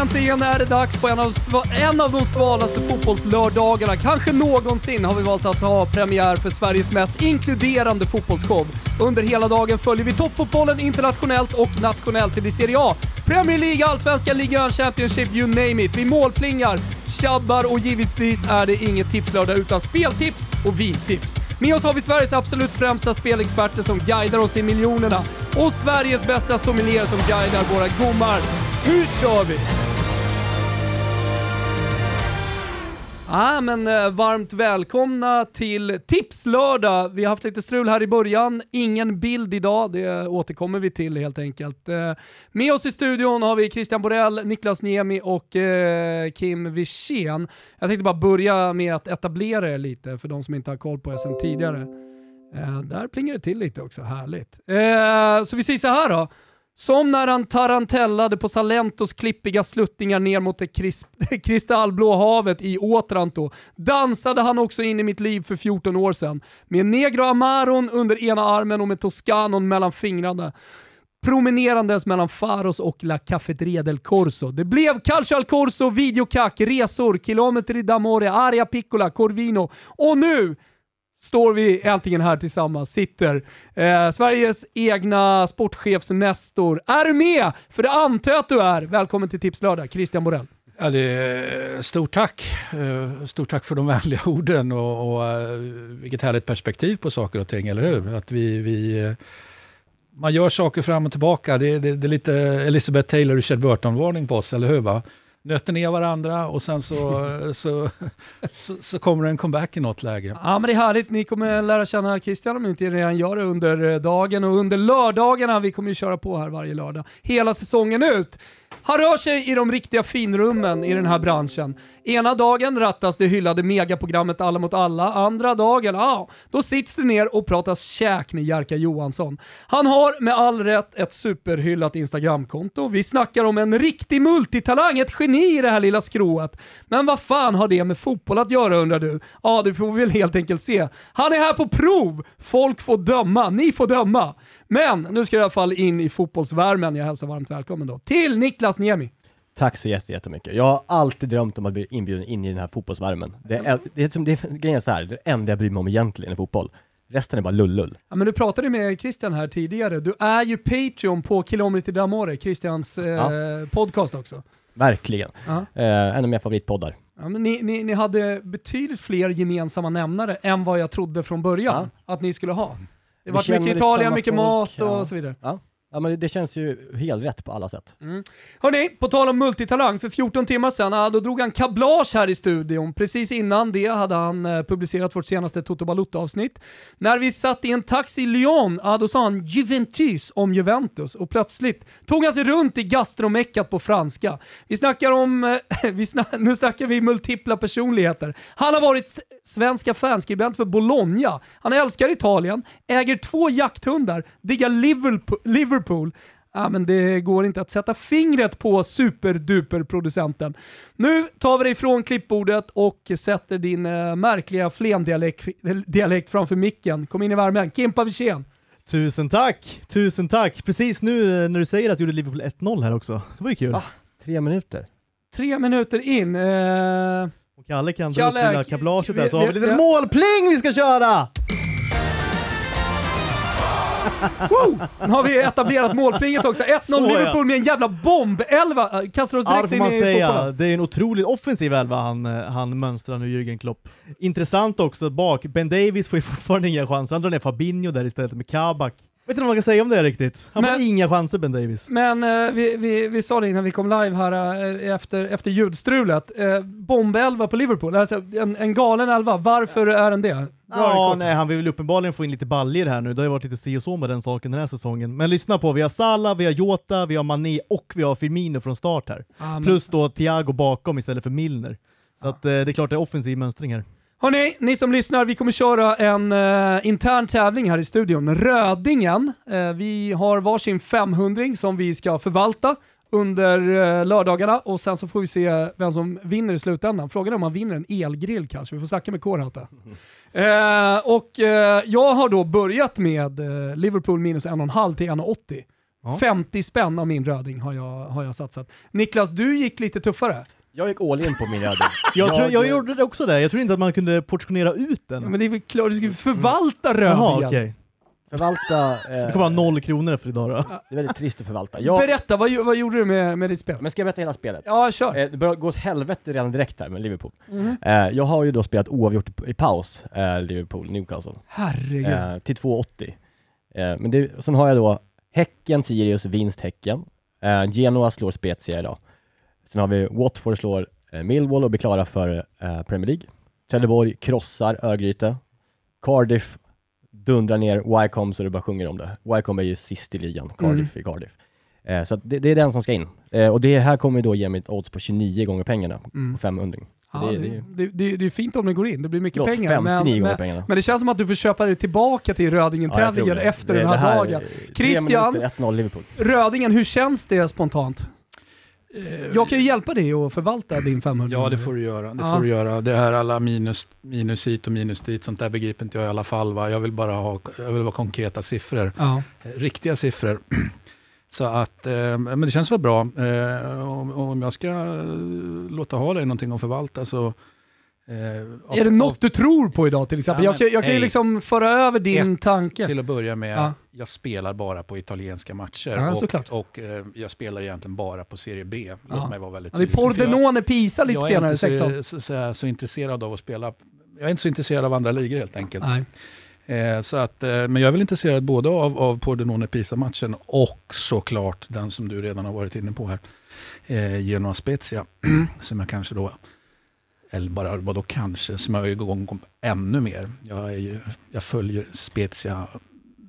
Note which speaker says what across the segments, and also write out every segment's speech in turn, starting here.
Speaker 1: äntligen är det dags på en av, sva- en av de svalaste fotbollslördagarna. Kanske någonsin har vi valt att ha premiär för Sveriges mest inkluderande fotbollsshow. Under hela dagen följer vi toppfotbollen internationellt och nationellt till Serie A, Premier League, Allsvenskan, Ligan, Championship, you name it. Vi målplingar, tjabbar och givetvis är det inget tipslördag utan speltips och vintips. Med oss har vi Sveriges absolut främsta spelexperter som guidar oss till miljonerna och Sveriges bästa sommelier som guidar våra gommar. Nu kör vi! Ah, men, eh, varmt välkomna till Tipslördag. Vi har haft lite strul här i början. Ingen bild idag, det återkommer vi till helt enkelt. Eh, med oss i studion har vi Christian Borell, Niklas Niemi och eh, Kim Wirsén. Jag tänkte bara börja med att etablera er lite för de som inte har koll på er sedan tidigare. Eh, där plingar det till lite också, härligt. Eh, så vi säger så här då. Som när han tarantellade på Salentos klippiga sluttningar ner mot det kris- kristallblå havet i Otranto, dansade han också in i mitt liv för 14 år sedan. Med Negro Amaron under ena armen och med Toscanon mellan fingrarna. Promenerandes mellan Faros och La Cafeteria del Corso. Det blev Calcio al Corso, videokack, resor, kilometer d'amore, aria piccola, Corvino och nu står vi äntligen här tillsammans, sitter eh, Sveriges egna sportchefsnestor. Är du med? För det antar jag att du är. Välkommen till Tipslördag, Christian Borell.
Speaker 2: Ja, det är stort tack. Eh, Stort tack för de vänliga orden och, och eh, vilket härligt perspektiv på saker och ting, eller hur? Att vi, vi, eh, man gör saker fram och tillbaka. Det, det, det är lite Elizabeth Taylor och Richard Burton-varning på oss, eller hur? Va? Nöter ner varandra och sen så, så, så, så kommer det en comeback i något läge.
Speaker 1: Ja men det är härligt, ni kommer lära känna Christian om ni inte redan gör det under eh, dagen och under lördagarna. Vi kommer ju köra på här varje lördag, hela säsongen ut. Han rör sig i de riktiga finrummen i den här branschen. Ena dagen rattas det hyllade megaprogrammet Alla mot alla, andra dagen, ja, då sits det ner och pratas käk med Jerka Johansson. Han har med all rätt ett superhyllat Instagramkonto. Vi snackar om en riktig multitalang, ett geni i det här lilla skrået. Men vad fan har det med fotboll att göra undrar du? Ja, det får vi väl helt enkelt se. Han är här på prov! Folk får döma, ni får döma. Men nu ska jag i alla fall in i fotbollsvärmen. Jag hälsar varmt välkommen då till Niklas Niemi.
Speaker 3: Tack så jätte- jättemycket. Jag har alltid drömt om att bli inbjuden in i den här fotbollsvärmen. Det är, det är, som, det är, grejen är så här, det är det enda jag bryr mig om egentligen är fotboll. Resten är bara lullull.
Speaker 1: Ja, men du pratade med Christian här tidigare. Du är ju Patreon på Kilometer Damore, Christians eh,
Speaker 3: Ja.
Speaker 1: podcast också.
Speaker 3: Verkligen.
Speaker 1: Ja.
Speaker 3: Eh, en av mina favoritpoddar.
Speaker 1: Ja, men ni, ni, ni hade betydligt fler gemensamma nämnare än vad jag trodde från början att ni skulle ha. Det
Speaker 3: Vi
Speaker 1: var
Speaker 3: känner
Speaker 1: mycket
Speaker 3: lite
Speaker 1: Italien,
Speaker 3: samma
Speaker 1: mycket
Speaker 3: folk,
Speaker 1: mat och
Speaker 3: ja.
Speaker 1: så vidare.
Speaker 3: Ja, men det, det känns ju helt rätt på alla sätt.
Speaker 1: Mm. Hörni, på tal om multitalang, för 14 timmar sedan, ah, då drog han kablage här i studion. Precis innan det hade han eh, publicerat vårt senaste Toto Balutta-avsnitt. När vi satt i en taxi i Lyon, ah, då sa han Juventus om Juventus och plötsligt tog han sig runt i gastromeckat på franska. Vi snackar om, eh, vi sna nu snackar vi multipla personligheter. Han har varit svenska fanskribent för Bologna. Han älskar Italien, äger två jakthundar, diggar Liverpool- Liverpool. Ja, men det går inte att sätta fingret på superduper-producenten. Nu tar vi dig från klippbordet och sätter din eh, märkliga flendialekt dialekt framför micken. Kom in i värmen. Kimpa Wirsén.
Speaker 4: Tusen tack! Tusen tack! Precis nu eh, när du säger att du gjorde Liverpool 1-0 här också. Det var ju kul.
Speaker 1: Ja.
Speaker 3: Ah, Tre minuter.
Speaker 1: Tre minuter in. Eh,
Speaker 4: Och Kalle kan dra upp
Speaker 1: Kalle,
Speaker 4: lilla kablaget där så
Speaker 1: vi-
Speaker 4: har vi
Speaker 1: vi-
Speaker 4: lite
Speaker 1: vi-
Speaker 4: målpling vi ska köra!
Speaker 1: woo! Nu har vi etablerat målplinget också. 1-0
Speaker 4: Så, ja.
Speaker 1: Liverpool med en jävla bomb. 11 kastar oss
Speaker 4: Ja, det
Speaker 1: direkt
Speaker 4: får
Speaker 1: in
Speaker 4: man
Speaker 1: i
Speaker 4: säga.
Speaker 1: fotbollen.
Speaker 4: Det är en otroligt offensiv elva han, eh, han mönstrar nu, Jürgen Klopp. Intressant också bak, Ben Davis får ju fortfarande inga chanser. Han drar ner Fabinho där istället med Kabak. Vet inte vad man kan säga om det riktigt. Han
Speaker 1: Men-
Speaker 4: får inga chanser, Ben Davis.
Speaker 1: Men eh, vi, vi, vi sa det innan vi kom live här eh, efter, efter ljudstrulet. Eh, bomb-elva på Liverpool. Alltså, en, en galen elva. Varför är den det? Dra det
Speaker 4: Ja,
Speaker 1: kort.
Speaker 4: nej, han vill väl uppenbarligen få in lite baljer här nu. Det har ju varit lite si och så med den saken den här säsongen. Men lyssna på, vi har Salah, vi har Jota, vi har Mané och vi har Firmino från start här.
Speaker 1: Ja, men-
Speaker 4: Plus då Thiago bakom istället för Milner. Så att, eh, det är klart det är offensiv mönstring här.
Speaker 1: Hörni, ni som lyssnar, vi kommer köra en eh, intern tävling här i studion. Rödingen. Eh, vi har varsin 500 som vi ska förvalta under eh, lördagarna och sen så får vi se vem som vinner i slutändan. Frågan är om man vinner en elgrill kanske. Vi får snacka med Kårhata. Eh, och eh, jag har då börjat med eh, Liverpool minus 1,5 till 1,80.
Speaker 4: Ja.
Speaker 1: 50 spänn av min röding har jag, har jag satsat. Niklas, du gick lite tuffare.
Speaker 3: Jag gick all in på min röding.
Speaker 4: Jag, tror, jag gjorde det också det. Jag tror inte att man kunde portionera ut den.
Speaker 1: Ja, men det är väl klart, du ska ju förvalta
Speaker 4: Jaha,
Speaker 1: rödingen.
Speaker 4: okej.
Speaker 3: Förvalta... Eh,
Speaker 4: Det kommer ha noll kronor för idag då.
Speaker 3: Det är väldigt trist att förvalta. Jag,
Speaker 1: Berätta, vad, gjo- vad gjorde du Eh, med, med ditt spel?
Speaker 3: men ska jag berätta hela spelet?
Speaker 1: Ja, kör. Mhm.
Speaker 3: Eh, Det börjar gå åt helvete redan direkt här med Liverpool. Eh, Jag har ju då spelat oavgjort i- i paus, eh, Liverpool, Newcastle,
Speaker 1: Herregud.
Speaker 3: eh, till 2,80. Eh, Men det, sen har jag då Häcken, Sirius, vinst Häcken. Eh, Genoa slår Spezia idag. Sen har vi Watford slår eh, Millwall och blir klara för eh, Premier League. Trelleborg krossar Örgryte. Cardiff dundrar ner Wycombe så det bara sjunger om det. Wycombe är ju sist i ligan,
Speaker 1: Mm.
Speaker 3: Cardiff är Cardiff. Eh, Så att det, det är den som ska in. Eh, Och det här kommer ju då ge mig ett odds på 29 gånger pengarna,
Speaker 1: Mm.
Speaker 3: på 500.
Speaker 1: Ja,
Speaker 3: det-
Speaker 1: det, det, det, det är fint om det går in, det blir mycket
Speaker 3: Förlåt,
Speaker 1: pengar.
Speaker 3: 59
Speaker 1: Men,
Speaker 3: gånger
Speaker 1: men,
Speaker 3: pengarna.
Speaker 1: men det känns som att du får köpa dig tillbaka till
Speaker 3: Ja, jag tror
Speaker 1: Rödingen-tävlingen
Speaker 3: det.
Speaker 1: efter
Speaker 3: Det-
Speaker 1: den här,
Speaker 3: det är-
Speaker 1: dagen.
Speaker 3: tre
Speaker 1: Christian?
Speaker 3: minuter, 1-0 Liverpool.
Speaker 1: Rödingen, hur känns det spontant? Jag kan ju hjälpa dig att förvalta din 500.
Speaker 2: Eh, Ja, det får du göra. Det,
Speaker 1: Mm. Ja.
Speaker 2: får du göra. det här alla minus, minus hit och minus dit, sånt där begriper inte jag i alla fall. Va? Jag vill bara ha jag vill ha konkreta siffror,
Speaker 1: Ja.
Speaker 2: eh, riktiga siffror. Så att, eh, men det känns väl bra. Eh, om, om jag ska eh, låta ha dig någonting att förvalta så... Eh,
Speaker 1: Är det något du tror på idag till exempel?
Speaker 2: Ja,
Speaker 1: jag kan, jag kan ju
Speaker 2: hej.
Speaker 1: liksom föra över din
Speaker 2: Ett
Speaker 1: tanke.
Speaker 2: Till att börja med,
Speaker 1: Ja.
Speaker 2: jag spelar bara på italienska matcher.
Speaker 1: Ja, såklart.
Speaker 2: och och eh, jag spelar egentligen bara på Serie B. Låt
Speaker 1: Ja.
Speaker 2: mig vara väldigt
Speaker 1: Ja, det är
Speaker 2: tydlig. För jag-
Speaker 1: Pordenone Pisa lite
Speaker 2: jag
Speaker 1: senare,
Speaker 2: är
Speaker 1: 16.
Speaker 2: inte så, så, så, så intresserad av att spela. Jag är inte så intresserad av andra ligor helt enkelt.
Speaker 1: Nej.
Speaker 2: Eh, så att, eh, men jag är väl intresserad både av, av Pordenone Pisa-matchen och såklart den som du redan har varit inne på här. Eh, Genoa Spezia, som jag kanske då, eller bara vadå kanske, som jag är igång på ännu mer. Jag, är ju, jag följer Spezia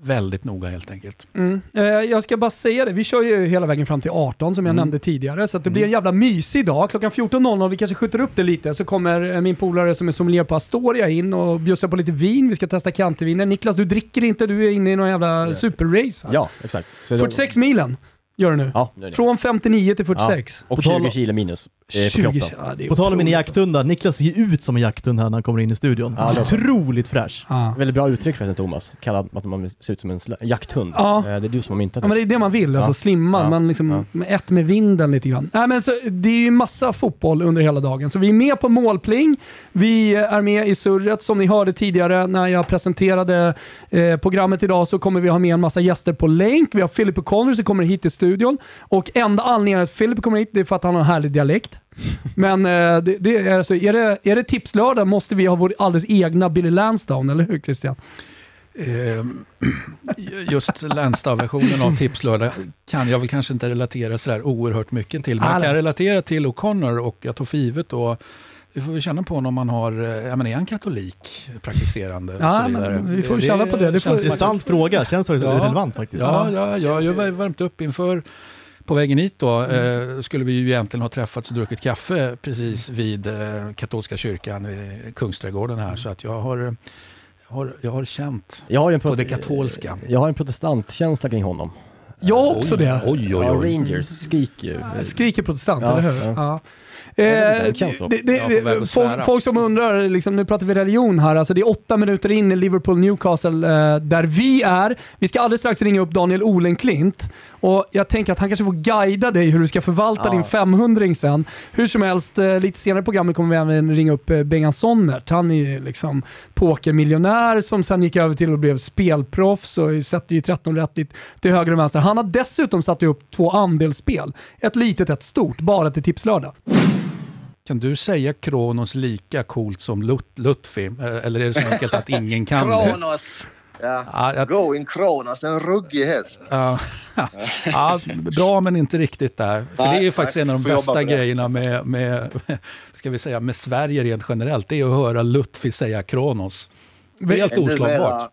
Speaker 2: väldigt noga helt enkelt.
Speaker 1: Mm. Eh, jag ska bara säga det, vi kör ju hela vägen fram till 18 som jag
Speaker 2: Mm.
Speaker 1: nämnde tidigare, så att det blir en jävla mysig dag. Klockan 14.00, vi kanske skjuter upp det lite, så kommer eh, min polare som är sommelier på Astoria in och bjussar på lite vin. Vi ska testa kanterviner. Niklas, du dricker inte, du är inne i någon jävla superrace här.
Speaker 3: Ja, exakt. Så då-
Speaker 1: 46 milen gör du nu.
Speaker 3: Ja, nu är det.
Speaker 1: Från 59 till 46.
Speaker 3: Och
Speaker 4: På tal om-
Speaker 3: 20 kilo minus eh, för
Speaker 1: 20
Speaker 3: kroppen.
Speaker 1: ja, det är
Speaker 4: På tal om en
Speaker 1: otroligt.
Speaker 4: jakthund, då. Niklas ser ju ut som en jakthund här när han kommer in i studion.
Speaker 3: Ja, det-
Speaker 4: Otroligt fräsch.
Speaker 1: Ja.
Speaker 3: Väldigt bra uttryck förresten Thomas, kallad att man ser ut som en slä- jakthund.
Speaker 1: Ja.
Speaker 3: Eh, Det är du som har myntat
Speaker 1: Ja, men det är det man vill, alltså
Speaker 3: Ja.
Speaker 1: slimmad.
Speaker 3: Ja.
Speaker 1: Man liksom,
Speaker 3: Ja.
Speaker 1: med Ett med vinden lite grann. Nej, men så, det är ju massa fotboll under hela dagen, så vi är med på målpling. Vi är med i surret. Som ni hörde tidigare när jag presenterade eh, programmet idag så kommer vi ha med en massa gäster på länk. Vi har Philip och Conrad som kommer hit till studion och enda anledningen att Philip kommer hit det är för att han har en härlig dialekt. Men eh, det, det är, alltså, är, det, är det tipslördag måste vi ha vår alldeles egna Billy Lansdown, eller hur Christian?
Speaker 2: Eh, just Länstad-versionen av Tipslördag kan jag väl kanske inte relatera sådär oerhört mycket till. Men jag
Speaker 1: Nej.
Speaker 2: kan relatera till O'Connor och jag tog för givet då, vi får väl känna på honom om han har, eh, ja men är han katolik praktiserande och
Speaker 1: Ja,
Speaker 2: så
Speaker 1: men
Speaker 2: vidare.
Speaker 1: vi får känna på det. Det får-
Speaker 2: känns som att-
Speaker 4: Intressant fråga, känns faktiskt
Speaker 2: Ja.
Speaker 4: relevant faktiskt.
Speaker 2: Ja, ja, ja, jag var värmt upp inför på vägen hit då
Speaker 1: Mm.
Speaker 2: eh, skulle vi ju egentligen ha träffats och druckit kaffe precis vid eh, katolska kyrkan i Kungsträdgården här. Så att jag har, eh, har, jag har känt
Speaker 3: Jag har ju en eh,
Speaker 2: På det katolska.
Speaker 3: Jag har en protestantkänsla kring honom.
Speaker 1: Jag har också
Speaker 2: oj,
Speaker 1: det.
Speaker 2: Oj, oj,
Speaker 3: Ja,
Speaker 2: oj.
Speaker 3: Rangers skriker ju.
Speaker 1: Skriker protestant,
Speaker 3: Ja,
Speaker 1: eller hur? Ja.
Speaker 3: ja.
Speaker 1: Eh,
Speaker 3: Det känns så.
Speaker 1: det, det,
Speaker 2: Ja, på väg att svära.
Speaker 1: folk, folk som undrar, liksom, nu pratar vi religion här, alltså det är åtta minuter in i Liverpool-Newcastle eh, där vi är. Vi ska alldeles strax ringa upp Daniel Olenklint och jag tänker att han kanske får guida dig hur du ska förvalta
Speaker 3: Ja.
Speaker 1: din 500 sen. Hur som helst, eh, lite senare i programmet kommer vi även ringa upp eh, Bengan Sonnert. Han är ju liksom pokermiljonär som sen gick över till och blev spelproffs och sätter ju 13 rätt lite till höger och vänster. Han har dessutom satt upp två andelsspel. Ett litet, ett stort, bara till Tipslördag.
Speaker 2: Kan du säga Kronos lika coolt som Lut- Lutfi? Eh, Eller är det så enkelt att ingen kan det?
Speaker 5: Kronos! Ja.
Speaker 2: Ja, jag,
Speaker 5: Going Kronos, en ruggig häst.
Speaker 2: ja, ja, bra men inte riktigt där. För det är ju
Speaker 5: Nej,
Speaker 2: faktiskt
Speaker 5: nej,
Speaker 2: en av
Speaker 5: får
Speaker 2: de
Speaker 5: jobba
Speaker 2: bästa
Speaker 5: med det.
Speaker 2: grejerna med, med, ska vi säga, med Sverige rent generellt. Det är att höra Lutfi säga Kronos. Helt
Speaker 5: En numera
Speaker 2: oslagbart.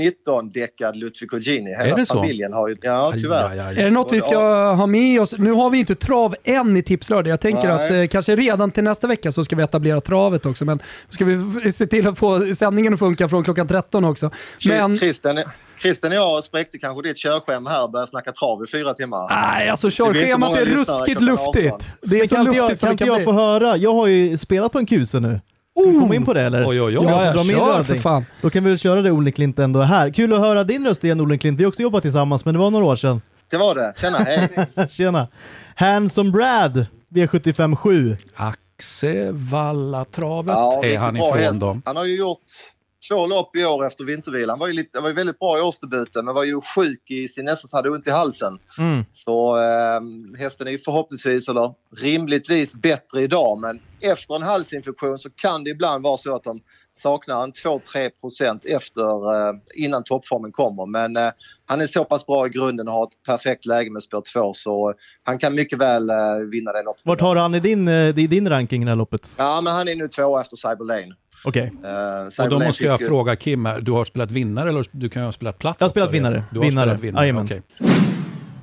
Speaker 5: covid-19-däckad Ludvig Cugini. Hela
Speaker 2: Är det så?
Speaker 5: familjen har ju... Ja, tyvärr.
Speaker 2: Aj, aj, aj.
Speaker 1: Är det något vi ska ha med oss? Nu har vi inte trav än i Tipslördag. Jag tänker
Speaker 5: Nej.
Speaker 1: att eh, kanske redan till nästa vecka så ska vi etablera travet också. Men ska vi f- se till att få sändningen att funka från klockan 13 också. Men
Speaker 5: Men... Kristen, Kristen och jag spräckte kanske ditt körschema här och började snacka trav i fyra timmar.
Speaker 1: nej, alltså
Speaker 5: Det blir inte
Speaker 1: körschemat
Speaker 5: många
Speaker 1: är
Speaker 5: lyssnare
Speaker 1: ruskigt
Speaker 5: klockan 18.
Speaker 1: luftigt. Det är
Speaker 4: Men
Speaker 1: så
Speaker 4: kan inte jag,
Speaker 1: luftigt som
Speaker 4: kan
Speaker 1: det
Speaker 4: inte
Speaker 1: kan
Speaker 4: jag få
Speaker 1: bli.
Speaker 4: höra? Jag har ju spelat på en kuse nu. Kan vi komma in på det eller?
Speaker 2: Oj, oj, oj.
Speaker 4: Om
Speaker 1: Ja,
Speaker 4: jag får dra
Speaker 1: jag
Speaker 4: min
Speaker 1: kör för
Speaker 4: röding.
Speaker 1: fan.
Speaker 4: Då kan vi väl köra det Olenklint ändå är här. Kul att höra din röst igen Olenklint. Vi har också jobbat tillsammans men det var några år sedan.
Speaker 5: Det var det. Tjena, hej.
Speaker 4: Tjena. Handsome Brad, V75 7.
Speaker 2: Axevallatravet
Speaker 5: Ja,
Speaker 2: är
Speaker 5: riktigt
Speaker 2: han
Speaker 5: bra
Speaker 2: ifrån
Speaker 5: häst.
Speaker 2: dem.
Speaker 5: Han har ju gjort två lopp i år efter vintervilan. Han var ju, lite, han var ju väldigt bra i årsdebuten men var ju sjuk i sin nästa så hade ont i halsen.
Speaker 4: Mm.
Speaker 5: Så eh, hästen är ju förhoppningsvis, eller rimligtvis, bättre idag. Men efter en halsinfektion så kan det ibland vara så att de saknar en 2-3 procent efter, eh, innan toppformen kommer. Men eh, han är så pass bra i grunden och har ett perfekt läge med spår 2 så eh, han kan mycket väl eh, vinna det loppet.
Speaker 4: Vart har han i din, eh, i din ranking i det här loppet?
Speaker 5: Ja, men han är nu tvåa efter Cyber Lane.
Speaker 4: Okej.
Speaker 5: Eh, Cyber
Speaker 2: Och då
Speaker 5: Lane
Speaker 2: måste jag
Speaker 5: fick ju-
Speaker 2: fråga Kim, här, du har spelat vinnare eller du kan ju ha spelat plats?
Speaker 4: Jag har spelat
Speaker 2: också redan.
Speaker 4: vinnare.
Speaker 2: Du har
Speaker 4: Vinnare.
Speaker 2: spelat vinnare,
Speaker 4: Jajamän.
Speaker 2: okej.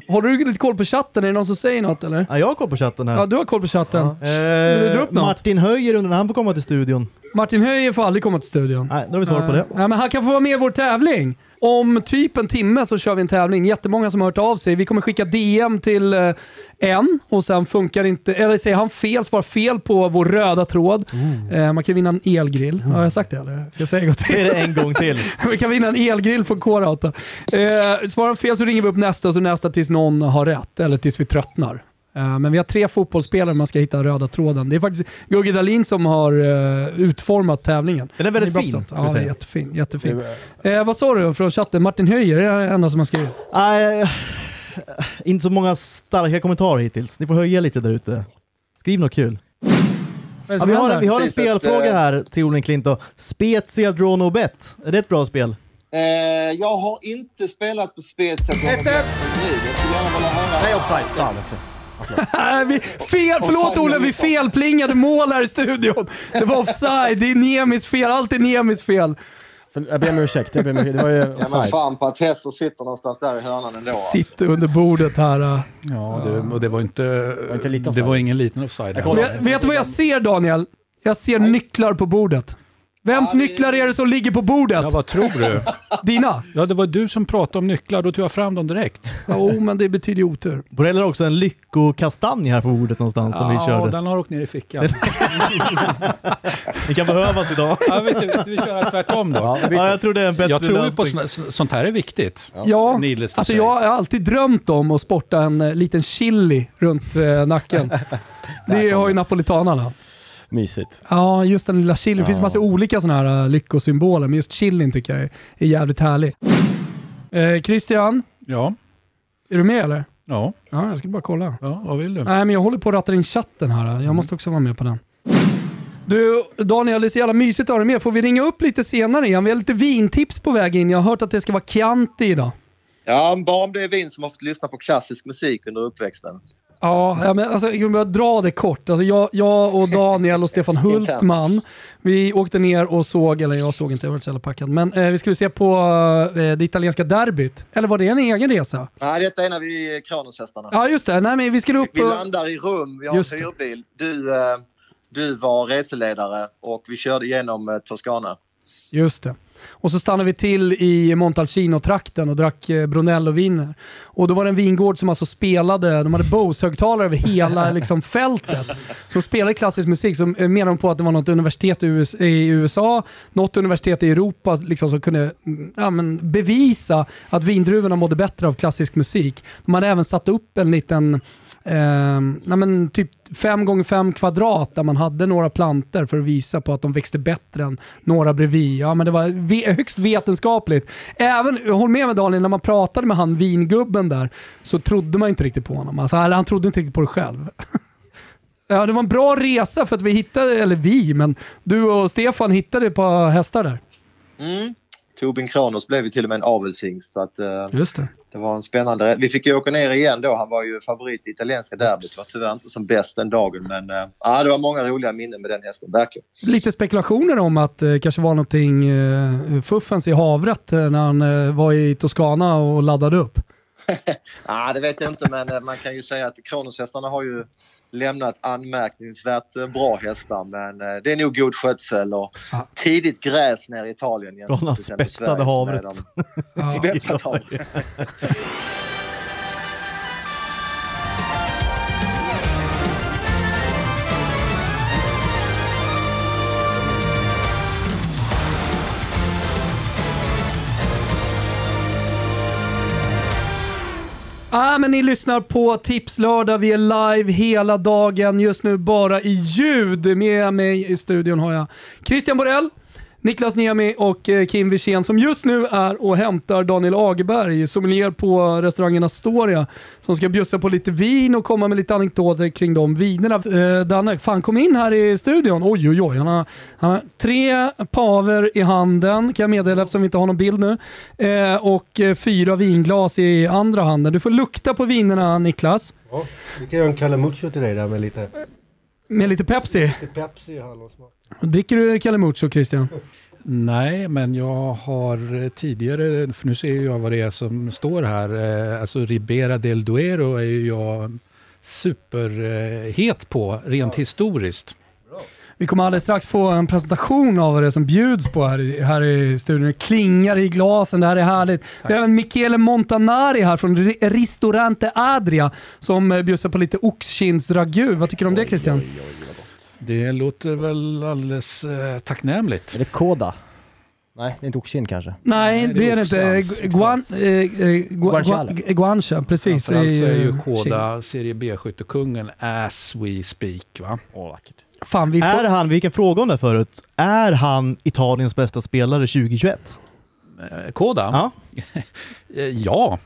Speaker 1: Har du lite koll på chatten? Är det någon som säger något eller?
Speaker 4: Ja, jag har koll på chatten här.
Speaker 1: Ja, du har koll på chatten.
Speaker 4: Eh,
Speaker 1: Vill du dra upp något?
Speaker 4: Martin Höjer undrar när han får komma till studion.
Speaker 1: Martin Höjer får aldrig komma till studion.
Speaker 4: Nej, då har vi svar på det.
Speaker 1: Nej, men han kan få vara med i vår tävling. Om typ en timme så kör vi en tävling. Jättemånga som har hört av sig. Vi kommer skicka DM till eh, en och sen funkar inte, eller säger han fel, svarar fel på vår röda tråd.
Speaker 4: Mm.
Speaker 1: Eh, man kan vinna en elgrill. Har jag sagt det eller? Ska jag säga något
Speaker 4: Säg
Speaker 1: till?
Speaker 4: det en gång till.
Speaker 1: vi kan vinna en elgrill från K-Rauta. Eh, svarar han fel så ringer vi upp nästa och så nästa tills någon har rätt eller tills vi tröttnar. Eh, Men vi har tre fotbollsspelare man ska hitta den röda tråden. Det är faktiskt Gugge Dahlin som har eh, utformat tävligen.
Speaker 4: Den är väldigt
Speaker 1: Det är
Speaker 4: fin.
Speaker 1: bra procent.
Speaker 4: ska vi
Speaker 1: Ja,
Speaker 4: säga.
Speaker 1: jättefin. jättefin. Eh, vad sa du från chatten? Martin Höjer är det enda som har skrivit.
Speaker 4: Nej, eh, inte så många starka kommentarer hittills. Ni får höja lite där ute. Skriv något kul.
Speaker 1: Vad är det
Speaker 4: Ja,
Speaker 1: som
Speaker 4: vi, har,
Speaker 1: händer?
Speaker 4: vi har en
Speaker 5: Precis, att,
Speaker 4: spelfråga
Speaker 5: eh,
Speaker 4: här till Olle Klinto. Spezia Draw No Bet. Är det ett bra spel?
Speaker 5: Eh, jag har inte spelat på Spezia. Ett, ett. Jag skulle gärna vilja höra.
Speaker 3: Nej, offside. Fan också.
Speaker 1: Nej, vi, fel, förlåt Olle, vi felplingade mål här i studion. Det var offside, det är Nemis fel, allt är Nemis fel.
Speaker 3: För, jag ber om ursäkt. Jag ber om ursäkt. Det var ju
Speaker 5: Ja, men
Speaker 3: offside.
Speaker 5: fan på att Hesser sitter någonstans där i hörnan ändå. alltså.
Speaker 1: Sitter under bordet här. eh.
Speaker 2: Ja, det, och det var inte,
Speaker 3: inte lite
Speaker 2: det
Speaker 3: offside.
Speaker 2: var ingen liten offside.
Speaker 3: Jag
Speaker 2: här.
Speaker 1: Men
Speaker 3: kollar.
Speaker 1: jag, vet du vad jag ser Daniel? Jag ser nycklar på bordet. Vems
Speaker 5: Ja, det-
Speaker 1: nycklar är det som ligger på bordet?
Speaker 2: Ja, vad tror du?
Speaker 1: Dina?
Speaker 2: Ja, det var du som pratade om nycklar, då tog jag fram dem direkt.
Speaker 1: Jo, oh, men det betyder ju otur.
Speaker 4: Borrell har också en lyckokastanj här på bordet någonstans som vi
Speaker 2: Ja,
Speaker 4: körde.
Speaker 2: den har åkt ner i fickan.
Speaker 4: Den kan behövas idag.
Speaker 2: ja, vet du, vi kör här tvärtom då.
Speaker 3: Ja, jag
Speaker 4: ja,
Speaker 3: byter.
Speaker 4: jag tror det är en bättre
Speaker 2: Jag tror ju på
Speaker 4: lösning.
Speaker 2: såna, så- sånt här är viktigt.
Speaker 1: Ja,
Speaker 2: Needless to
Speaker 1: alltså
Speaker 2: say.
Speaker 1: jag har alltid drömt om att sporta en eh, liten chili runt eh, nacken. Det har ju napolitanarna.
Speaker 3: Mysigt.
Speaker 1: Ja, just den lilla chilin. Det finns
Speaker 3: Ja.
Speaker 1: massa olika sådana här eh, lyckosymboler, men just chilin tycker jag är, är jävligt härlig. Eh, Christian,
Speaker 2: Ja,
Speaker 1: är du med eller?
Speaker 2: ja,
Speaker 1: Ja, jag skulle bara kolla.
Speaker 2: ja vad vill du?
Speaker 1: Nej, men jag håller på att ratta in chatten här. Jag måste också vara med på den. Du, Daniel, det är så jävla mysigt att ha dig med. Får vi ringa upp lite senare igen? Vi har lite vintips på väg in. Jag har hört att det ska vara Chianti idag.
Speaker 5: Ja, men bara om det är Vin som har fått lyssna på klassisk musik under uppväxten.
Speaker 1: Ja, ja, men alltså, jag bara dra det kort. Alltså, jag, jag och Daniel och Stefan Hultman, vi åkte ner och såg, eller jag såg inte, jag var inte så jävla packad, men eh, vi skulle se på eh, det italienska derbyt. Eller var det en egen resa?
Speaker 5: Nej, detta är när vi är Kronoshästarna.
Speaker 1: Ja, just det. Nej, men vi skulle upp...
Speaker 5: Vi
Speaker 1: och-
Speaker 5: landar i rum, vi har
Speaker 1: Just det.
Speaker 5: en hyrbil. Du, eh, du var reseledare och vi körde genom eh, Toscana.
Speaker 1: Just det. Och så stannade vi till i Montalcino-trakten och drack eh, Brunello viner. Och då var det en vingård som alltså spelade, de hade Bose-högtalare över hela liksom, fältet. Så de spelade klassisk musik. Så eh, menade de på att det var något universitet i US- i USA, något universitet i Europa liksom, som kunde mm, ja, men, bevisa att vindruvorna mådde bättre av klassisk musik. De hade även satt upp en liten Eh, nej men typ 5 gånger 5 kvadrat där man hade några planter för att visa på att de växte bättre än några bredvid. Ja, men det var ve- högst vetenskapligt. Även, håll med mig Daniel, när man pratade med han vingubben där så trodde man inte riktigt på honom. Alltså, eller han trodde inte riktigt på det själv. ja, det var en bra resa för att vi hittade, eller vi, men du och Stefan hittade ett par hästar där.
Speaker 5: Mm. Tobin Kronos blev ju till och med en avelshingst. Så att, eh,
Speaker 1: Just det.
Speaker 5: det var en spännande... Vi fick ju åka ner igen då. Han var ju favorit i italienska derbyt. Var tyvärr inte som bäst den dagen. Men eh, ja, det var många roliga minnen med den hästen, verkligen.
Speaker 1: Lite spekulationer om att det kanske var någonting eh, fuffens i havret eh, när han eh, var i Toscana och laddade upp.
Speaker 5: Ja, det vet jag inte, men eh, man kan ju säga att Kronoshästarna har ju lämnat anmärkningsvärt eh, bra hästar. Men eh, det är nog god skötsel och
Speaker 1: Ja.
Speaker 5: tidigt gräs nere i Italien. jämfört
Speaker 4: Galna
Speaker 5: med till exempel
Speaker 4: spetsade
Speaker 5: Sverige, som är
Speaker 4: havret.
Speaker 5: de-
Speaker 1: Ja.
Speaker 5: Spetsat havret.
Speaker 1: Ah, men ni lyssnar på Tipslördag, vi är live hela dagen, just nu bara i ljud. Med mig i studion har jag Christian Borell, Niklas Niemi och eh, Kim Wirsén som just nu är och hämtar Daniel Agerberg, sommelier på restaurangen Astoria, som ska bjussa på lite vin och komma med lite anekdoter kring de vinerna. Eh, Danne, fan kom in här i studion. Oj, oj, oj. Han har, han har tre paver i handen, kan jag meddela eftersom vi inte har någon bild nu, eh, och eh, fyra vinglas i andra handen. Du får lukta på vinerna Niklas,
Speaker 6: Ja, vi kan göra en calamucho till dig där med lite,
Speaker 1: med lite Pepsi.
Speaker 6: lite Pepsi och hallonsmak.
Speaker 1: Dricker du Calamucho Christian?
Speaker 2: Nej, men jag har tidigare, för nu ser jag vad det är som står här, eh, alltså Ribera del Duero är ju jag superhet på, rent historiskt.
Speaker 1: Vi kommer alldeles strax få en presentation av vad det är som bjuds på här i, här i studion. Det klingar i glasen, det här är härligt. Vi har även Michele Montanari här från Ri- Ristorante Adria som eh, bjussar på lite oxkindsragu. Vad tycker du om det Christian?
Speaker 2: Det låter väl alldeles eh, tacknämligt.
Speaker 3: Är det Koda? Nej, det är inte Oxkin kanske.
Speaker 1: Nej,
Speaker 2: Nej,
Speaker 1: det är det
Speaker 2: också
Speaker 1: inte.
Speaker 2: hans-
Speaker 1: Gu- Guan, eh, eh, Gua-
Speaker 3: Guanciale.
Speaker 1: Gua- Guancia, precis. eh,
Speaker 2: Framförallt så är ju
Speaker 1: kind.
Speaker 2: Koda Serie B-skyttekungen as we speak. Va?
Speaker 3: Åh, vackert.
Speaker 1: Fan, vi
Speaker 4: Är
Speaker 1: får...
Speaker 4: han, vi fick en fråga om det förut, är han Italiens bästa spelare 2021?
Speaker 2: Eh, Koda?
Speaker 4: Ja.
Speaker 2: Eh, Ja.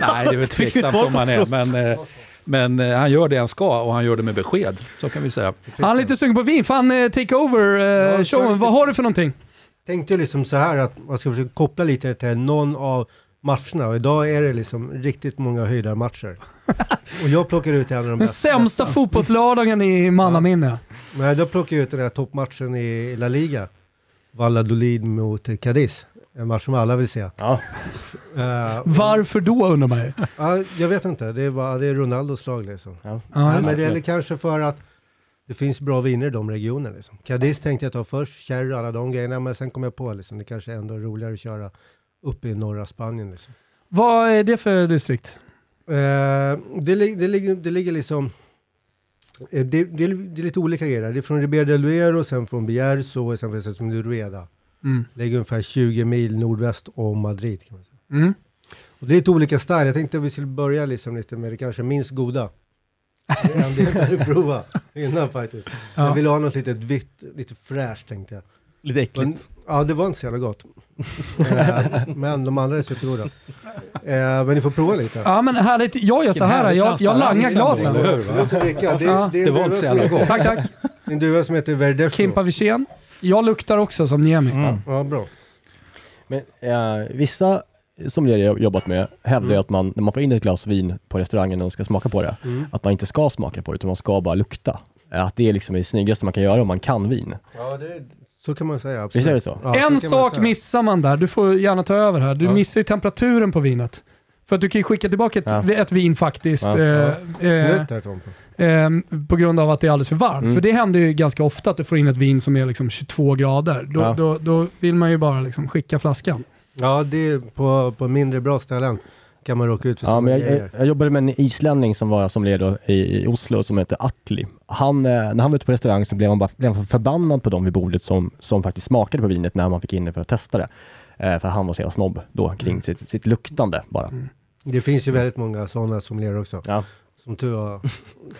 Speaker 2: Nej, det är väl
Speaker 4: vi
Speaker 2: tveksamt
Speaker 4: svar
Speaker 2: om han är, men, eh, men eh, han gör det han ska och han gör det med besked. Så kan vi säga.
Speaker 1: Han är lite sugen på vin. Fan, eh, take over eh,
Speaker 6: Ja,
Speaker 1: showen.
Speaker 6: exakt.
Speaker 1: Vad har du för någonting?
Speaker 6: Tänkte liksom så här att man ska försöka koppla lite till någon av matcherna och idag är det liksom riktigt många höjdarmatcher. och jag plockar ut en av de
Speaker 1: Den sämsta fotbollslördagen i mannaminne.
Speaker 6: Nej, då plockar jag ut den här toppmatchen i La Liga. Valladolid mot Cadiz. En match som alla vill se.
Speaker 3: Ja.
Speaker 6: Eh, och-
Speaker 1: Varför då undrar man ju.
Speaker 6: ja, jag vet inte, det är, bara, det är Ronaldos lag liksom.
Speaker 3: Ja.
Speaker 1: Ja,
Speaker 6: Nej,
Speaker 1: just
Speaker 6: men
Speaker 1: det.
Speaker 6: det gäller kanske för att det finns bra viner i de regionerna. Liksom. Cadiz tänkte jag ta först, Cherry och alla de grejerna, men sen kom jag på liksom, det kanske ändå är roligare att köra uppe i norra Spanien. Liksom.
Speaker 1: Vad är det för distrikt?
Speaker 6: Eh, det, lig- det, ligger, det ligger liksom... eh, Det, det, är- det är lite olika grejer. där. Det är från Ribera del Duero, sen från Bierzo och sen från Sesam Rueda.
Speaker 1: Mm.
Speaker 6: Det ligger ungefär 20 mil nordväst om Madrid. Kan man säga. Och det är lite olika style. Jag tänkte att vi skulle börja liksom lite med det kanske minst goda. Det är en del att prova innan faktiskt.
Speaker 1: Ja.
Speaker 6: Jag ville ha något lite vitt, lite fräscht tänkte jag.
Speaker 4: Lite
Speaker 6: Men,
Speaker 4: äckligt.
Speaker 6: ja, det var inte så jävla gott. Eh, men de andra är supergoda. Eh, men ni får prova lite.
Speaker 1: Ja men härligt, jag gör så här.
Speaker 2: härlig
Speaker 1: Jag, jag langar
Speaker 2: transparens ändå,
Speaker 1: glasen.
Speaker 2: eller hur, va?
Speaker 6: Absolut att dricka. Det,
Speaker 1: Ja.
Speaker 6: är- det är
Speaker 2: Det
Speaker 6: en
Speaker 2: var
Speaker 6: duva
Speaker 2: inte så
Speaker 6: som
Speaker 2: jävla
Speaker 6: heter-
Speaker 2: gott.
Speaker 1: Tack tack.
Speaker 6: det är en duva som heter Verdesco.
Speaker 1: Kimpa Wirsén. Jag luktar också som Niemi.
Speaker 6: Ja, bra.
Speaker 3: Men eh, vissa som jag har jobbat med hävdar
Speaker 1: Mm.
Speaker 3: ju att man, när man får in ett glas vin på restaurangen och ska smaka på det,
Speaker 1: Mm.
Speaker 3: att man inte ska smaka på det, utan man ska bara lukta. Eh, Att det är liksom det snyggaste man kan göra om man kan vin.
Speaker 6: Ja, det, så kan man säga. Absolut.
Speaker 3: Visst är det så?
Speaker 6: Ja, så kan
Speaker 1: en
Speaker 6: man
Speaker 1: sak
Speaker 6: säga.
Speaker 1: missar man där, du får gärna ta över här. Du
Speaker 6: Ja.
Speaker 1: missar ju temperaturen på vinet. För att du kan ju skicka tillbaka ett,
Speaker 3: Ja.
Speaker 1: ett vin faktiskt
Speaker 3: Ja.
Speaker 1: eh, eh,
Speaker 6: Snyggt där Tompa.
Speaker 1: eh, på grund av att det är alldeles för varmt.
Speaker 3: Mm.
Speaker 1: För det händer ju ganska ofta att du får in ett vin som är liksom 22 grader. Då,
Speaker 3: Ja.
Speaker 1: då, då vill man ju bara liksom skicka flaskan.
Speaker 6: Ja, det är på, på mindre bra ställen kan man råka ut för
Speaker 3: Ja,
Speaker 6: sådana
Speaker 3: men jag, jag,
Speaker 6: grejer.
Speaker 3: jag jobbade med en islänning som var som ledare i, i Oslo som hette Atli. Han, eh, när han var ute på restaurang så blev han, bara, blev han förbannad på dem vid bordet som, som faktiskt smakade på vinet när man fick in det för att testa det. Eh, för han var så jävla snobb då kring
Speaker 6: Mm.
Speaker 3: sitt, sitt luktande bara.
Speaker 6: Det finns ju väldigt många sådana som ler också.
Speaker 3: Ja.
Speaker 6: Som tur var,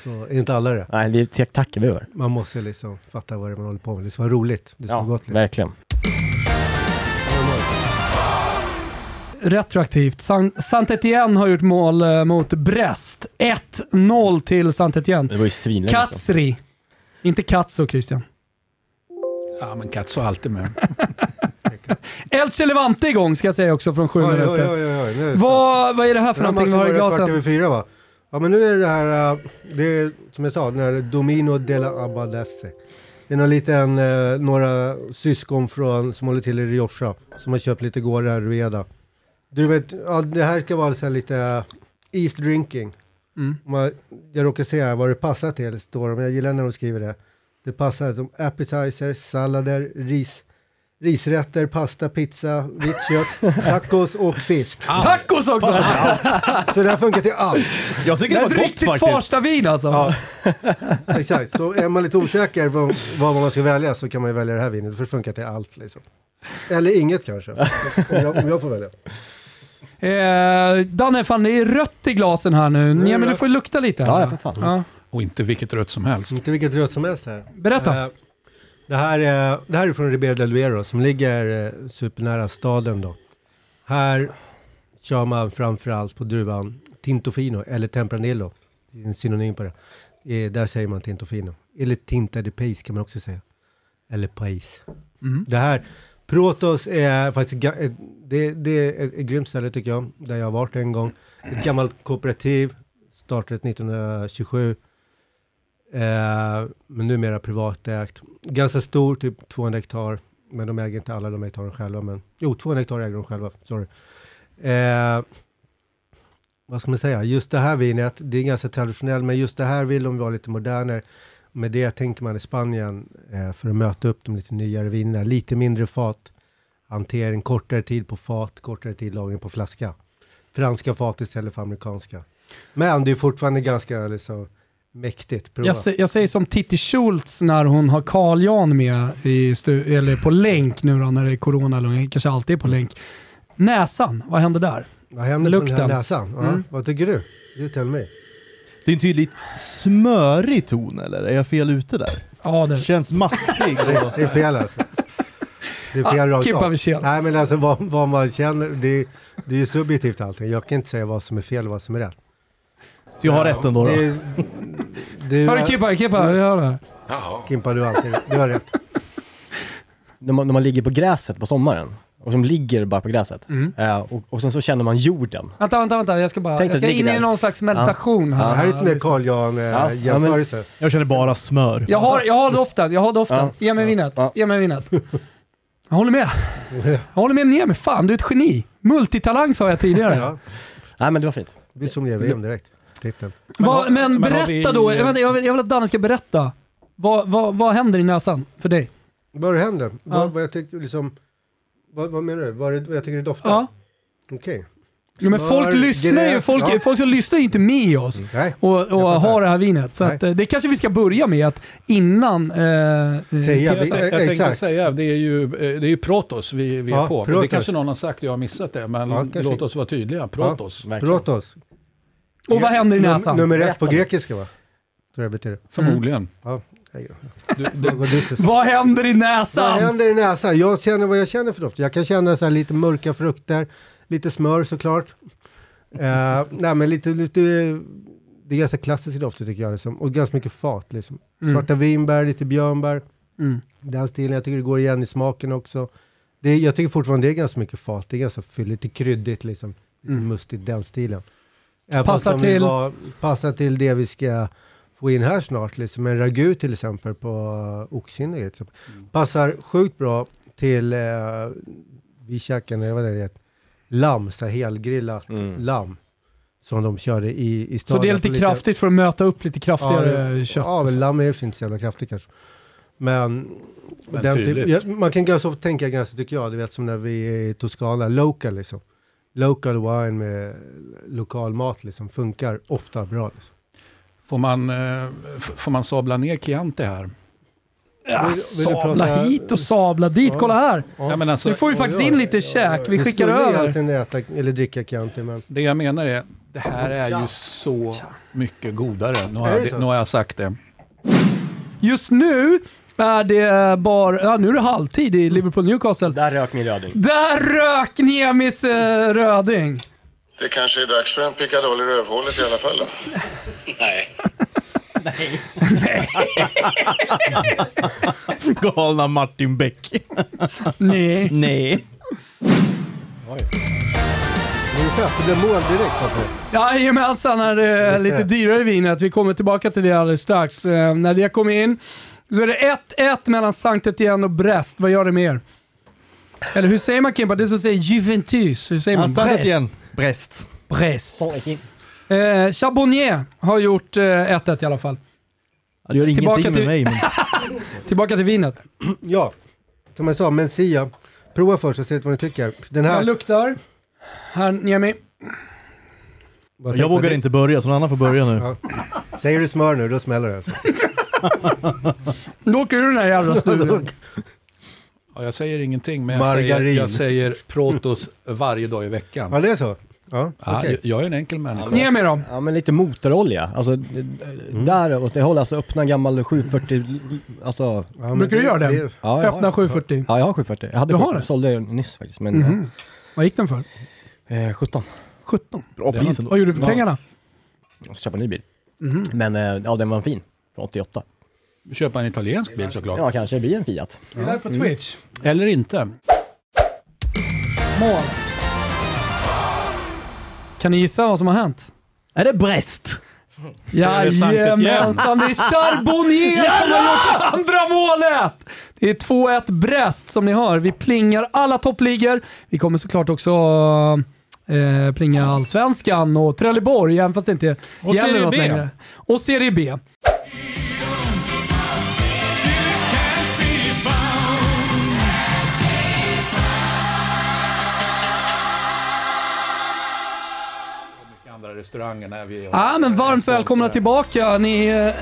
Speaker 6: så är inte alla det.
Speaker 3: Nej, det tack- tackar vi över.
Speaker 6: Man måste liksom fatta vad det är man håller på med. Det ska vara roligt. Det ska
Speaker 3: Ja,
Speaker 6: vara gott. Liksom.
Speaker 3: verkligen.
Speaker 1: Retroaktivt, San- Saint-Étienne har gjort mål eh, mot Brest. 1-0 till Saint-Étienne.
Speaker 3: Det var ju svinlänge sedan.
Speaker 1: Katsri. Inte Katso Christian.
Speaker 2: Ja, men Katso är alltid med.
Speaker 1: Elche Levante igång ska jag säga också från sju
Speaker 6: Oj, oj, oj,
Speaker 1: minuter.
Speaker 6: oj, oj. Nu.
Speaker 1: Vad, vad är det här för
Speaker 6: Den här
Speaker 1: någonting vi
Speaker 6: matchen
Speaker 1: har i
Speaker 6: började kvart
Speaker 1: glasen?
Speaker 6: över fyra va? Ja men nu är det här, eh, det är, som jag sa, den här Domino della Abadesse. Det är någon liten, eh, några syskon från, som håller till i Rioja, som har köpt lite gårdar här i Rueda. Du vet, ja, det här ska vara så här lite eh, East drinking.
Speaker 1: Mm.
Speaker 6: Man, jag råkar se här vad det passar till, står det, men jag gillar när de skriver det. Det passar som appetizer, sallader, ris, risrätter, pasta, pizza, vitt kött, tacos och fisk.
Speaker 1: Tacos också!
Speaker 6: Så det här funkar till allt.
Speaker 4: Jag
Speaker 1: Det
Speaker 4: tycker
Speaker 1: är
Speaker 4: det
Speaker 1: ett
Speaker 4: var gott
Speaker 1: riktigt
Speaker 4: faktiskt.
Speaker 1: Farstavin alltså.
Speaker 6: Ja, exakt. Så är man lite osäker på vad man ska välja så kan man ju välja det här vinet, för det funkar till allt. Liksom. Eller inget kanske, om jag, om jag får välja.
Speaker 1: Eh, Danne, fan det är rött i glasen här nu. Ja,
Speaker 6: är
Speaker 1: men du
Speaker 6: rött.
Speaker 1: får lukta lite. här.
Speaker 3: Ja, ja, för fan.
Speaker 1: Ja.
Speaker 2: Och inte vilket rött som helst.
Speaker 6: Inte vilket rött som helst här.
Speaker 1: Berätta.
Speaker 6: Eh, Det här, är, det här är från Ribera del Duero som ligger eh, supernära staden då. Här kör man framförallt på druvan Tintofino eller Tempranillo. Det är en synonym på det. Eh, Där säger man Tintofino. Eller Tinta de Pais kan man också säga. Eller Pais.
Speaker 1: Mm.
Speaker 6: Det här, Protos är faktiskt, ga- eh, det, det är ett, ett grymt ställe tycker jag, där jag har varit en gång. Ett gammalt kooperativ, startades 1927. Eh, men numera privatägt. Ganska stor, typ 200 hektar. Men de äger inte alla de hektaren själva. Men, jo, 200 hektar äger de själva, sorry. Eh, vad ska man säga? Just det här vinet, det är ganska traditionellt, men just det här vill de vara lite modernare. Med det tänker man i Spanien eh, för att möta upp de lite nyare vinerna. Lite mindre fat, hantering, kortare tid på fat, kortare tid lagring på flaska. Franska fat istället för amerikanska. Men det är fortfarande ganska liksom, mäktigt. Prova.
Speaker 1: Jag, sä- jag säger som Titti Schultz när hon har Carl Jan med i stu- eller på länk nu då, när det är corona, eller kanske alltid är på länk. Näsan, vad händer där?
Speaker 6: Vad händer Lukten. på
Speaker 1: Lukten.
Speaker 6: den här näsan? Ja,
Speaker 1: Mm.
Speaker 6: Vad tycker du? You tell me.
Speaker 4: Det är en tydligt smörig ton eller? Är jag fel ute där?
Speaker 1: Ja, det.
Speaker 4: Känns maskig.
Speaker 6: Det, det är fel alltså. Det är fel rakt
Speaker 1: Kippa
Speaker 6: av.
Speaker 1: Ah, vi tjänar.
Speaker 6: Nej men alltså vad, vad man känner, det, det är ju subjektivt allting. Jag kan inte säga vad som är fel och vad som är rätt.
Speaker 4: Så jag har rätt ändå då.
Speaker 6: Det, du,
Speaker 1: Hörru Kippa, Kippa, vi hör det här.
Speaker 6: Kimpa, du har alltid Du har rätt.
Speaker 3: när man, när man ligger på gräset på sommaren, och som ligger bara på gräset,
Speaker 1: Mm.
Speaker 3: eh, och, och sen så känner man jorden.
Speaker 1: Vänta, vänta, vänta. Jag ska bara
Speaker 3: Tänk
Speaker 1: jag
Speaker 3: dig
Speaker 1: ska
Speaker 3: att
Speaker 1: in
Speaker 3: det ligger
Speaker 1: i
Speaker 3: där.
Speaker 1: någon slags meditation
Speaker 6: Det
Speaker 1: här.
Speaker 6: här är lite mer Carl eh,
Speaker 3: Ja, ja, men-
Speaker 6: Jan-jämförelse.
Speaker 4: Jag känner bara smör.
Speaker 1: Jag har, jag har doften, jag har doften.
Speaker 3: Ja.
Speaker 1: Ge mig vinet,
Speaker 3: Ja.
Speaker 1: ge mig vinet. Jag håller med. Jag håller med Niemi, fan du är ett geni. Multitalang sa jag tidigare.
Speaker 6: ja,
Speaker 3: Nej men det var fint.
Speaker 6: vi zoomar igenom direkt. Titeln.
Speaker 1: Va,
Speaker 2: har-
Speaker 1: men,
Speaker 2: men har
Speaker 1: berätta
Speaker 2: vi-
Speaker 1: då, jag, vänta, jag, vill, jag vill att Danne ska berätta. Vad, vad, vad händer i näsan för dig?
Speaker 6: Vad det händer?
Speaker 1: Ja.
Speaker 6: Vad, vad jag tycker liksom... Vad, vad menar du? Vad, det- vad jag tycker det doftar?
Speaker 1: Ja.
Speaker 6: Okej.
Speaker 1: Ja, men folk
Speaker 6: Smör,
Speaker 1: lyssnar ju,
Speaker 6: gräs,
Speaker 1: folk,
Speaker 6: ja.
Speaker 1: folk som lyssnar är ju inte med oss
Speaker 6: Nej.
Speaker 1: och, och
Speaker 6: fattar.
Speaker 1: har det här vinet. Så
Speaker 6: Nej.
Speaker 1: att, eh, det kanske vi ska börja med att innan... Eh,
Speaker 6: Säga.
Speaker 1: till-
Speaker 2: Jag, tänkte- jag tänkte
Speaker 6: Exakt.
Speaker 2: säga, det är ju, eh, det är ju Protos vi, vi är
Speaker 6: Ja,
Speaker 2: på. Men Det
Speaker 6: Protos.
Speaker 2: kanske någon har sagt, jag har missat det. Men
Speaker 6: Ja, kanske.
Speaker 2: låt oss vara tydliga. Protos.
Speaker 3: Verkligen.
Speaker 6: Protos.
Speaker 1: och vad händer i näsan?
Speaker 6: Nummer ett på grekiska va? Tror jag betyder. Mm.
Speaker 2: Förmodligen.
Speaker 6: Ja, hej då.
Speaker 2: Du, du,
Speaker 6: Vad dysigt.
Speaker 1: Vad händer i näsan?
Speaker 6: Vad händer i näsan? Jag känner vad jag känner för doft. Jag kan känna så här lite mörka frukter, lite smör såklart. Eh, nej men lite, lite, det är ganska klassiska dofter tycker jag liksom. Och ganska mycket fat liksom.
Speaker 1: Mm.
Speaker 6: Svarta vinbär, lite björnbär.
Speaker 1: Mm.
Speaker 6: Den stilen, jag tycker det går igen i smaken också. Det, jag tycker fortfarande det är ganska mycket fat, det är ganska fylligt, lite kryddigt liksom. Lite
Speaker 1: Mm.
Speaker 6: mustigt, den stilen. Även
Speaker 1: Passar
Speaker 6: fast de vill
Speaker 1: till-
Speaker 6: vara- passar till det vi ska få in här snart, liksom en ragu till exempel på eh, oxkinne. till exempel.
Speaker 2: Mm.
Speaker 6: Passar sjukt bra till, eh, vi käkade, jag var där, ett lamm, så här helgrillat
Speaker 3: Mm.
Speaker 6: lamm. Som de körde i, i
Speaker 1: Så
Speaker 6: staden.
Speaker 1: det är
Speaker 6: på
Speaker 1: lite kraftigt för att möta upp lite kraftigare
Speaker 6: det-
Speaker 1: kött?
Speaker 6: Ja,
Speaker 1: och så.
Speaker 6: men lamm är ju inte så jävla kraftigt kanske. Men,
Speaker 2: Men
Speaker 6: den typ,
Speaker 2: tydligt.
Speaker 6: ja, man kan ganska ofta tänka ganska, tycker jag, du vet som när vi är i Toscana, local liksom. Local wine med lokal mat liksom funkar ofta bra. Liksom.
Speaker 2: får, man, eh, f- får man sabla ner Chianti här?
Speaker 1: Ja,
Speaker 6: vill du
Speaker 1: sabla
Speaker 6: prata-
Speaker 1: hit och sabla dit,
Speaker 6: Ja.
Speaker 1: kolla här!
Speaker 2: Ja, men alltså,
Speaker 1: Nu får vi faktiskt in lite käk, vi skickar
Speaker 6: skulle
Speaker 1: över.
Speaker 6: egentligen äta eller dricka Chianti, men
Speaker 2: Det jag menar är, det här är ju så mycket godare. Nu har,
Speaker 6: Är
Speaker 2: jag,
Speaker 6: det
Speaker 2: det-
Speaker 6: så?
Speaker 2: nu har jag sagt det.
Speaker 1: Just nu är det bara, ja, nu är det halvtid i Liverpool Newcastle.
Speaker 3: Mm. Där rök min röding.
Speaker 1: Där rök Niemis eh, röding!
Speaker 7: Det kanske är dags för en pickadoll i rövhålet i alla fall. Då. Nej.
Speaker 4: Galna Martin Beck.
Speaker 1: Nej.
Speaker 4: Nej.
Speaker 6: inte efter det mål direkt. alltså. Varför?
Speaker 1: Jajamensan, är det
Speaker 6: Just det.
Speaker 1: lite dyrare vinet. Vi kommer tillbaka till det alldeles strax. Eh, när det kommer in så är det 1-1 mellan Sankt Etienne och Brest. Vad gör det med er? Eller hur säger man Kimpa? Det som säger Juventus. Hur säger
Speaker 4: Han
Speaker 1: man?
Speaker 4: satt
Speaker 1: Brest.
Speaker 4: igen. Brest.
Speaker 1: Brest. Eh, Chabonnier har gjort eh, 1-1 i alla fall.
Speaker 4: Ja, det gör
Speaker 1: Tillbaka
Speaker 4: ingenting
Speaker 1: till-
Speaker 4: med mig. Men...
Speaker 1: Tillbaka till vinet.
Speaker 6: Ja, som jag sa, Mencia. Prova först och se vad ni tycker. Den
Speaker 1: Jag
Speaker 6: här...
Speaker 1: luktar. Här Niemi.
Speaker 6: vad
Speaker 4: Jag
Speaker 6: tänkte-
Speaker 4: vågar inte börja, så någon annan får börja nu.
Speaker 6: Ja. Säger du smör nu, då smäller det. Alltså.
Speaker 1: Då åker du den här jävla snurren.
Speaker 2: Ja, jag säger ingenting, men jag säger,
Speaker 6: Margarin.
Speaker 2: jag säger Protos varje dag i veckan.
Speaker 6: Ja, det är så. Ja,
Speaker 2: Ja,
Speaker 6: okej.
Speaker 2: jag- Jag är en enkel människa.
Speaker 1: Ge mig dem.
Speaker 3: Ja, men lite motorolja. Alltså, d- d-
Speaker 2: Mm.
Speaker 3: där åt det hållet, alltså öppna en gammal 740, alltså...
Speaker 6: Ja, men
Speaker 1: Brukar du göra den?
Speaker 3: Ja, jag har-
Speaker 1: Öppna 740.
Speaker 3: Ja, jag har 740. Jag hade
Speaker 1: Du har
Speaker 3: 740,
Speaker 1: det?
Speaker 3: sålde den nyss faktiskt, men
Speaker 1: Mhm. Vad gick den för?
Speaker 3: eh, 17.
Speaker 1: 17.
Speaker 4: Bra pris ändå.
Speaker 1: Vad gjorde du för pengarna?
Speaker 3: Jag ska köpa en ny bil.
Speaker 1: Mhm.
Speaker 3: Men eh, ja, den var fin. Från 88.
Speaker 2: Köpa en italiensk bil såklart. Mm.
Speaker 3: Ja, kanske det blir en Fiat.
Speaker 1: Det där på Twitch.
Speaker 2: Eller inte.
Speaker 1: Mål. Kan ni gissa vad som har hänt?
Speaker 4: Är det Brest?
Speaker 2: det sant igen?
Speaker 1: Jajamensan, det är Charbonnier som har gjort andra målet! Det är 2-1 Brest som ni hör. Vi plingar alla toppligor. Vi kommer såklart också eh, plinga allsvenskan och Trelleborg, även fast det inte
Speaker 2: Och
Speaker 1: gäller
Speaker 2: Serie
Speaker 1: något
Speaker 2: B.
Speaker 1: längre. Och Serie B.
Speaker 2: Andra restauranger när vi...
Speaker 8: Ah,
Speaker 1: Ja, men varmt välkomna tillbaka. Ni... eh,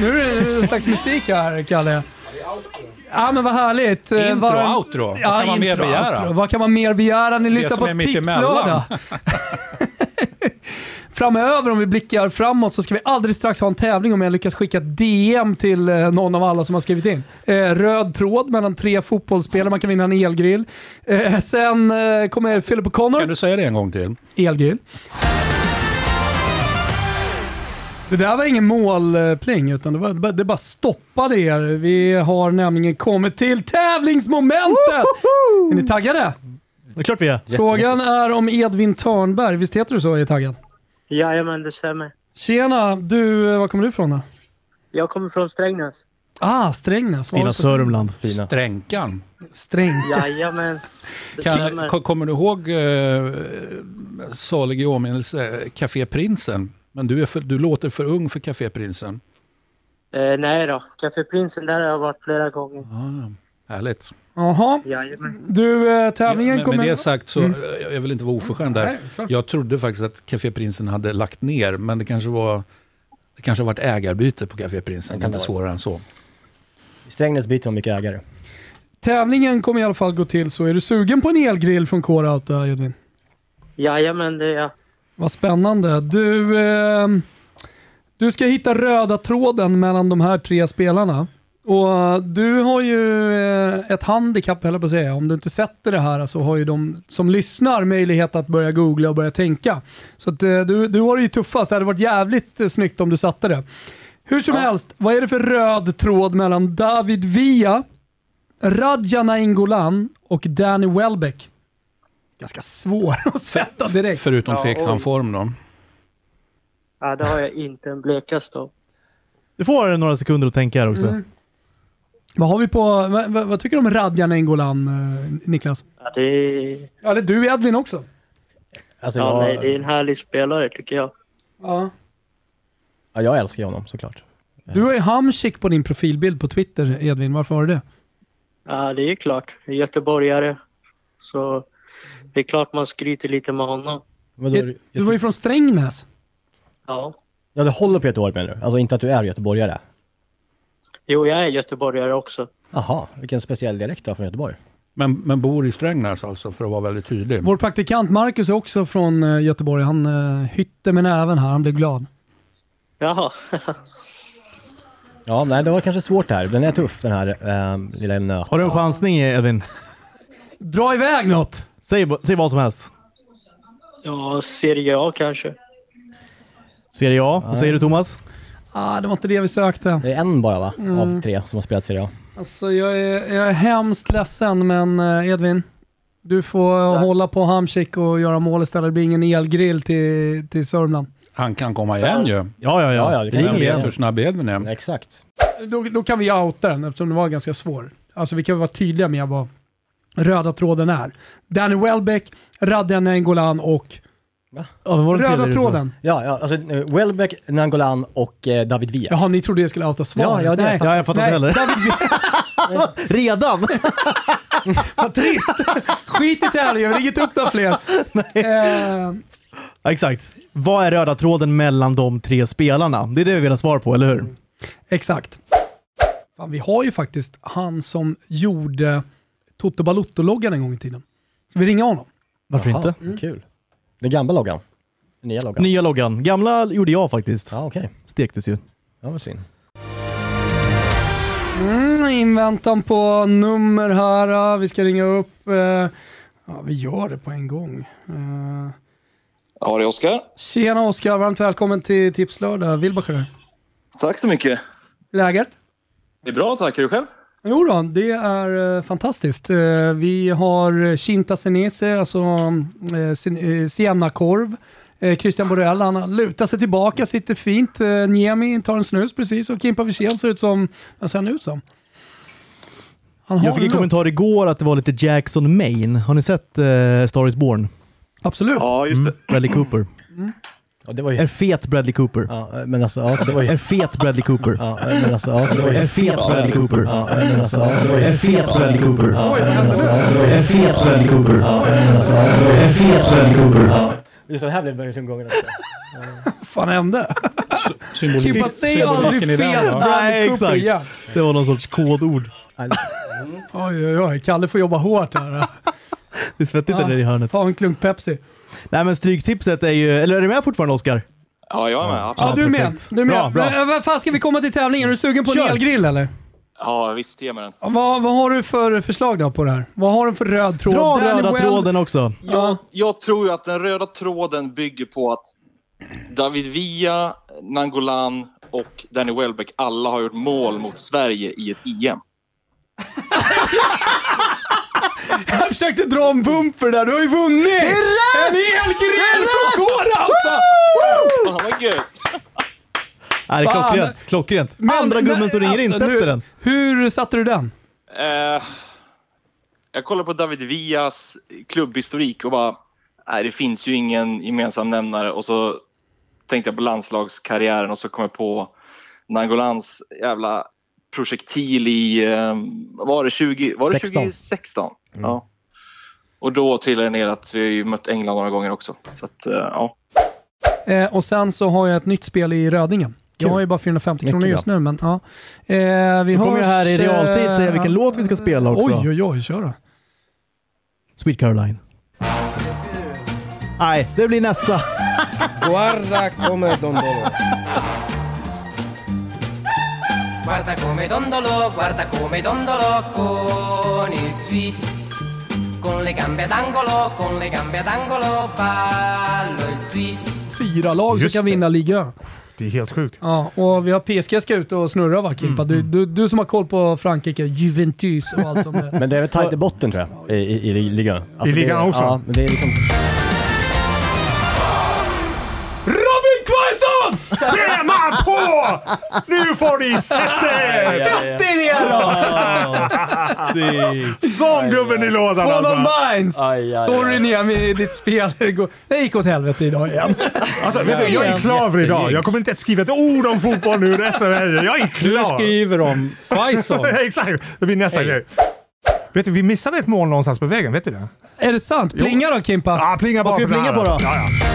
Speaker 1: nu är det en slags musik här, Kalle. Ja, men vad härligt. Eh,
Speaker 2: Intro, outro. Vad kan man mer begära?
Speaker 1: outro. Vad kan man mer begära? Ni lyssnar
Speaker 2: som
Speaker 1: på
Speaker 2: är mitt
Speaker 1: Tipslördag. Framöver, om vi blickar framåt, så ska vi alldeles strax ha en tävling om jag lyckas skicka ett DM till eh, någon av alla som har skrivit in. Eh, röd tråd mellan tre fotbollsspelare, man kan vinna en elgrill. Eh, sen eh, kommer Philip O'Connor.
Speaker 2: Kan du säga det en gång till?
Speaker 1: Elgrill. Det där var ingen målpling, utan det, var, det bara stoppade er. Vi har nämligen kommit till tävlingsmomentet! Är ni taggade?
Speaker 4: Det är klart vi är.
Speaker 1: Frågan är om Edvin Törnberg, visst heter du så i taggen?
Speaker 8: Jajamän, det stämmer.
Speaker 1: Tjena, du, eh, var kommer du ifrån då?
Speaker 8: Jag kommer från Strängnäs.
Speaker 1: Ah, Strängnäs. Vad
Speaker 4: Fina
Speaker 1: var det för-
Speaker 4: Sörmland.
Speaker 3: Fina.
Speaker 2: Stränkan.
Speaker 1: Strängnäs.
Speaker 8: Jajamän, det
Speaker 2: Kan,
Speaker 8: stämmer.
Speaker 2: ko- kommer du ihåg, eh, salig i åminnelse, eh, Café Prinsen? Men du, är för, du låter för ung för Café Prinsen.
Speaker 8: Eh, nej då, Café Prinsen där har jag varit flera gånger.
Speaker 2: Ah, Härligt.
Speaker 1: Jaha.
Speaker 8: Jajamän.
Speaker 1: Du, eh, tävlingen
Speaker 2: men,
Speaker 1: kommer... Mm.
Speaker 2: Med det sagt så, eh, jag vill inte vara oförskämd där.
Speaker 1: Nej, klart.
Speaker 2: Jag trodde faktiskt att Café Prinsen hade lagt ner, men det kanske var... Det kanske har varit ägarbyte på Café Prinsen,
Speaker 3: Det
Speaker 2: det är
Speaker 3: kan
Speaker 2: inte
Speaker 3: det vara.
Speaker 2: svårare än så.
Speaker 3: Strängnäs byter om mycket ägare.
Speaker 1: Tävlingen kommer i alla fall gå till så. Är du sugen på en elgrill från K-Rauta, Edvin?
Speaker 8: Jajamän, det är jag.
Speaker 1: Vad spännande. Du, eh, du ska hitta röda tråden mellan de här tre spelarna. Och eh, du har ju eh, ett handikapp, höll jag på att säga. Om du inte sätter det här så har ju de som lyssnar möjlighet att börja googla och börja tänka. Så att, eh, du, du har det ju tuffast. Det hade varit jävligt eh, snyggt om du satte det. Hur som helst, vad är det för röd tråd mellan David Villa, Radja Nainggolan och Danny Welbeck? Ganska svår att sätta direkt.
Speaker 2: Förutom
Speaker 8: Ja,
Speaker 2: tveksam
Speaker 8: oj.
Speaker 2: form då.
Speaker 8: Ja, det har jag inte en blekaste om.
Speaker 4: Du får några sekunder att tänka här
Speaker 8: Mm.
Speaker 4: också.
Speaker 1: Vad har vi på, vad, vad, vad tycker du om Radja Nainggolan, eh, Niklas?
Speaker 8: Ja, det är...
Speaker 1: Ja, Eller du Edvin också?
Speaker 3: Alltså,
Speaker 8: Ja, nej,
Speaker 3: jag,
Speaker 8: det är en härlig spelare tycker jag.
Speaker 1: Ja.
Speaker 3: ja, jag älskar ju honom såklart.
Speaker 1: Du har ju Hamsik på din profilbild på Twitter, Edvin. Varför har du det?
Speaker 8: Ja, det är klart. Jag är Göteborgare. Så det är klart man skryter lite med honom.
Speaker 3: Men då,
Speaker 1: Du var ju från Eh, Strängnäs.
Speaker 8: Ja.
Speaker 3: Ja, du håller på Göteborg menar du? Alltså inte att du är göteborgare?
Speaker 8: Jo, jag är göteborgare också.
Speaker 3: Jaha, vilken speciell dialekt du har från Göteborg.
Speaker 2: Men, men bor i Strängnäs alltså, för att vara väldigt tydlig.
Speaker 1: Vår praktikant Marcus är också från eh, Göteborg. Han eh, hytte med näven här, han blev glad.
Speaker 8: Jaha.
Speaker 3: Ja, nej, det var kanske svårt här. Den är tuff den här ehm, lilla nöten.
Speaker 4: Har du en chansning Edvin?
Speaker 1: Dra iväg något!
Speaker 4: Säg, säg vad som helst.
Speaker 8: Ja, Serie A kanske.
Speaker 4: Serie A. Vad säger du Thomas?
Speaker 1: Ah, det var inte det vi sökte. Mm.
Speaker 3: Det är en bara va, av tre som har spelat Serie A.
Speaker 1: Alltså, jag, är, jag är hemskt ledsen, men eh, Edvin. Du får eh, hålla på Hamsik och göra mål istället. Det blir ingen elgrill till, till Sörmland.
Speaker 2: Han kan komma igen ju.
Speaker 4: Ja, ja,
Speaker 3: Ja, ja,
Speaker 4: ja.
Speaker 3: det kan
Speaker 2: Vem
Speaker 3: jag
Speaker 2: vet hur
Speaker 3: säga.
Speaker 2: snabb Edvin är.
Speaker 3: Exakt.
Speaker 1: då, då kan vi outa den eftersom den var ganska svår. Alltså vi kan vara tydliga med vad röda tråden är. Danny Welbeck, Radja Nainggolan och
Speaker 4: ja vad var det tredje
Speaker 1: röda
Speaker 4: du sa?
Speaker 1: tråden.
Speaker 3: Ja, ja alltså eh, Welbeck, Nangolan och eh, David Villa.
Speaker 1: Jaha, ni trodde jag skulle outa svaret.
Speaker 3: Ja, ja, det-
Speaker 1: Nej,
Speaker 4: Ja, jag fattar
Speaker 1: Nej,
Speaker 4: inte heller.
Speaker 1: David Villa,
Speaker 4: Redan?
Speaker 1: vad trist. Skit i tävlingen, vi ringer inte upp några fler. Eh,
Speaker 4: ja, exakt. Vad är röda tråden mellan de tre spelarna? Det är det vi vill ha svar på, eller hur?
Speaker 1: Mm. exakt. Fan, vi har ju faktiskt han som gjorde Toto Balotto-loggan en gång i tiden. Ska vi ringa honom?
Speaker 4: Varför
Speaker 3: Jaha, Mm.
Speaker 4: inte?
Speaker 3: Kul. Den gamla loggan? Den nya loggan?
Speaker 4: Nya loggan. Gamla gjorde jag faktiskt.
Speaker 3: Ja, okej.
Speaker 4: Stektes ju.
Speaker 3: Ja, vad synd.
Speaker 1: Mm, inväntan på nummer här. ah, Vi ska ringa upp. eh, Ja, vi gör det på en gång. Eh,
Speaker 9: Ja, det är Oskar.
Speaker 1: Tjena Oskar, varmt välkommen till Tipslördag. Wilbacher här.
Speaker 9: Tack så mycket.
Speaker 1: Läget?
Speaker 9: Det är bra, tack. Är du själv?
Speaker 1: Jo då, det är eh, fantastiskt. Eh, Vi har Shinta Senese, alltså eh, sen- eh, Siennakorv. Eh, Christian Borell, han lutar sig tillbaka, sitter fint. Eh, Niemi tar en snus precis och Kimpa Wirsén ser ut som, vad ser han ut som? Han har
Speaker 4: Jag fick en
Speaker 1: look.
Speaker 4: kommentar igår att det var lite Jackson Maine. Har ni sett eh, Star is Born? Mm.
Speaker 1: Absolut. Mm.
Speaker 9: Ja, just det.
Speaker 4: Bradley Cooper.
Speaker 3: Ja, det var ju...
Speaker 4: En fet Bradley Cooper.
Speaker 3: Ja, eh, men alltså, ja, det var ju...
Speaker 4: En fet Bradley Cooper.
Speaker 3: Ja, eh, men alltså, ja, det var ju...
Speaker 4: En fet Bradley Cooper.
Speaker 3: Ja, eh, men alltså, ja, det var ju...
Speaker 4: En fet Bradley Cooper.
Speaker 1: Oj, vad
Speaker 3: alltså,
Speaker 1: hände nu?
Speaker 4: En fet Bradley Cooper. En fet Bradley Cooper.
Speaker 3: Just den här blev versionen också.
Speaker 1: Vad fan hände?
Speaker 2: Symboli-
Speaker 1: Kimpa, säg aldrig
Speaker 2: symboliken i
Speaker 1: fel
Speaker 2: den, va?
Speaker 1: Bradley
Speaker 4: Nej,
Speaker 1: Cooper
Speaker 4: exakt.
Speaker 1: igen.
Speaker 4: Det var någon sorts kodord.
Speaker 1: Oj, oj, oj. Kalle får jobba hårt här.
Speaker 4: Det är svettigt
Speaker 1: Ja.
Speaker 4: där nere i hörnet.
Speaker 1: Ta en klunk Pepsi.
Speaker 4: Nej men stryktipset är ju... Eller är du med fortfarande Oskar?
Speaker 9: Ja, jag är med.
Speaker 1: Ja,
Speaker 9: Absolut.
Speaker 1: du är med.
Speaker 4: perfekt.
Speaker 1: Du är med.
Speaker 4: Bra, bra.
Speaker 1: Men, eh, Vad fan ska vi komma till tävlingen? Är du sugen på en
Speaker 4: Kör.
Speaker 1: elgrill eller?
Speaker 9: Ja, visst. Ge mig den.
Speaker 1: Ja, Vad, vad har du för förslag då på det här? Vad har du för röd tråd?
Speaker 4: Dra
Speaker 1: Danny
Speaker 4: röda
Speaker 1: Welb-
Speaker 4: tråden också.
Speaker 1: Ja,
Speaker 9: Jag tror ju att den röda tråden bygger på att David Villa, Nangolan och Danny Welbeck alla har gjort mål mot Sverige i ett E EM.
Speaker 1: jag försökte dra en bumper där. Du har ju vunnit! En elgrill från Gårauta!
Speaker 9: Fan vad gött!
Speaker 4: Nej, det är
Speaker 1: Fan.
Speaker 4: klockrent. Klockrent.
Speaker 1: Men-
Speaker 4: Andra gubben som
Speaker 1: nej,
Speaker 4: ringer in
Speaker 1: alltså,
Speaker 4: sätter
Speaker 1: nu-
Speaker 4: den.
Speaker 1: Hur satte du den?
Speaker 9: Eh, jag kollar på David Villas klubbhistorik och bara, nej det finns ju ingen gemensam nämnare. Och så tänkte jag på landslagskarriären och så kom jag på Nangolans jävla projektil i, eh, vad var det, 20, var det
Speaker 3: 16?
Speaker 9: 2016?
Speaker 1: Mm.
Speaker 9: Ja. Och då trillade det ner att vi har ju mött England några gånger också. Så att, eh, ja.
Speaker 1: Eh, och sen så har jag ett nytt spel i Rödingen. Jag har ju bara 450
Speaker 3: Mycket
Speaker 1: kronor just nu, men ja. Eh, vi
Speaker 4: Då kommer jag här i
Speaker 1: hörs,
Speaker 4: realtid
Speaker 1: eh,
Speaker 4: säga vilken låt vi ska spela också.
Speaker 1: Oj, oj, oj, kör då.
Speaker 4: Sweet Caroline. Nej, det blir nästa.
Speaker 10: Guarda come dondolo.
Speaker 11: Guarda come dondolo, guarda come dondolo con il twist. Con le gambe ad angolo, con le gambe ad angolo, ballo il twist.
Speaker 1: Fyra lag som
Speaker 10: Just
Speaker 1: kan
Speaker 10: det.
Speaker 1: vinna ligan.
Speaker 10: Det är helt sjukt.
Speaker 1: Ja, och vi har PSG ska ut och snurra va Kimpa? Du, du, du som har koll på Frankrike, Juventus och allt som
Speaker 4: eh,
Speaker 1: är.
Speaker 3: Men det är väl tajt i botten tror jag, i, i, i ligan. Alltså,
Speaker 10: I ligan
Speaker 3: det,
Speaker 10: också?
Speaker 3: Ja, men det är liksom...
Speaker 1: Robin Quaison!
Speaker 10: Tjena på! Nu får ni sätta er!
Speaker 1: Sätt dig ner då!
Speaker 10: Som gubben i lådan
Speaker 1: One of
Speaker 10: alltså.
Speaker 1: mines!
Speaker 3: Aj, aj,
Speaker 1: Sorry Niami, ditt spel det går- det gick åt helvete idag igen.
Speaker 10: alltså vet du, jag är klar för idag. Jag kommer inte att skriva ett ord om fotboll nu resten av helgen. Jag är
Speaker 2: Du
Speaker 10: klar!
Speaker 2: skriver om Quaison.
Speaker 10: Exakt, det blir nästa grej. Vet du, vi missade ett mål någonstans på vägen, vet du det?
Speaker 1: Är det sant? Plinga då Kimpa.
Speaker 10: Ja, plinga bara
Speaker 4: ska
Speaker 10: för
Speaker 4: vi
Speaker 10: den
Speaker 4: plinga
Speaker 10: här
Speaker 4: på då?
Speaker 10: Ja, ja.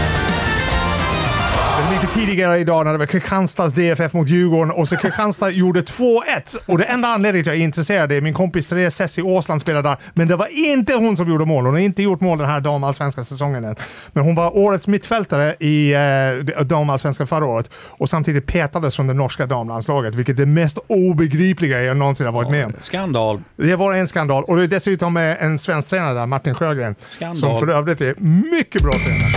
Speaker 10: Det var Lite tidigare idag när det var Kristianstads DFF mot Djurgården och så Kristianstad gjorde 2-1. Och det enda anledningen till att jag är intresserad är min kompis Therese Sessi Åsland spelade där, men det var inte hon som gjorde mål. Hon har inte gjort mål den här damallsvenska säsongen än. Men hon var årets mittfältare i eh, damallsvenskan förra året och samtidigt petades från det norska damlandslaget, vilket är det mest obegripliga jag någonsin har varit med om.
Speaker 2: Skandal.
Speaker 10: Det var en skandal och det är dessutom eh, en svensk tränare där, Martin Sjögren,
Speaker 2: Skandal.
Speaker 10: som för övrigt är mycket bra tränare.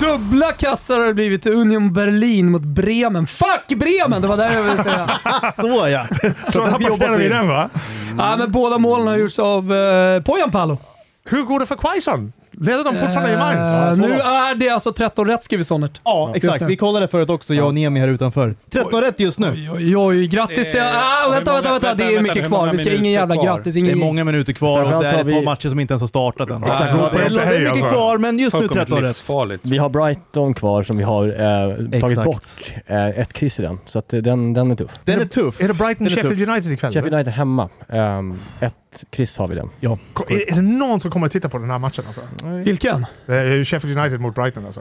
Speaker 1: Dubbla kassar har det blivit till Union Berlin mot Bremen. Fuck Bremen! Det var där jag ville säga.
Speaker 4: Så ja.
Speaker 10: Så rapporterar vi den va?
Speaker 1: Ja, men båda målen har gjorts av eh, Pojan Palo.
Speaker 10: Hur går det för Quaison? Leder de fortfarande i
Speaker 1: Eh,
Speaker 10: Mainz?
Speaker 1: nu är det alltså 13 rätt skriver Sonert.
Speaker 4: Ja, exakt.
Speaker 1: det.
Speaker 4: Vi kollade förut också, jag och Niemi här utanför. 13 rätt just nu.
Speaker 1: Oj, oj, oj, grattis till...
Speaker 2: Eh,
Speaker 1: Ah,
Speaker 2: hur
Speaker 1: vänta,
Speaker 2: många-
Speaker 1: vänta, vänta.
Speaker 2: vänta,
Speaker 1: Det är
Speaker 2: vänta,
Speaker 1: mycket
Speaker 2: hur
Speaker 1: kvar.
Speaker 2: många
Speaker 1: Vi ska ingen
Speaker 2: minuter
Speaker 1: jävla
Speaker 2: kvar?
Speaker 1: grattis.
Speaker 4: Det är
Speaker 1: Ingen
Speaker 4: många minuter kvar och
Speaker 3: Framförallt
Speaker 4: det är
Speaker 3: har
Speaker 4: ett par
Speaker 3: vi-
Speaker 4: matcher som inte ens har startat än.
Speaker 2: Exakt.
Speaker 4: Ja,
Speaker 10: Ropa
Speaker 4: Det är
Speaker 10: inte
Speaker 4: det
Speaker 10: hej,
Speaker 4: är mycket
Speaker 10: alltså.
Speaker 4: kvar, men just nu
Speaker 2: Fullkomligt
Speaker 4: 13 rätt.
Speaker 2: livsfarligt.
Speaker 3: Vi har Brighton kvar som vi har eh, tagit
Speaker 4: Exakt.
Speaker 3: bort eh, ett kryss i den, så att eh, den, den är tuff.
Speaker 4: Den är tuff.
Speaker 10: Är det Brighton
Speaker 4: Den är
Speaker 10: Sheffield United ikväll?
Speaker 3: Sheffield United hemma. Ehm, ett kryss har vi den.
Speaker 4: Ja.
Speaker 10: Ko- Är, är det någon som kommer att titta på den här matchen alltså?
Speaker 1: Vilken?
Speaker 10: Eh, Sheffield United mot Brighton alltså?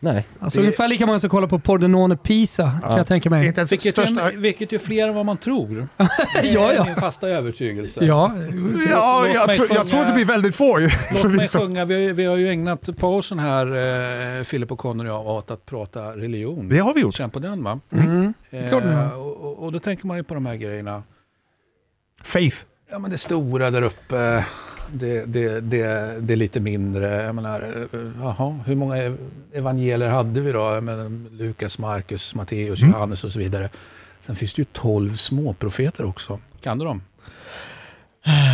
Speaker 3: Nej.
Speaker 1: Alltså ungefär lika många som kollar på Pordenone Pisa, kan jag tänka mig.
Speaker 2: vilket, är, vilket är fler än vad man tror. Det är
Speaker 1: Ja, ja.
Speaker 2: min fasta övertygelse.
Speaker 1: Ja.
Speaker 10: Ja,
Speaker 2: Låt
Speaker 10: jag,
Speaker 2: mig
Speaker 10: tror- jag tror att det blir väldigt få ju.
Speaker 2: Låt mig
Speaker 10: förvisso.
Speaker 2: sjunga, vi, har ju- vi har ju ägnat pausen här, eh, Philip och Conny och jag, åt att prata religion.
Speaker 10: Det har vi gjort.
Speaker 2: Känn på den va?
Speaker 10: Mm. Klart vi
Speaker 2: Eh,
Speaker 10: har.
Speaker 2: och, och- och då tänker man ju på de här grejerna.
Speaker 10: Faith.
Speaker 2: Ja men det stora där uppe, det, det, det, det är lite mindre. Jag menar, eh, eh, jaha, hur många ev- evangelier hade vi då? Jag menar, Lukas, Markus, Matteus,
Speaker 10: Mm.
Speaker 2: Johannes och så vidare. Sen finns det ju tolv småprofeter också. Kan du dem?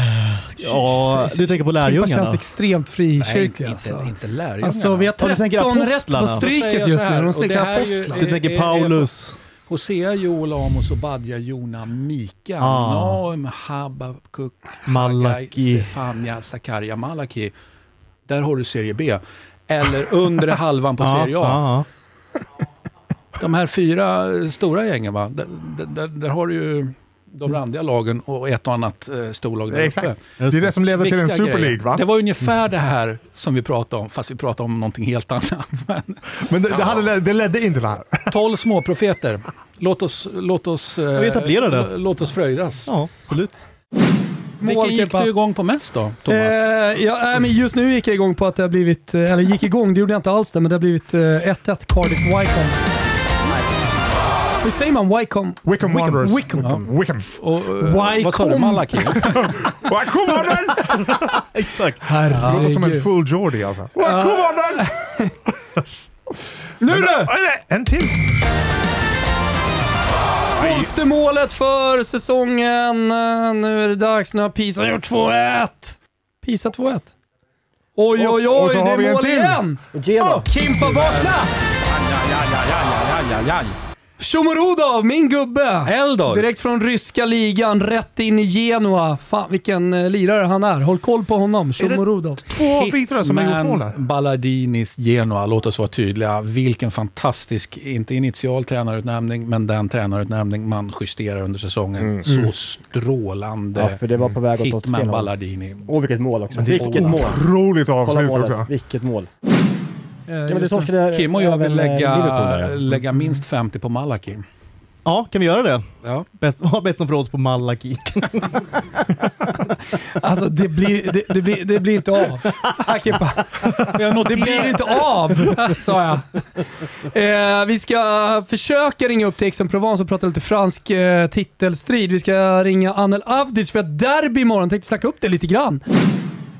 Speaker 4: Ja, du tänker på
Speaker 1: Kimpa
Speaker 4: lärjungarna?
Speaker 1: känns extremt frikyrklig
Speaker 2: Nej, inte-
Speaker 1: alltså.
Speaker 2: inte lärjungarna.
Speaker 1: Alltså vi har
Speaker 4: Ja, du tänker
Speaker 1: 13 rätt
Speaker 4: apostlarna.
Speaker 1: på
Speaker 2: Då säger
Speaker 1: stryket
Speaker 2: jag
Speaker 1: just
Speaker 2: så
Speaker 1: nu.
Speaker 2: här,
Speaker 1: De
Speaker 2: och det
Speaker 1: snackar
Speaker 2: här är ju-
Speaker 1: apostlar.
Speaker 2: är- är- är- är-
Speaker 4: Paulus.
Speaker 2: Hosea, Joel, Amos, Obadja, Jona, Mika,
Speaker 4: Ah.
Speaker 2: Naum, Habakuk,
Speaker 4: Malaki.
Speaker 2: Haggai, Sefania, Sakarja, Malaki. Där har du serie B. Eller undre halvan på
Speaker 4: Ja,
Speaker 2: serie A.
Speaker 4: ja,
Speaker 2: De här fyra eh, stora gängen, va? Där, där- där, där har du ju de randiga lagen och ett och annat eh, storlag där
Speaker 10: Mm. Exakt.
Speaker 2: uppe.
Speaker 10: Det är det som leder till en
Speaker 2: Viktiga
Speaker 10: Super League
Speaker 2: grejer.
Speaker 10: va?
Speaker 2: Det var ungefär det här som vi pratade om, fast vi pratade om någonting helt annat. Men
Speaker 10: Men det, det, hade, det ledde inte till det här.
Speaker 2: Tolv småprofeter. Låt oss, låt oss, eh,
Speaker 4: Vi etablerar det.
Speaker 2: Låt oss fröjdas.
Speaker 4: ja, absolut.
Speaker 2: Vilken gick
Speaker 1: Målkepa.
Speaker 2: du igång på mest då, Thomas?
Speaker 1: Eh, ja, nej, men just nu gick jag igång på att det har blivit, eh, eller gick igång, det gjorde jag inte alls det, men det har blivit eh, 1-1 Cardiff Wycombe. Hur säger man Wycombe?
Speaker 10: Wickham Wanderers.
Speaker 1: Wycombe.
Speaker 10: Ja. Wickham.
Speaker 2: Och, eh, vad sa du,
Speaker 1: Wycombe.
Speaker 2: Malaki?
Speaker 10: Wickham Wanderers!
Speaker 4: Exakt.
Speaker 10: Det låter som en
Speaker 1: Herregud.
Speaker 10: full Geordie alltså. Wickham Wanderers!
Speaker 1: Nu du!
Speaker 10: Oj, nej, En till!
Speaker 1: Tolfte målet för säsongen. Eh, Nu är det dags, nu har Pisa gjort 2-1. Pisa 2-1. Oj, oj,
Speaker 10: Och- och
Speaker 1: oj,
Speaker 10: så
Speaker 1: det
Speaker 10: har
Speaker 1: är
Speaker 10: vi en
Speaker 1: mål
Speaker 10: till.
Speaker 1: igen!
Speaker 3: Och Genoa.
Speaker 1: Kimpa, vakna! Shomorodov, min gubbe!
Speaker 2: Eldor.
Speaker 1: Direkt från ryska ligan, rätt in i Genoa. Fan vilken eh, lirare han är. Håll koll på honom, Eh, Shomorodov.
Speaker 10: Två vitryssar som har gjort mål
Speaker 2: Hitman
Speaker 10: här.
Speaker 2: Balladinis Genoa, låt oss vara tydliga. Vilken fantastisk, inte initial tränarutnämning, men den tränarutnämning man justerar under säsongen.
Speaker 3: Mm.
Speaker 2: Mm. Så strålande.
Speaker 3: Ja, för det var på väg åt åt fel
Speaker 2: Hitman
Speaker 3: håll.
Speaker 2: Balladini.
Speaker 3: Åh, vilket mål också. Vilket mål.
Speaker 10: Otroligt
Speaker 3: Kolla
Speaker 10: avslut också.
Speaker 3: målet. Vilket mål.
Speaker 1: Eh,
Speaker 3: Ja, men det
Speaker 1: just nu.
Speaker 3: torskade
Speaker 2: Kim och jag vill
Speaker 3: även, eh, Liverpool
Speaker 2: lägga,
Speaker 3: där, ja.
Speaker 2: lägga minst 50 på Malaki.
Speaker 4: Mm. Ja, kan vi göra det?
Speaker 2: Ja.
Speaker 4: Bet- Ha Betsson för odds på Malaki.
Speaker 1: Alltså det blir, det, det blir, det blir inte av. Här, Kimpa. Det blir inte av, sa jag. Eh, vi ska försöka ringa upp till Aix-en-Provence och prata lite fransk eh, titelstrid. Vi ska ringa Anel Avdic för ett derby imorgon. Tänkte snacka upp det lite grann.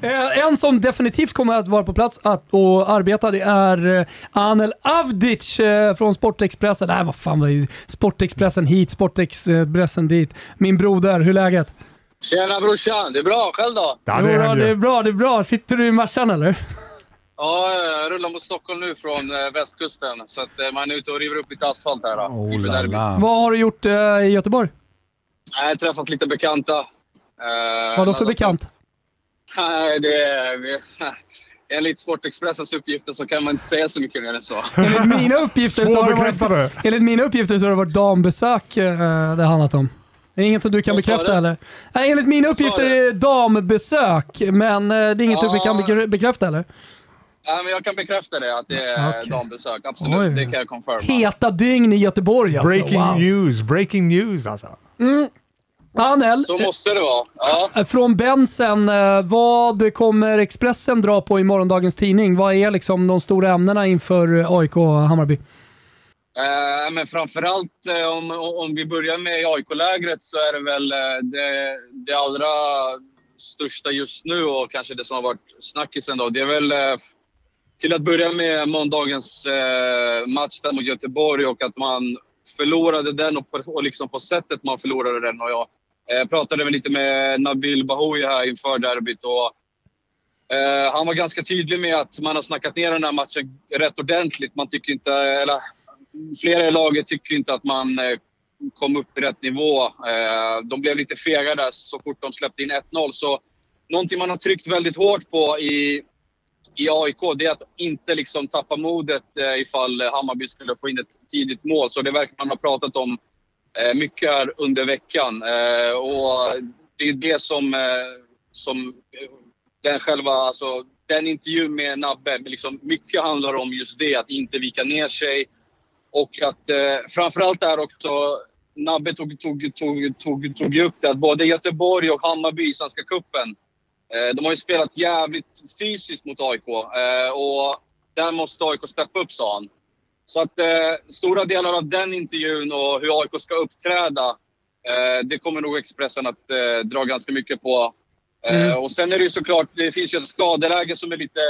Speaker 1: Eh, en som definitivt kommer att vara på plats att, och arbeta, det är eh, Anel Avdic eh, från Sportexpressen. Nej, vad fan var det? Sportexpressen hit, Sportexpressen dit. Min broder, hur är läget?
Speaker 12: Tjena brorsan, det är bra. Själv då?
Speaker 10: Ja,
Speaker 1: Jo
Speaker 10: det
Speaker 1: då,
Speaker 10: är han
Speaker 1: det är
Speaker 10: ju.
Speaker 1: bra, det är bra. Sitter du i Marsan eller?
Speaker 12: Ja, jag rullar mot Stockholm nu från eh, västkusten. Så att eh, man är ute och river upp lite asfalt här. då,
Speaker 2: Oh
Speaker 12: inför
Speaker 2: la
Speaker 12: derbyt.
Speaker 2: la.
Speaker 1: Vad har du gjort eh, i Göteborg?
Speaker 12: Jag har träffat lite bekanta. Eh,
Speaker 1: Vadå för bekant?
Speaker 12: Nej, det är... vi- Enligt Sportexpressens uppgifter så kan man inte säga så mycket mer än så.
Speaker 1: Enligt mina uppgifter så har det varit,
Speaker 10: Svårbekräftade.
Speaker 1: enligt mina uppgifter så har det varit dambesök eh, det har handlat om. Det är inget som du kan
Speaker 12: Vad sa
Speaker 1: bekräfta
Speaker 12: du?
Speaker 1: eller? Nej, enligt mina uppgifter
Speaker 12: du? Ah.
Speaker 1: är det dambesök, men eh, det är inget du
Speaker 12: Ja.
Speaker 1: kan bekrä- bekräfta eller?
Speaker 12: Nej, men jag kan bekräfta det, att det är
Speaker 1: Okej.
Speaker 12: dambesök. Absolut,
Speaker 1: Oj.
Speaker 12: det kan jag confirma.
Speaker 1: Heta dygn i Göteborg alltså.
Speaker 10: Breaking
Speaker 1: wow. Mm.
Speaker 10: news, breaking news alltså.
Speaker 1: Anel,
Speaker 12: Så måste det vara. Ja.
Speaker 1: eh, från Bensen, eh, vad kommer Expressen dra på i morgondagens tidning? Vad är liksom de stora ämnena inför eh, AIK och Hammarby?
Speaker 12: Eh, men framförallt eh, om, om vi börjar med AIK-lägret så är det väl eh, det, det allra största just nu och kanske det som har varit snackisen då. Det är väl eh, till att börja med måndagens eh, match där mot Göteborg och att man förlorade den och, på, och liksom på sättet man förlorade den. Och jag eh, pratade väl lite med Nabil Bahoui här inför derbyt och Eh, han var ganska tydlig med att man har snackat ner den här matchen rätt ordentligt. Man tycker inte, eller, flera i laget tycker inte att man eh, kom upp i rätt nivå. Eh, de blev lite fega där så fort de släppte in 1-0. Så någonting man har tryckt väldigt hårt på i, i AIK det är att inte liksom tappa modet eh, ifall Hammarby skulle få in ett tidigt mål. Så det verkar man ha pratat om eh, mycket här under veckan. Eh, och det är det som, eh, som eh, den själva alltså, den intervjun med Nabbe, liksom, mycket handlar om just det, att inte vika ner sig. Och att eh, framförallt där också, Nabbe tog, tog, tog, tog, tog ju upp det, att både Göteborg och Hammarby i Svenska cupen, eh, de har ju spelat jävligt fysiskt mot AIK. Eh, och där måste AIK steppa upp, sa han. Så att eh, stora delar av den intervjun och hur AIK ska uppträda, eh, det kommer nog Expressen att eh, dra ganska mycket på. Eh,
Speaker 13: Mm.
Speaker 12: Och sen är det ju såklart, det finns ju ett skadeläge som är lite,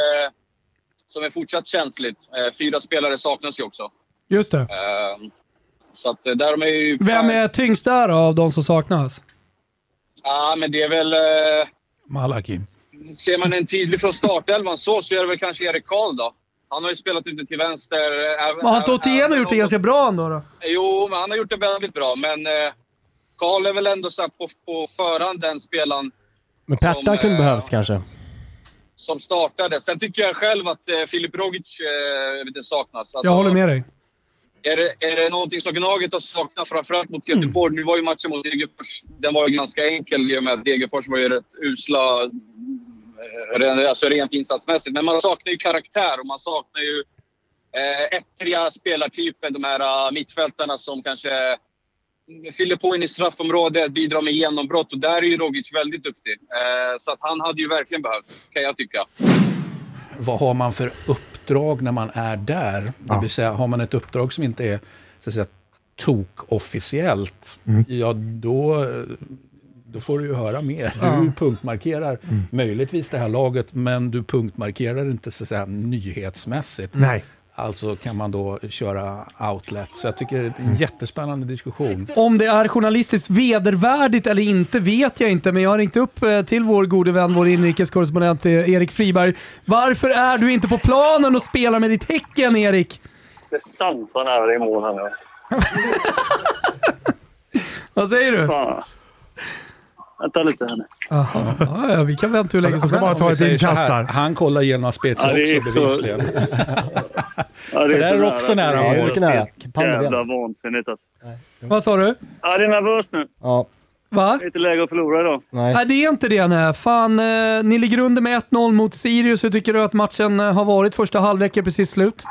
Speaker 12: som är fortsatt känsligt. Eh, fyra spelare saknas ju också.
Speaker 1: Just det.
Speaker 12: Eh, så att eh, där de är ju...
Speaker 1: Vem är tyngst där då, av de som saknas?
Speaker 12: Ja, men det är väl... Eh,
Speaker 2: Malaki.
Speaker 12: ser man en tydlig från startelvan så, så är det väl kanske Erik Karl då. Han har ju spelat ute till vänster. eh, även-
Speaker 1: Men har Totien har gjort det ganska bra ändå då?
Speaker 12: Jo, men han har gjort det väldigt bra. Men eh, Karl är väl ändå så här på, på förhand den spelaren
Speaker 3: Men Pertan
Speaker 13: eh,
Speaker 3: kunde behövs kanske.
Speaker 12: som startade. Sen tycker jag själv att eh, Filip Rogic eh, lite saknas. Alltså,
Speaker 1: Jag håller med dig.
Speaker 12: Är det, är det någonting som Gnaget har saknat, framförallt mot Göteborg? Nu var ju matchen mot Degerfors, den var ju ganska enkel i och med att Degerfors var ju rätt usla, eh, ren- alltså rent insatsmässigt. Men man saknar ju karaktär och man saknar ju eh, ettriga spelartypen. De här eh, mittfältarna som kanske mm, fyller på in i straffområdet, bidrar med genombrott. Och där är ju Rogic väldigt duktig. Eh, så att han hade ju verkligen behövts, kan jag tycka.
Speaker 2: vad har man för uppdrag när man är där? Det vill säga, har man ett uppdrag som inte är så att säga, tok-officiellt,
Speaker 10: Mm.
Speaker 2: ja då, då får du ju höra mer.
Speaker 10: Ja.
Speaker 2: Du punktmarkerar möjligtvis det här laget, men du punktmarkerar inte så att säga, nyhetsmässigt.
Speaker 10: Nej.
Speaker 2: Alltså kan man då köra outlet. Så jag tycker det är en jättespännande diskussion.
Speaker 1: Om det är journalistiskt vedervärdigt eller inte vet jag inte, men jag har ringt upp eh, till vår gode vän, vår inrikeskorrespondent eh, Erik Friberg. Varför är du inte på planen och spelar med ditt Häcken, Erik?
Speaker 13: Det är sant vad nära det är mål han är.
Speaker 1: Vad säger du?
Speaker 13: Vänta lite här nu.
Speaker 1: Jaha, ja, ja, vi kan vänta hur länge som helst.
Speaker 2: Alltså, Om vi säger så här, Han kollar genom Aspetsi
Speaker 13: Ja, det är
Speaker 2: också
Speaker 13: så-
Speaker 2: bevisligen.
Speaker 13: Ja,
Speaker 2: För där är också nära mål.
Speaker 13: Det
Speaker 2: Mycket
Speaker 13: är
Speaker 2: nära.
Speaker 13: helt
Speaker 2: Palmgren.
Speaker 13: jävla vansinnigt alltså.
Speaker 1: Vad sa du?
Speaker 13: Ja, det är nervöst nu.
Speaker 3: Ja.
Speaker 1: Va?
Speaker 13: Det är inte läge att förlora idag.
Speaker 1: Nej. det är inte det. Nej. Fan, eh, ni ligger under med 1-0 mot Sirius. Hur tycker du att matchen eh, har varit? Första halvlek är precis slut.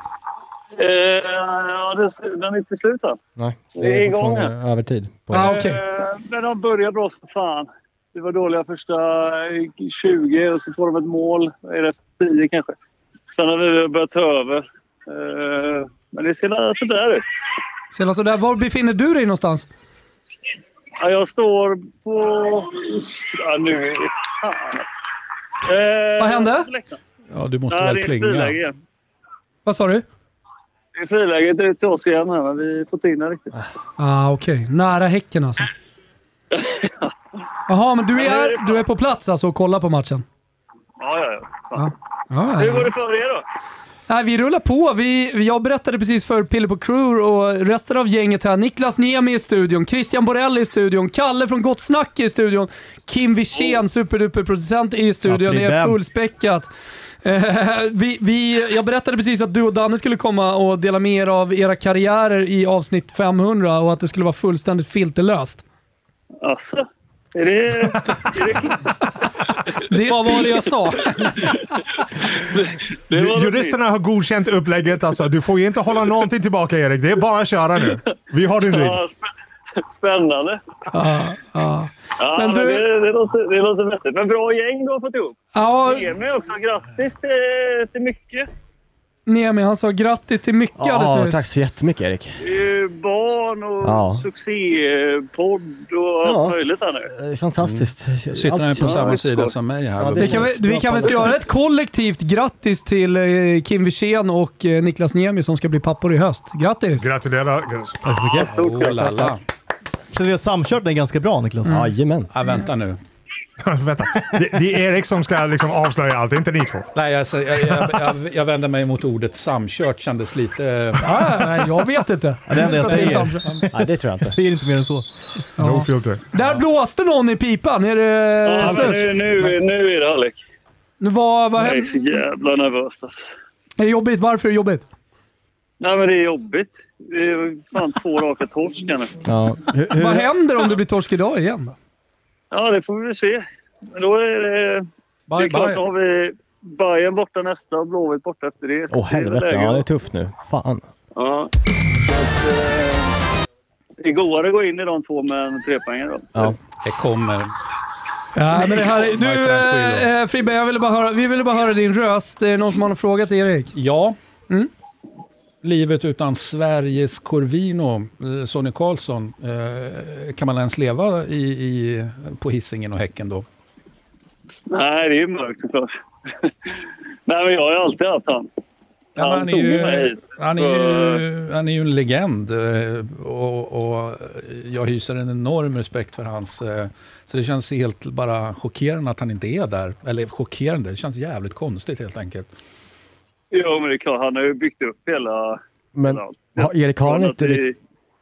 Speaker 13: Eh, ja, det, den är inte slut än.
Speaker 3: Nej,
Speaker 13: Det är igång
Speaker 3: fortfarande
Speaker 13: här.
Speaker 3: eh, övertid. På
Speaker 1: Ah, okej.
Speaker 13: Eh, Men de börjar bra som fan. Det var dåliga första eh, 20 och så får de ett mål. Eller 10 kanske. Sen har vi börjat ta över. Eh, Men det ser sådär ut.
Speaker 1: Senast så där, var befinner du dig någonstans?
Speaker 13: Ja, jag står på... Ja, nu är det fan. Eh,
Speaker 1: Vad hände?
Speaker 2: Ja, du måste
Speaker 13: Ja, det
Speaker 2: väl
Speaker 13: är
Speaker 2: plinga.
Speaker 13: friläge igen.
Speaker 1: Vad sa du?
Speaker 13: Det är friläge till- till oss igen här, men vi får inte in det riktigt.
Speaker 1: Ah, Okej, nära Häcken alltså. Jaha, men du är, du är på plats alltså och kollar på matchen?
Speaker 13: Ja, ja, ja.
Speaker 1: Ja. Ja,
Speaker 13: Hur
Speaker 1: Ah, ja.
Speaker 13: går det för er då?
Speaker 1: Nej, vi rullar på. Vi, jag berättade precis för Pille på Crew och resten av gänget här. Niklas Niemi i studion, Christian Borell i studion, Kalle från Gott Snack i studion, Kim
Speaker 13: Oh.
Speaker 1: Wirsén, superduperproducent i studion. Det är
Speaker 4: Fribem.
Speaker 1: fullspäckat. Eh, vi, vi, jag berättade precis att du och Danne skulle komma och dela med er av era karriärer i avsnitt 500 och att det skulle vara fullständigt filterlöst.
Speaker 13: Alltså, är det... Är det
Speaker 1: Det är Vad var det jag sa?
Speaker 13: Det var något
Speaker 10: Juristerna har godkänt upplägget alltså. Du får ju inte hålla någonting tillbaka Erik. Det är bara att köra nu. Vi har din rygg.
Speaker 13: Ja, spä- Spännande.
Speaker 1: Ja, ja.
Speaker 13: Ja,
Speaker 1: Men
Speaker 13: men
Speaker 1: du-
Speaker 13: det, det, låter, det låter vettigt. Men bra gäng du har fått ihop.
Speaker 1: Ja.
Speaker 13: Emil också. Grattis till, till mycket.
Speaker 1: Niemi, han sa grattis till mycket
Speaker 3: Ja,
Speaker 1: alldeles nyss.
Speaker 3: tack så jättemycket Erik.
Speaker 13: Det är ju barn och
Speaker 3: Ja.
Speaker 13: succépodd och allt
Speaker 3: Ja. Eh,
Speaker 13: möjligt här nu.
Speaker 3: Det är fantastiskt.
Speaker 2: Sitter han ju på samma sida som mig här.
Speaker 1: Vi kan, väl- vi kan väl göra ett kollektivt grattis till eh, Kim Wirsén och eh, Niklas Niemi som ska bli pappor i höst. Grattis!
Speaker 10: Gratulerar.
Speaker 4: Tack så mycket.
Speaker 2: Oh, la, la.
Speaker 4: Så vi har samkört den ganska bra Niklas.
Speaker 3: Mm. Jajamän.
Speaker 2: Ja, vänta nu.
Speaker 10: Vänta. Det, det är Erik som ska liksom avslöja allt, inte ni två.
Speaker 2: Nej, alltså, jag, jag, jag, jag vänder mig mot ordet samkört, kändes lite... Ja,
Speaker 1: Ah, nej, jag vet inte.
Speaker 4: Ja, det enda jag säger.
Speaker 3: inte.
Speaker 4: Jag säger inte mer än så.
Speaker 10: No filter.
Speaker 1: Där blåste någon i pipan. Är
Speaker 13: Ja,
Speaker 1: det
Speaker 13: men
Speaker 1: stört?
Speaker 13: nu, nu, nu är det halvlek.
Speaker 1: Nu Vad, vad
Speaker 13: Jag är
Speaker 1: hände?
Speaker 13: så jävla nervös. Alltså.
Speaker 1: Är det jobbigt? Varför är det jobbigt?
Speaker 13: Nej, men det är jobbigt. Det är fan två raka torskar nu.
Speaker 3: Ja. Hur, hur,
Speaker 1: Vad händer om det blir torsk idag igen då?
Speaker 13: Ja, det får vi väl se. Men då är det...
Speaker 2: Bye,
Speaker 13: det är klart,
Speaker 2: bye.
Speaker 13: Då har vi, Bayern borta nästa och Blåvitt borta efter det.
Speaker 3: Åh helvete,
Speaker 13: läge.
Speaker 3: ja, det är tufft nu. Fan.
Speaker 13: Ja. Så att, eh, det är godare att gå in i de två med en trepoängare då.
Speaker 3: Ja.
Speaker 2: Det kommer.
Speaker 1: Ja, men det här, är- du eh, eh, Fribbe, jag ville bara höra, vi ville bara höra din röst. Eh, Är det någon som har någon fråga till Erik? Mm.
Speaker 2: Ja. Livet utan Sveriges Corvino, eh, Sonny Karlsson, eh, kan man ens leva i, i, på Hisingen och Häcken då?
Speaker 13: Nej, det är ju mörkt såklart. Nej, men jag har ju alltid haft han.
Speaker 2: Ja, men han, är
Speaker 13: tog mig
Speaker 2: ju,
Speaker 13: hit.
Speaker 2: han, är
Speaker 13: Så-
Speaker 2: ju, han är ju en legend eh, och, och jag hyser en enorm respekt för hans... eh, Så det känns helt bara chockerande att han inte är där. Eller chockerande, det känns jävligt konstigt helt enkelt.
Speaker 13: Jo, men det är klart. Han har ju byggt upp hela...
Speaker 3: Men
Speaker 13: hela-
Speaker 3: har, Erik, har han
Speaker 13: Från
Speaker 3: inte,
Speaker 13: att
Speaker 3: ri-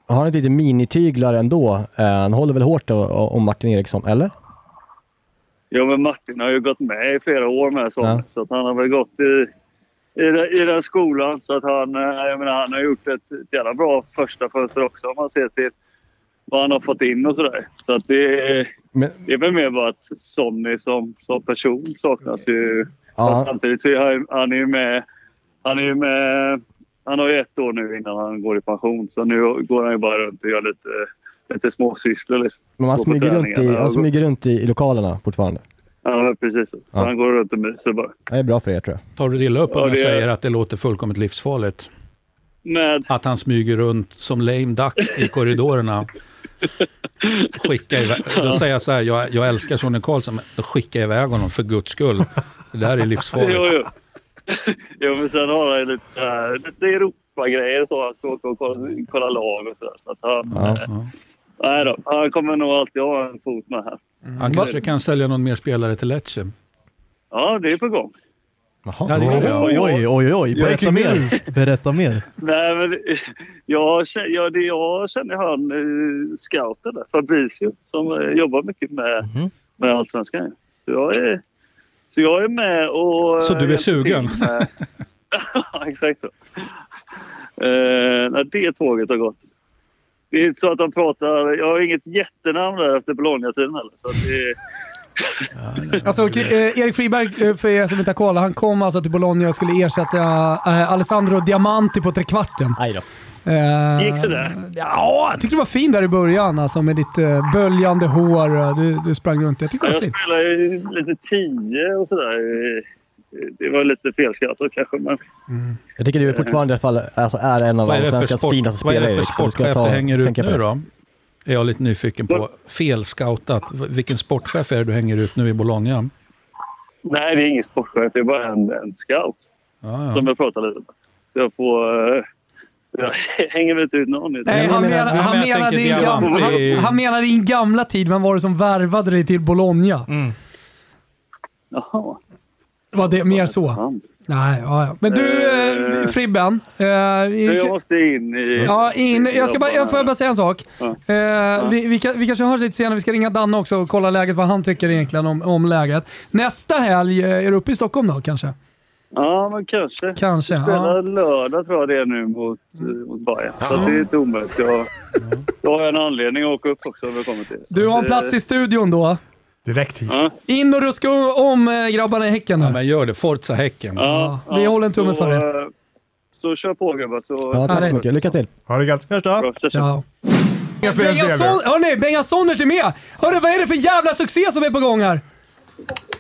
Speaker 3: har han inte lite minityglar ändå? Eh, han håller väl hårt o- o- om Martin Eriksson, eller?
Speaker 13: Jo, men Martin har ju gått med i flera år med så,
Speaker 3: Ja.
Speaker 13: så att han har väl gått i, i, den- i den skolan. Så att han, eh, jag menar, han har gjort ett, ett jävla bra första fönster också om man ser till vad han har fått in och sådär. Så att det, är-
Speaker 3: Men-
Speaker 13: det är väl mer bara att Sonny som, som person saknas ju.
Speaker 3: Ja.
Speaker 13: Fast Samtidigt så är han- han är ju med. Han är ju med. Han har ju ett år nu innan han går i pension. Så nu går han ju bara runt och gör lite, lite småsysslor. Liksom.
Speaker 3: Men han
Speaker 13: Går på
Speaker 3: smyger runt, i,
Speaker 13: träningarna
Speaker 3: han
Speaker 10: alltså.
Speaker 13: och går-
Speaker 3: smyger runt i, i lokalerna fortfarande.
Speaker 13: Ja, men precis.
Speaker 3: Ja.
Speaker 13: Han går runt och myser bara.
Speaker 3: Det är bra för er tror jag.
Speaker 2: Tar du det illa upp om
Speaker 13: Ja,
Speaker 2: jag
Speaker 13: det är-
Speaker 2: säger att det låter fullkomligt livsfarligt?
Speaker 13: Med?
Speaker 2: Att han smyger runt som lame duck i korridorerna. Skicka iväg. Då säger jag så här, jag, jag älskar Sonny Karlsson, men då skicka iväg honom för guds skull. Det där är
Speaker 13: Jo,
Speaker 2: livsfarligt.
Speaker 13: jo. jo, men sen har han ju lite, så här- lite Europa-grejer och så. Han ska åka och kolla, kolla lag och sådär. Så att han,
Speaker 2: Ja,
Speaker 13: eh, Nej då, han kommer nog alltid ha en fot med här.
Speaker 2: Mm. Han kanske kan sälja någon mer spelare till Lecce.
Speaker 13: Ja, det är på gång.
Speaker 2: Ja, det är det.
Speaker 4: Oj, oj, oj, oj. Berätta
Speaker 13: Breaking news.
Speaker 4: mer. Berätta mer.
Speaker 13: Nej, men det- jag, känner, jag, det- jag känner han eh, scouten där, Fabricio, som eh, jobbar mycket med,
Speaker 2: Mhm.
Speaker 13: med Allsvenskan. Så jag, är, så jag är med och... eh,
Speaker 2: Så du är
Speaker 13: hjälper
Speaker 2: sugen?
Speaker 13: till med- Ja, exakt så. Eh, när det tåget har gått. Det är inte så att de pratar... Jag har inget jättenamn där efter Bologna-tiden heller. Så att det,
Speaker 1: Alltså, Kri- eh, Erik Friberg, eh, för er som inte har koll, han kom alltså till Bologna och skulle ersätta eh, Alessandro Diamanti på trekvarten.
Speaker 3: Aj då.
Speaker 1: Eh,
Speaker 13: Gick sådär?
Speaker 1: Ja, jag tyckte du var fin där i början alltså, med ditt eh, böljande hår. eh, Du, du sprang runt. Jag tyckte det var
Speaker 13: jag
Speaker 1: fint.
Speaker 13: spelade ju lite tio och sådär. Eh, Det var lite felskattat kanske, men...
Speaker 3: Jag tycker du
Speaker 10: Eh.
Speaker 3: är fortfarande i alla fall alltså, är en av
Speaker 2: Vad är det för
Speaker 3: allsvenskans
Speaker 2: sport-
Speaker 3: finaste
Speaker 2: vad är
Speaker 3: spelare.
Speaker 2: det för
Speaker 3: Erik, så du ska
Speaker 2: sportchef
Speaker 3: ta-
Speaker 2: det hänger ut
Speaker 3: tänka på
Speaker 2: nu
Speaker 3: det.
Speaker 2: då? Är jag lite nyfiken på. Felscoutat. V- Vilken sportchef är det du hänger ut nu i Bologna?
Speaker 13: Nej, det är ingen sportchef. Det är bara en, en scout
Speaker 1: Ah,
Speaker 13: som jag pratar lite med. Jag får... eh, jag hänger väl inte ut någon. nu.
Speaker 1: Nej, han, menar, han, menar din gamla, han, han menar din gamla tid. Vem var det som värvade dig till Bologna?
Speaker 3: Mm.
Speaker 13: Jaha.
Speaker 1: Var det mer så? Nej, ja, ja. Men du eh,
Speaker 13: Eh,
Speaker 1: Fribben. eh,
Speaker 13: Så jag måste in i...
Speaker 1: Ja, in. Jag ska bara, jag får jag bara säga en sak? Eh,
Speaker 13: Ja.
Speaker 1: vi, vi, kan, vi kanske hörs lite senare. Vi ska ringa Danne också och kolla läget, vad han tycker egentligen om, om läget. Nästa helg, eh, är du uppe i Stockholm då kanske?
Speaker 13: Ja, men kanske.
Speaker 1: Kanske,
Speaker 13: Vi spelar
Speaker 1: ja.
Speaker 13: lördag tror jag det är nu mot, eh, mot Bayern. Så det är inte omöjligt. Jag, jag har en anledning att åka upp också om jag kommer till. Eh,
Speaker 1: Du har en plats i studion då?
Speaker 10: Direkt hit.
Speaker 1: In och ruska om eh, grabbarna i Häcken nu.
Speaker 2: Men gör det. Forza Häcken.
Speaker 1: Ja, vi håller en tumme
Speaker 13: så,
Speaker 1: för er.
Speaker 13: eh, Så kör på gubbar. Så...
Speaker 1: Ja, tack så mycket.
Speaker 3: Lycka till.
Speaker 10: Ha det gött. Hörs då.
Speaker 1: Ciao.
Speaker 10: Inga fler spel
Speaker 1: Bengasson,
Speaker 10: nu.
Speaker 1: hörni, Bengasonert är med! Hörru, vad är det för jävla succé som är på gång här?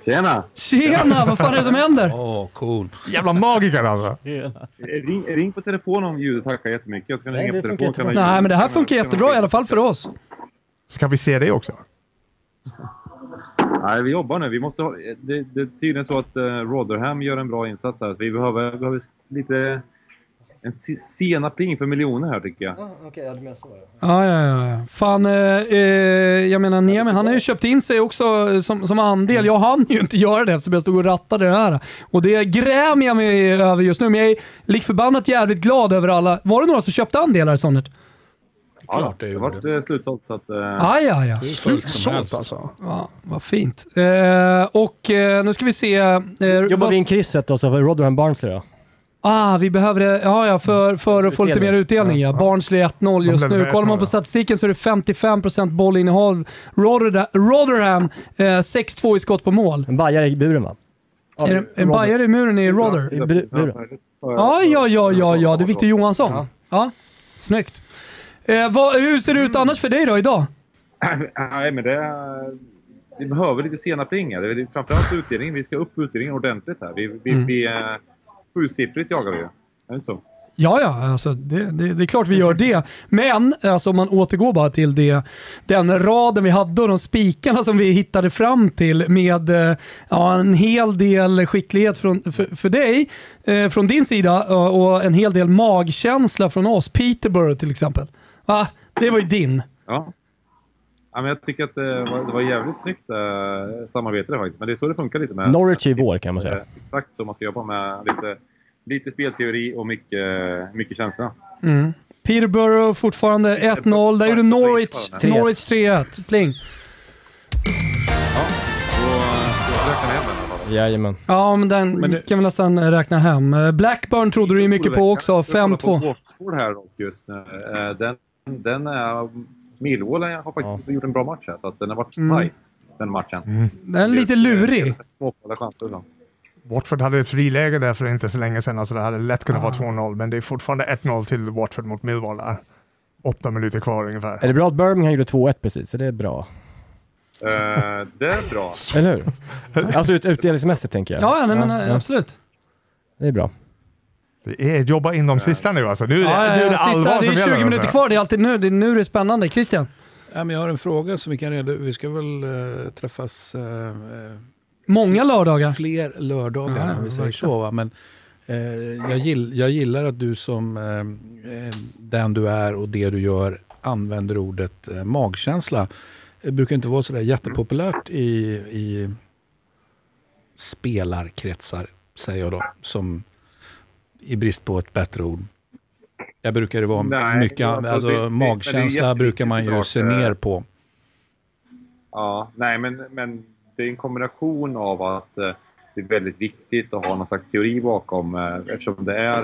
Speaker 14: Tjena!
Speaker 1: Tjena, vad fan är det som händer?
Speaker 2: Åh, cool.
Speaker 10: Jävla magiker alltså.
Speaker 14: Eh, Ring, ring på telefon om ljudet hackar jättemycket. Så kan ni
Speaker 10: Nej, det
Speaker 14: ringa på
Speaker 10: funkar
Speaker 14: telefon. Kan
Speaker 10: jättebra.
Speaker 14: ni-
Speaker 1: Nej, men det här funkar jättebra i alla fall för oss.
Speaker 10: Ska vi se det också?
Speaker 14: Nej, vi jobbar nu. Vi måste ha, eh, det, det är tydligen så att eh, Rotherham gör en bra insats här. Så vi behöver, behöver lite... En si- senapling för miljoner här tycker jag.
Speaker 3: Okej, ja, du menar så.
Speaker 1: Ja, ja, ja, ja. Fan, eh, eh, jag menar Niemi, han har ju köpt in sig också eh, som, som andel. Jag hann ju inte göra det eftersom jag stod och rattade det här. Och det grämer jag mig över just nu, men jag är lik förbannat jävligt glad över alla. Var det några som köpte andelar i Sonnet?
Speaker 14: Ja, Klart det vart eh, slutsålt så att... eh,
Speaker 1: Aj, aj, aj.
Speaker 14: helst.
Speaker 1: alltså. Ja, vad fint. Eh, och eh, nu ska vi se... Eh,
Speaker 3: Jobbar
Speaker 1: vad-
Speaker 3: vi in krysset då, så för Rotherham Barnsley då?
Speaker 1: Ah, vi behöver det. Ja, ja, för, för att få lite mer
Speaker 3: Utdelning.
Speaker 1: utdelning. Ja. Barnsley 1-0 just
Speaker 3: De blev
Speaker 1: nu.
Speaker 3: väl
Speaker 1: Kollar man
Speaker 3: med,
Speaker 1: på statistiken så är det 55% bollinnehav. Rotherda- Rotherham eh, 6-2 i skott på mål.
Speaker 3: En bajare i buren va?
Speaker 1: Är det- En bajare i muren i Rother?
Speaker 3: I bu- buren.
Speaker 1: Ja, ja, ja, ja, ja. Det är Victor Johansson. Ja. Snyggt. Eh, vad, hur ser det ut annars för dig då idag?
Speaker 14: Nej, men det... Vi behöver lite sena plingar. Det är framförallt utdelningen. Vi ska upp utdelningen ordentligt här. Vi, vi,
Speaker 1: Mm.
Speaker 14: vi, eh, sjusiffrigt jagar vi ju. Är det inte så?
Speaker 1: Ja, ja, alltså det, det, det är klart vi gör det. Men alltså, om man återgår bara till det, den raden vi hade och de spikarna som vi hittade fram till med eh, ja, en hel del skicklighet från, för, för dig, eh, från din sida eh, och en hel del magkänsla från oss. Peterborough till exempel. Va? Det var ju din.
Speaker 14: Ja. ja men jag tycker att eh, det var, det var jävligt snyggt eh, samarbete där faktiskt. Men det är så det funkar lite med...
Speaker 3: Norwich i vår kan man
Speaker 14: Eh,
Speaker 3: säga.
Speaker 14: Exakt så man ska jobba med lite, lite spelteori och mycket, mycket känsla.
Speaker 1: Mm. Peterborough fortfarande 1-0. Där gjorde Norwich, Norwich 3-1. Pling.
Speaker 3: Jajamän.
Speaker 1: Ja, men den kan vi nästan räkna hem. Eh, Blackburn trodde du ju mycket på också.
Speaker 14: Jag kollar på
Speaker 1: 5-2.
Speaker 14: Watford här dock just nu. Eh, Den, den är... Millwall har faktiskt gjort en bra match här, så att den har varit
Speaker 1: Mm.
Speaker 14: tight, den matchen.
Speaker 10: Mm.
Speaker 1: Den är lite lurig.
Speaker 14: Småkalla chanser ibland.
Speaker 10: Watford hade ett friläge där för inte så länge sedan, alltså det hade lätt kunnat vara 2-0, men det är fortfarande 1-0 till Watford mot Millwall där. Åtta minuter kvar ungefär.
Speaker 3: Är det bra att Birmingham gjorde 2-1 precis? Så det är bra.
Speaker 14: Eh, det är bra.
Speaker 3: Eller hur? Alltså ut, utdelningsmässigt tänker jag.
Speaker 1: eh, absolut.
Speaker 3: Det är bra.
Speaker 10: Det är jobba in de sista nu alltså. Nu är det,
Speaker 1: Ja, ja,
Speaker 10: nu är
Speaker 1: ja,
Speaker 10: det
Speaker 1: sista,
Speaker 10: allvar
Speaker 1: det
Speaker 10: som
Speaker 1: är 20
Speaker 10: gäller. alltså.
Speaker 1: minuter kvar. Det är alltid nu det, är nu det är spännande. Christian?
Speaker 2: Ja, men jag har en fråga som vi kan reda Vi ska väl eh, träffas... eh, eh,
Speaker 1: Många lördagar?
Speaker 2: Fler lördagar
Speaker 1: Ja,
Speaker 2: om vi säger
Speaker 1: verkligen.
Speaker 2: så. Va? Men, eh, jag, gill, jag gillar att du som eh, eh, den du är och det du gör använder ordet eh, magkänsla. Det brukar inte vara sådär jättepopulärt i, i spelarkretsar, säger jag då, som i brist på ett bättre ord. Jag brukar det vara
Speaker 14: Nej,
Speaker 2: mycket,
Speaker 14: alltså,
Speaker 2: alltså,
Speaker 14: det- det-
Speaker 2: magkänsla
Speaker 14: det är eh,
Speaker 2: brukar man ju
Speaker 14: jätteviktigt
Speaker 2: se
Speaker 14: såklart.
Speaker 2: ner på.
Speaker 14: Ja, nej men, men det är en kombination av att eh, det är väldigt viktigt att ha någon slags teori bakom eh, eftersom det är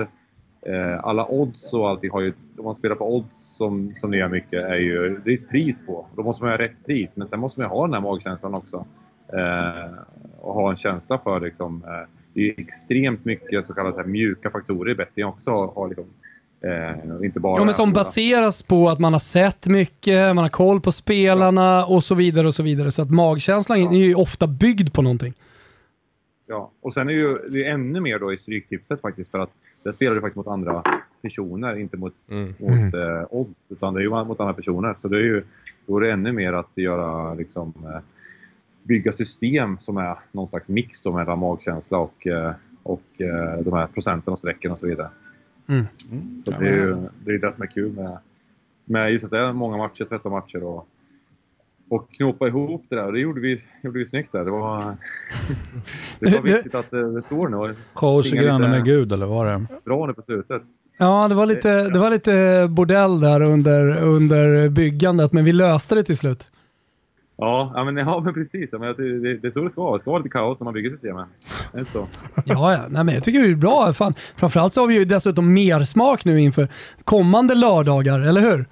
Speaker 14: eh, alla odds och allting har ju, om man spelar på odds som, som ni gör mycket, är ju, det är ett pris på. Då måste man ha rätt pris men sen måste man ju ha den här magkänslan också. Eh, och ha en känsla för liksom, eh, det är ju extremt mycket så kallade mjuka faktorer i betting också. Har, har liksom, eh, inte bara
Speaker 1: Ja, men som
Speaker 14: Ja.
Speaker 1: baseras på att man har sett mycket, man har koll på spelarna och så vidare. och Så vidare. Så att magkänslan är ju ofta byggd på någonting.
Speaker 14: Ja, och sen är ju, det är ännu mer då i stryktipset faktiskt för att där spelar du faktiskt mot andra personer, inte mot, mot eh, odds, utan det är ju mot andra personer. Så det är ju, då är det ännu mer att göra liksom, eh, bygga system som är någon slags mix då mellan magkänsla och, eh, och eh, de här procenten och strecken och så vidare.
Speaker 1: Mm.
Speaker 14: Så det är ju det, är det som är kul med, med just att det är många matcher, 13 matcher och, och knopa ihop det där. Och det gjorde vi, gjorde vi snyggt där. Det var, det var viktigt att eh, det, det står nu. och
Speaker 2: Kaos och
Speaker 14: klingar
Speaker 2: grannar
Speaker 14: lite
Speaker 2: med Gud, eller vad är det?
Speaker 14: Bra nu på slutet.
Speaker 1: Ja, det var lite, det var lite bordell där under, under byggandet, men vi löste det till slut.
Speaker 14: Ja, ja, men, ja men precis. Ja, men jag tycker det, det är så det ska vara. Det ska vara lite kaos när man bygger systemen. Är det inte så?
Speaker 1: Ja, ja. Nej, men jag tycker det är bra. Fan. Framförallt så har vi ju dessutom mer smak nu inför kommande lördagar, eller hur?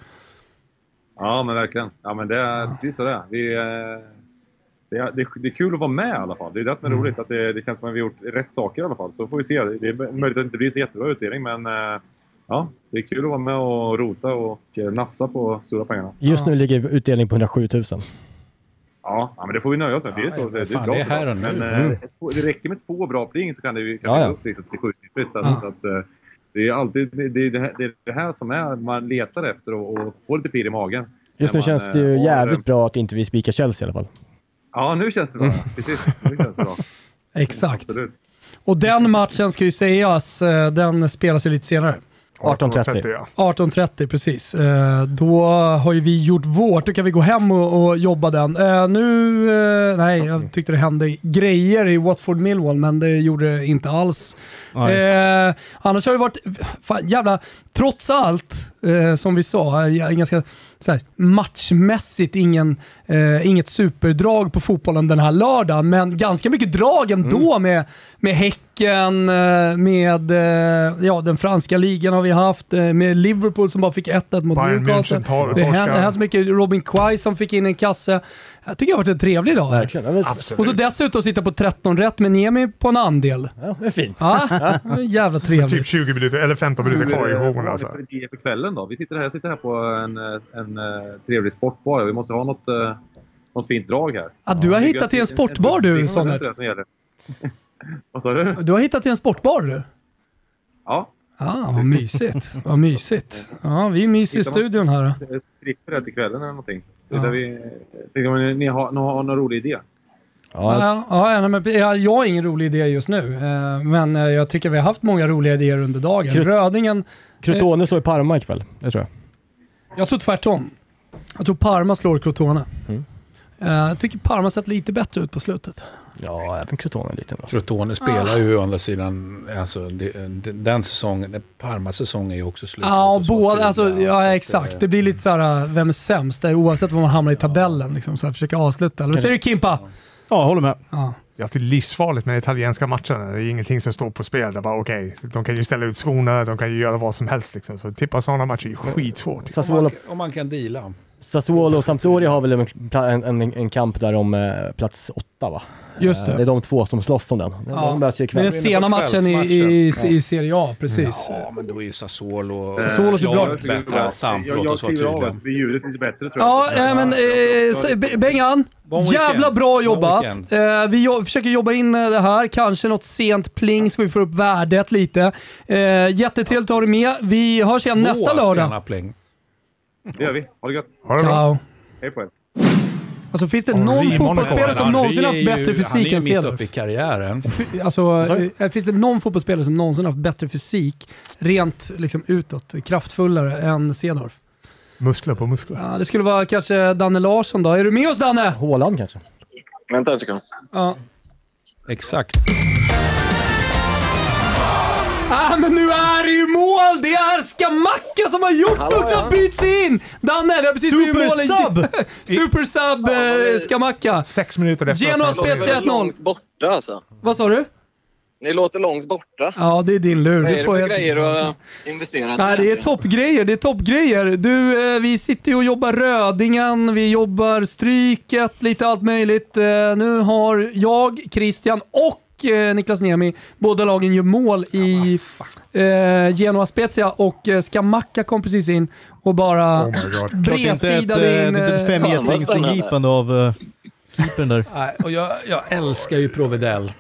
Speaker 14: Ja, men verkligen. Ja, men det är precis så det är. Vi, eh, det, är det, det är kul att vara med i alla fall. Det är det
Speaker 2: Mm.
Speaker 14: som är roligt. Att det, det känns som att vi har gjort rätt saker i alla fall. Så får vi se. Det är möjligt att det inte blir så jättebra utdelning, men eh, ja, det är kul att vara med och rota och eh, nafsa på stora pengarna.
Speaker 3: Just nu ligger utdelningen på 107 000.
Speaker 14: Ja, ja, men det får vi nöja oss med. Det är så. Det, det är
Speaker 2: fan,
Speaker 14: bra.
Speaker 2: det är här och nu.
Speaker 14: men
Speaker 2: Mm.
Speaker 14: eh, två- det räcker med två bra pling så kan det ju kan
Speaker 2: Ja,
Speaker 14: det
Speaker 2: ja.
Speaker 14: upp liksom till sjusiffrigt. Så, att-
Speaker 2: Ja.
Speaker 14: så att, eh, det är alltid det, det, det, här, det är det här som är man letar efter och, och får lite pirr i magen.
Speaker 3: Just nu
Speaker 14: När man,
Speaker 3: känns det
Speaker 14: eh,
Speaker 3: ju
Speaker 14: har-
Speaker 3: jävligt bra att inte vi spikar Chelsea i alla fall.
Speaker 14: Ja, nu känns det bra.
Speaker 2: Mm.
Speaker 14: Precis. Nu känns det bra.
Speaker 1: Exakt.
Speaker 14: Absolut.
Speaker 1: Och den matchen ska ju sägas, eh, den spelas ju lite senare.
Speaker 3: 18.30. ja.
Speaker 1: 18.30, precis. Eh, Då har ju vi gjort vårt. Då kan vi gå hem och, och jobba den. Eh, Nu, eh, nej, jag tyckte det hände grejer i Watford Millwall, men det gjorde det inte alls.
Speaker 4: Nej.
Speaker 1: Eh, annars har det varit, fan, jävla, trots allt, eh, som vi sa, eh, ganska så här, matchmässigt ingen, eh, inget superdrag på fotbollen den här lördagen, men ganska mycket drag ändå med, med Häcken, eh, med eh, ja, den franska ligan har vi haft, eh, med Liverpool som bara fick 1-1 mot
Speaker 10: Bayern München
Speaker 1: Newcastle.
Speaker 10: tar-
Speaker 1: Det
Speaker 10: torskar.
Speaker 1: hände hände så mycket. Robin Quaison som fick in en kasse. Jag tycker jag har varit en trevlig idag.
Speaker 3: Verkligen, ja, men-
Speaker 1: Och så
Speaker 3: Absolut.
Speaker 1: dessutom sitta på 13 rätt med Niemi på en andel.
Speaker 3: Ja, det är fint.
Speaker 1: Ja, det är jävla trevligt.
Speaker 10: Typ 20 minuter, eller 15 minuter kvar i showen alltså.
Speaker 14: Vad har vi för idé för kvällen då? Vi sitter här, jag sitter här på en, eh, en eh, trevlig sportbar. Vi måste ha något, eh, något fint drag här.
Speaker 1: Ah, du har
Speaker 14: Jag
Speaker 1: hittat
Speaker 14: tycker att
Speaker 1: till en
Speaker 14: det-
Speaker 1: sportbar,
Speaker 14: det är
Speaker 1: du,
Speaker 14: inte
Speaker 1: Sonnert.
Speaker 14: det som gäller. Vad sa du?
Speaker 1: Du har hittat till en sportbar du.
Speaker 14: Ja.
Speaker 1: Ah, vad mysigt. Vad mysigt. Ja, vi myser i
Speaker 14: Hittar man-
Speaker 1: studion här.
Speaker 14: Eh, Stripper här till kvällen eller någonting. Det
Speaker 1: Ja.
Speaker 14: är där vi, jag tänkte om ni, ni har, ni har någon rolig idé?
Speaker 1: Ja, ja, nej, men ja, jag har ingen rolig idé just nu, eh, men eh, jag tycker vi har haft många roliga idéer under dagen.
Speaker 3: Krut-
Speaker 1: Rödingen... eh,
Speaker 3: Crotone slår Parma ikväll, det tror jag.
Speaker 1: Jag tror tvärtom. Jag tror Parma slår Crotone.
Speaker 3: Mm.
Speaker 1: Eh, Jag tycker Parma sett lite bättre ut på slutet.
Speaker 3: Ja, även Crotone lite. Bra.
Speaker 2: Crotone spelar ju å andra sidan, alltså, det, det- den säsongen, den Parmas säsong är ju också slut.
Speaker 1: Ja, båda, alltså, ja exakt. Det blir lite så här, eh, vem är sämst? Det är Oavsett var man hamnar i tabellen, liksom, så här, försöka avsluta. Eller vad säger du Kimpa?
Speaker 10: Ja, håller med.
Speaker 1: Ja.
Speaker 10: Jag tycker det är livsfarligt med italienska matcherna. Det är ingenting som står på spel. Det är bara okej, de kan ju ställa ut skorna, de kan ju göra vad som helst liksom. Så tippa sådana matcher är ju skitsvårt.
Speaker 3: Sassuolo,
Speaker 2: Om man kan deala.
Speaker 3: Sassuolo och Sampdoria har väl en, en, en, en kamp där om eh, plats åtta va?
Speaker 1: Just det.
Speaker 3: Eh, Det är de två som slåss om den.
Speaker 1: Ja.
Speaker 3: De möts ju
Speaker 1: Det är
Speaker 3: ikväll.
Speaker 1: den sena matchen i, i,
Speaker 3: Kvällsmatchen.
Speaker 1: i Serie A, precis.
Speaker 2: Ja, men då är ju Sassuolo...
Speaker 1: Sassuolo ser bra
Speaker 2: klart
Speaker 1: ut.
Speaker 2: Bättre än Samplot och så tydligen.
Speaker 14: för ljudet finns bättre tror
Speaker 1: Ja,
Speaker 14: jag.
Speaker 1: eh, men eh, så- Be- Bengan.
Speaker 2: Bon weekend.
Speaker 1: Jävla bra
Speaker 2: Bon
Speaker 1: jobbat.
Speaker 2: weekend.
Speaker 1: Eh, vi jo försöker jobba in eh, det här, kanske något sent pling så vi får upp värdet lite. Eh, jättetrevligt att ha dig med. Vi hörs igen
Speaker 2: Två
Speaker 1: nästa lördag.
Speaker 2: sena pling.
Speaker 14: Det gör vi. Ha det gött.
Speaker 1: det bra. Ciao.
Speaker 14: Hej på er.
Speaker 1: Alltså finns det någon
Speaker 2: Henry
Speaker 1: fotbollsspelare som
Speaker 2: Henry
Speaker 1: någonsin
Speaker 2: är
Speaker 1: haft
Speaker 2: ju-
Speaker 1: bättre fysik än
Speaker 2: Han är ju mitt
Speaker 1: Cedro?
Speaker 2: uppe i karriären.
Speaker 1: Alltså, eh, finns det någon fotbollsspelare som någonsin haft bättre fysik, rent liksom utåt, kraftfullare än Cedorf?
Speaker 10: Muskler på muskler.
Speaker 1: Ja, det skulle vara kanske Danne Larsson då. Är du med oss Danne?
Speaker 3: Håland kanske.
Speaker 12: Vänta en sekund.
Speaker 1: Ja.
Speaker 2: Exakt.
Speaker 1: Ah, men nu är det ju mål! Det är Skamacka som har gjort
Speaker 11: Hallå,
Speaker 1: också,
Speaker 11: ja.
Speaker 1: har bytts in! Danne, det har precis blivit mål. i-
Speaker 10: Supersub!
Speaker 1: Super sub eh, Skamacka.
Speaker 10: Sex minuter efter.
Speaker 1: Genoa
Speaker 10: att han-
Speaker 1: Spezia 1-0.
Speaker 12: Långt borta alltså.
Speaker 1: Vad sa du?
Speaker 12: Ni låter långt borta.
Speaker 1: Ja, det är din lur.
Speaker 12: Vad
Speaker 1: Du
Speaker 12: är det
Speaker 1: får
Speaker 12: för
Speaker 1: helt-
Speaker 12: grejer att investera i?
Speaker 1: Nej, det är toppgrejer. Det är toppgrejer. Du, eh, vi sitter ju och jobbar Rödingen, vi jobbar Stryket, lite allt möjligt. Eh, nu har jag, Christian och eh, Niklas Niemi, båda lagen gör mål i eh, Genoa Spezia och eh, Skamacka kom precis in och bara
Speaker 4: Oh Klart det inte är ett, eh, det
Speaker 1: bredsidade in.
Speaker 4: är inte ett
Speaker 1: eh,
Speaker 4: femgetingsingripande av uh, keepern där.
Speaker 2: Nej, och jag, jag älskar ju Provedel.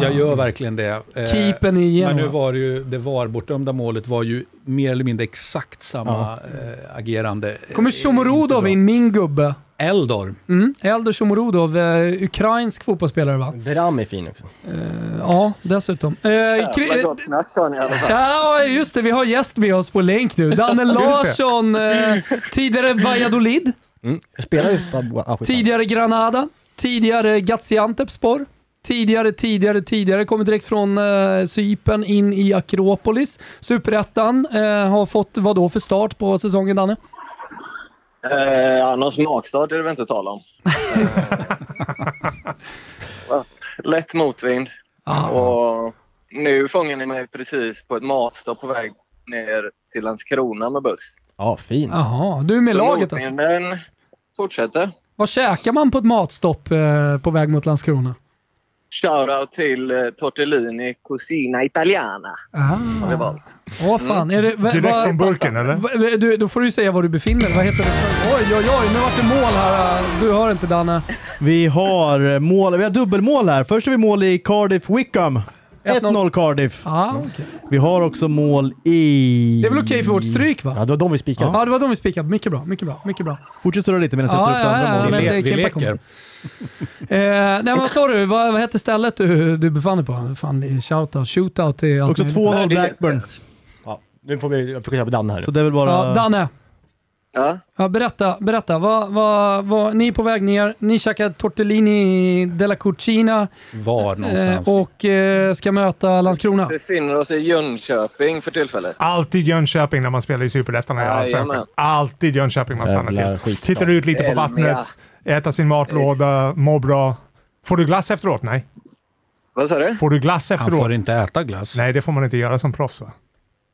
Speaker 2: Jag gör verkligen det. Eh,
Speaker 1: Keepern i Genoa.
Speaker 2: Men nu var det ju, det VAR-bortdömda målet var ju mer eller mindre exakt samma eh, agerande.
Speaker 1: Kommer Shomorodov in, min gubbe.
Speaker 2: Eldor.
Speaker 1: Mm, Eldor Shomorodov, eh, ukrainsk fotbollsspelare va? Eh,
Speaker 3: Bram är fin också.
Speaker 1: Ja, dessutom. Eh, Kri-
Speaker 12: Jävla gott snack hör ni i alla fall.
Speaker 1: Ja, just det. Vi har gäst med oss på länk nu. Danne
Speaker 3: Just det.
Speaker 1: Larsson, eh, tidigare Valladolid,
Speaker 3: Mm. Jag spelar ju på... Ah, skit.
Speaker 1: tidigare Granada, tidigare Gaziantepspor, tidigare, tidigare, tidigare. Kommer direkt från eh, Cypern in i Akropolis. Superettan eh, har fått vad då för start på säsongen, Danne?
Speaker 12: Eh, ja, någon smakstart är det väl inte tal om. Eh, Lätt motvind. Och nu fångar ni mig precis på ett matstopp på väg ner till Landskrona med buss.
Speaker 3: Ja, fint.
Speaker 1: Jaha, du är med
Speaker 12: Så
Speaker 1: laget alltså.
Speaker 12: motvinden fortsätter.
Speaker 1: Vad käkar man på ett matstopp eh, på väg mot Landskrona?
Speaker 12: Shoutout till eh, Tortellini Cucina Italiana.
Speaker 1: Aha.
Speaker 12: Har vi valt.
Speaker 1: Ah.
Speaker 2: Mm.
Speaker 1: Åh fan, är det... va-
Speaker 10: Direkt
Speaker 1: va-
Speaker 10: från burken eller?
Speaker 1: Va- va- Du, då får du säga var du befinner dig. Vad heter det? för- Oj, oj, oj, nu vart det mål här. eh. Du hör inte Danne.
Speaker 4: Vi har, eh, mål, vi har dubbelmål här. Först har vi mål i Cardiff Wickham. 1-0 Cardiff.
Speaker 1: Ah, okej.
Speaker 4: Vi har också mål i...
Speaker 1: Det är väl okej för vårt stryk va?
Speaker 3: Ja, det var de vi spikade.
Speaker 1: Ja, det var de vi spikade. Mycket bra, mycket bra, mycket bra.
Speaker 4: Fortsätt surra lite medan jag
Speaker 1: Ja,
Speaker 4: tar upp
Speaker 1: ja,
Speaker 4: det andra
Speaker 1: ja,
Speaker 4: målet.
Speaker 1: men det- Vi Kimpa leker. kommer. Eh, nej men vad sa du? Vad, vad hette stället du, du befann dig på? Fan, det är shoutout, shootout till allt
Speaker 4: Också
Speaker 1: möjligt.
Speaker 4: 2-0 Blackburn.
Speaker 3: Ja, nu får vi fokusera på Danne här.
Speaker 4: Så det är väl bara...
Speaker 1: Ja, Danne.
Speaker 12: Ja.
Speaker 1: Ja, berätta, berätta. Vad, vad, vad, ni är på väg ner, ni käkar tortellini della cucina
Speaker 2: Var någonstans.
Speaker 1: eh, och eh, ska möta Landskrona.
Speaker 12: Befinner oss i Jönköping för tillfället.
Speaker 10: Alltid Jönköping när man spelar i Superettan i Allsvenskan.
Speaker 12: Jajamän.
Speaker 10: Alltid Jönköping man
Speaker 3: Jävla
Speaker 10: stannar till.
Speaker 3: skitstad.
Speaker 10: Tittar ut lite på
Speaker 12: Elmia.
Speaker 10: vattnet, äta sin matlåda, må bra. Får du glass efteråt? Nej.
Speaker 12: Vad sa du?
Speaker 10: Får du glass
Speaker 2: Han får
Speaker 10: efteråt?
Speaker 2: inte äta glass.
Speaker 10: Nej, det får man inte göra som proffs va?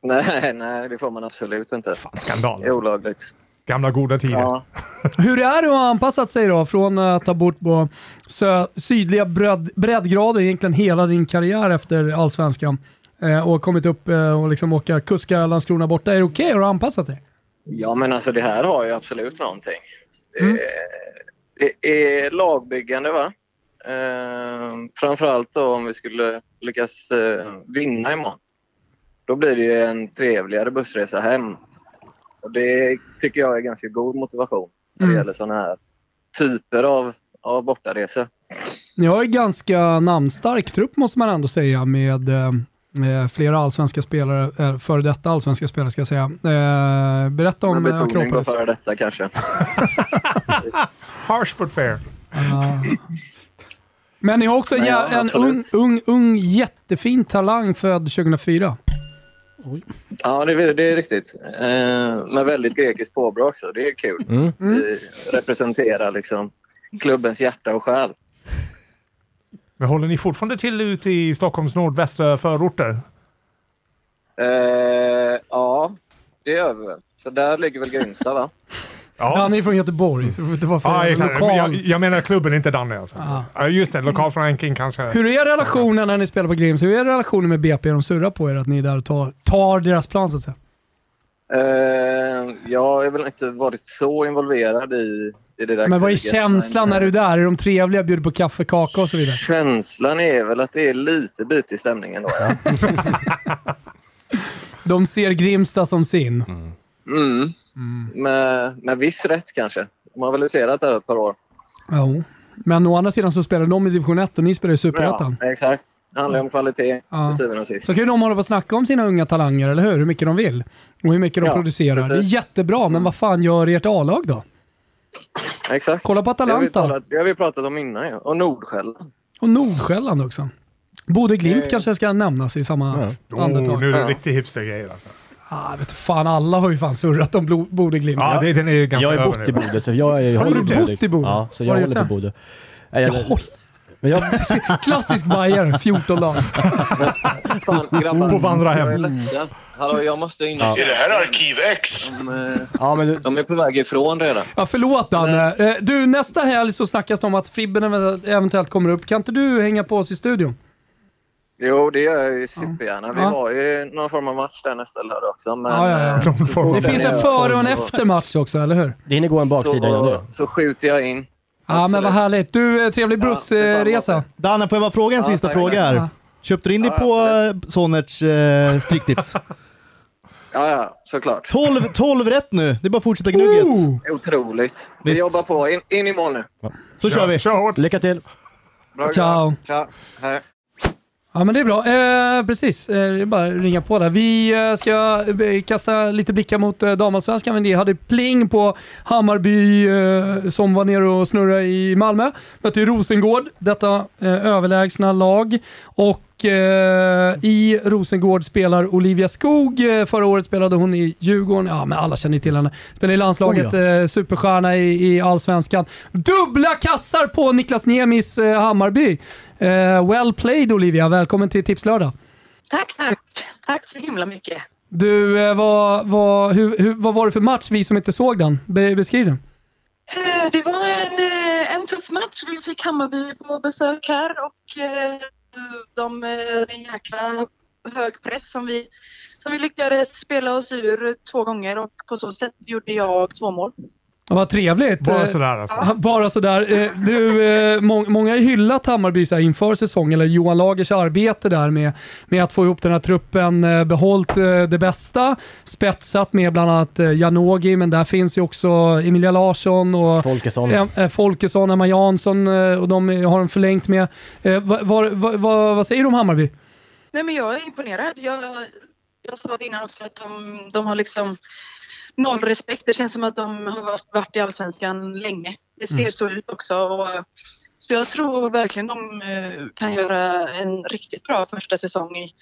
Speaker 12: Nej, nej, det får man absolut inte.
Speaker 10: Skandal.
Speaker 12: Det är olagligt.
Speaker 10: Gamla goda tider.
Speaker 1: Hur är det att ha anpassat sig då från att ha bott på sö- sydliga bredd, breddgrader egentligen hela din karriär efter allsvenskan eh, och kommit upp eh, och liksom åka kuska Landskrona borta. Är det okej? Har du anpassat dig?
Speaker 15: Ja, men alltså det här har ju absolut någonting.
Speaker 1: Mm.
Speaker 15: Det, är, det är lagbyggande va? Ehm, framförallt då om vi skulle lyckas eh, vinna imorgon. Då blir det ju en trevligare bussresa hem. Och det tycker jag är ganska god motivation när det
Speaker 1: Mm.
Speaker 15: gäller sådana här typer av, av bortaresor.
Speaker 1: Ni har ju ganska namnstark trupp måste man ändå säga med eh, eh, flera allsvenska spelare, eh, före detta allsvenska spelare ska jag säga. Eh, berätta om
Speaker 15: Med
Speaker 1: eh,
Speaker 15: betoning på
Speaker 1: Akropolis.
Speaker 15: före detta kanske.
Speaker 10: Harsh but fair.
Speaker 1: Ja. Men ni har också en,
Speaker 15: Nej,
Speaker 1: jä- en
Speaker 15: ja,
Speaker 1: ung,
Speaker 15: absolut.
Speaker 1: ung, ung jättefin talang född 2004.
Speaker 15: Ja, det, är- det är riktigt. Eh, med väldigt grekiskt påbrå också. Det är kul.
Speaker 1: Mm.
Speaker 15: Det representerar liksom klubbens hjärta och själ.
Speaker 10: Men håller ni fortfarande till ute i Stockholms nordvästra förorter?
Speaker 15: Eh, ja, det gör vi väl. Så där ligger väl Grimsta, va?
Speaker 1: Ja. Han är från Göteborg, så det var för
Speaker 10: Ja, exakt.
Speaker 1: lokal.
Speaker 10: Jag, jag menar klubben, inte Danne. Alltså.
Speaker 1: Ah.
Speaker 10: Ja, just det, lokal förankring kanske.
Speaker 1: Hur är relationen när ni spelar på Grims? Hur är relationen med BP? Är de surra på er att ni är där och tar, tar deras plan så att säga?
Speaker 15: Eh, jag har väl inte varit så involverad i, i det där
Speaker 1: Men vad är
Speaker 15: kriget,
Speaker 1: känslan när du är där? Är de trevliga, bjuder på kaffe, kaka och så vidare?
Speaker 15: Känslan är väl att det är lite bit i stämningen då. Ja.
Speaker 1: De ser Grimsta som sin.
Speaker 15: Mm. Med, med viss rätt kanske. De har väl huserat där ett par år.
Speaker 1: Jo. Men å andra sidan så spelar de i division 1 och ni spelar i superettan.
Speaker 15: Ja, exakt. Det handlar ju om kvalitet
Speaker 1: Ja.
Speaker 15: till syvende och sist.
Speaker 1: Så kan ju de hålla på och snacka om sina unga talanger, eller hur? Hur mycket de vill. Och hur mycket de
Speaker 15: Ja,
Speaker 1: producerar. Det är
Speaker 15: precis. Mm.
Speaker 1: jättebra, men vad fan gör ert A-lag då?
Speaker 15: Exakt.
Speaker 1: Kolla på
Speaker 15: Det har vi
Speaker 1: Atalanta
Speaker 15: pratat, det har vi pratat om innan ja. Och Nordsjälland.
Speaker 1: och Nordsjälland också. Bode Glimt
Speaker 15: Eh.
Speaker 1: kanske ska nämnas i samma andetag.
Speaker 10: Oh, nu är det
Speaker 1: Ja.
Speaker 10: riktig hipstergrej alltså.
Speaker 1: Ah, vet du, fan, alla har ju fan surrat om Blo- Bode Glimt.
Speaker 10: Ja, det, den är ju ganska
Speaker 3: jag har ju
Speaker 10: över
Speaker 3: bott
Speaker 10: nu.
Speaker 3: i Bodö, så jag, jag
Speaker 1: Har du
Speaker 3: håller på
Speaker 1: bott i Bodö?
Speaker 3: Ja, så
Speaker 1: Har
Speaker 3: jag
Speaker 1: du
Speaker 3: håller
Speaker 1: gjort
Speaker 3: på Bodö.
Speaker 1: Jag håller-
Speaker 3: Men jag...
Speaker 1: Klassisk Bayer, 14 lag.
Speaker 15: Fan, grabbar.
Speaker 1: På vandra hem.
Speaker 15: Jag är ledsen. Hallå, jag måste in.
Speaker 1: Ja. Är det
Speaker 15: här Arkiv X? De, eh, de är på väg ifrån redan.
Speaker 1: Ja, förlåt Danne. Eh, Du, nästa helg så snackas det om att Fribben ev- eventuellt kommer upp. Kan inte du hänga på oss i studion?
Speaker 15: Jo, det gör jag ju supergärna. Vi
Speaker 1: Ja.
Speaker 15: har ju någon form av match där nästa lördag också. Men,
Speaker 1: Ja, ja, ja.
Speaker 15: eh, så fort
Speaker 1: Det
Speaker 15: den
Speaker 1: finns en
Speaker 15: är-
Speaker 1: före och en efter match också, eller hur?
Speaker 3: Det hinner gå en baksida innan det.
Speaker 15: Så, så skjuter jag in.
Speaker 1: Ja, men vad härligt. Du, eh, trevlig bussresa.
Speaker 4: Danne, får jag bara fråga en
Speaker 1: Ja,
Speaker 4: sista
Speaker 1: tack.
Speaker 4: fråga här?
Speaker 1: Ja.
Speaker 4: Köpte du in dig på eh, Sonerts eh, stryktips?
Speaker 15: Ja, ja, såklart.
Speaker 4: 12, 12 rätt nu. Det är bara att fortsätta gnugget.
Speaker 15: Otroligt. Vi
Speaker 4: Visst.
Speaker 15: jobbar på. In, in i mål nu.
Speaker 4: Så kör vi.
Speaker 10: Kör hårt.
Speaker 3: Lycka till.
Speaker 15: Bra,
Speaker 1: Ciao.
Speaker 15: Ciao. Hej.
Speaker 1: Ja men det är bra. Eh, precis, eh, det är bara att ringa på där. Vi eh, ska eh, kasta lite blickar mot eh, damallsvenskan, men det hade pling på Hammarby eh, som var nere och snurrade i Malmö. Mötte ju Rosengård, detta eh, överlägsna lag. Och eh, i Rosengård spelar Olivia Skog. Eh, förra året spelade hon i Djurgården. Ja, men alla känner ju till henne. Spelade i landslaget,
Speaker 4: Oh, ja.
Speaker 1: eh, superstjärna i, i allsvenskan. Dubbla kassar på Niklas Niemis eh, Hammarby. Eh, well played Olivia, välkommen till Tipslördag.
Speaker 16: Tack, tack. Tack så himla mycket.
Speaker 1: Du, eh, vad, vad, hur, hur, vad var det för match, vi som inte såg den? Be, beskriv den.
Speaker 16: Eh, Det var en, eh, en tuff match. Vi fick Hammarby på besök här och eh, de, eh, en jäkla hög press som vi, som vi lyckades spela oss ur två gånger och på så sätt gjorde jag två mål.
Speaker 1: Ja, Vad trevligt.
Speaker 16: Bara
Speaker 1: Eh,
Speaker 16: sådär alltså.
Speaker 1: ja, Bara sådär. Eh, Du, eh, må, många har ju hyllat Hammarby så här inför säsongen, eller Johan Lagers arbete där med, med att få ihop den här truppen, eh, behållit eh, det bästa, spetsat med bland annat eh, Janogy, men där finns ju också Emilia Larsson och
Speaker 3: Folkesson.
Speaker 1: Em- eh, Folkesson, Emma Jansson eh, och de har de förlängt med. Eh, vad- vad- vad- vad- Vad säger du om Hammarby?
Speaker 16: Nej, men jag är imponerad. Jag, jag sa det innan också att de, de har liksom noll respekt. Det känns som att de har varit, varit i allsvenskan länge. Det ser
Speaker 17: Mm.
Speaker 16: så ut också. Och, så jag tror verkligen de eh, kan göra en riktigt bra första säsong i,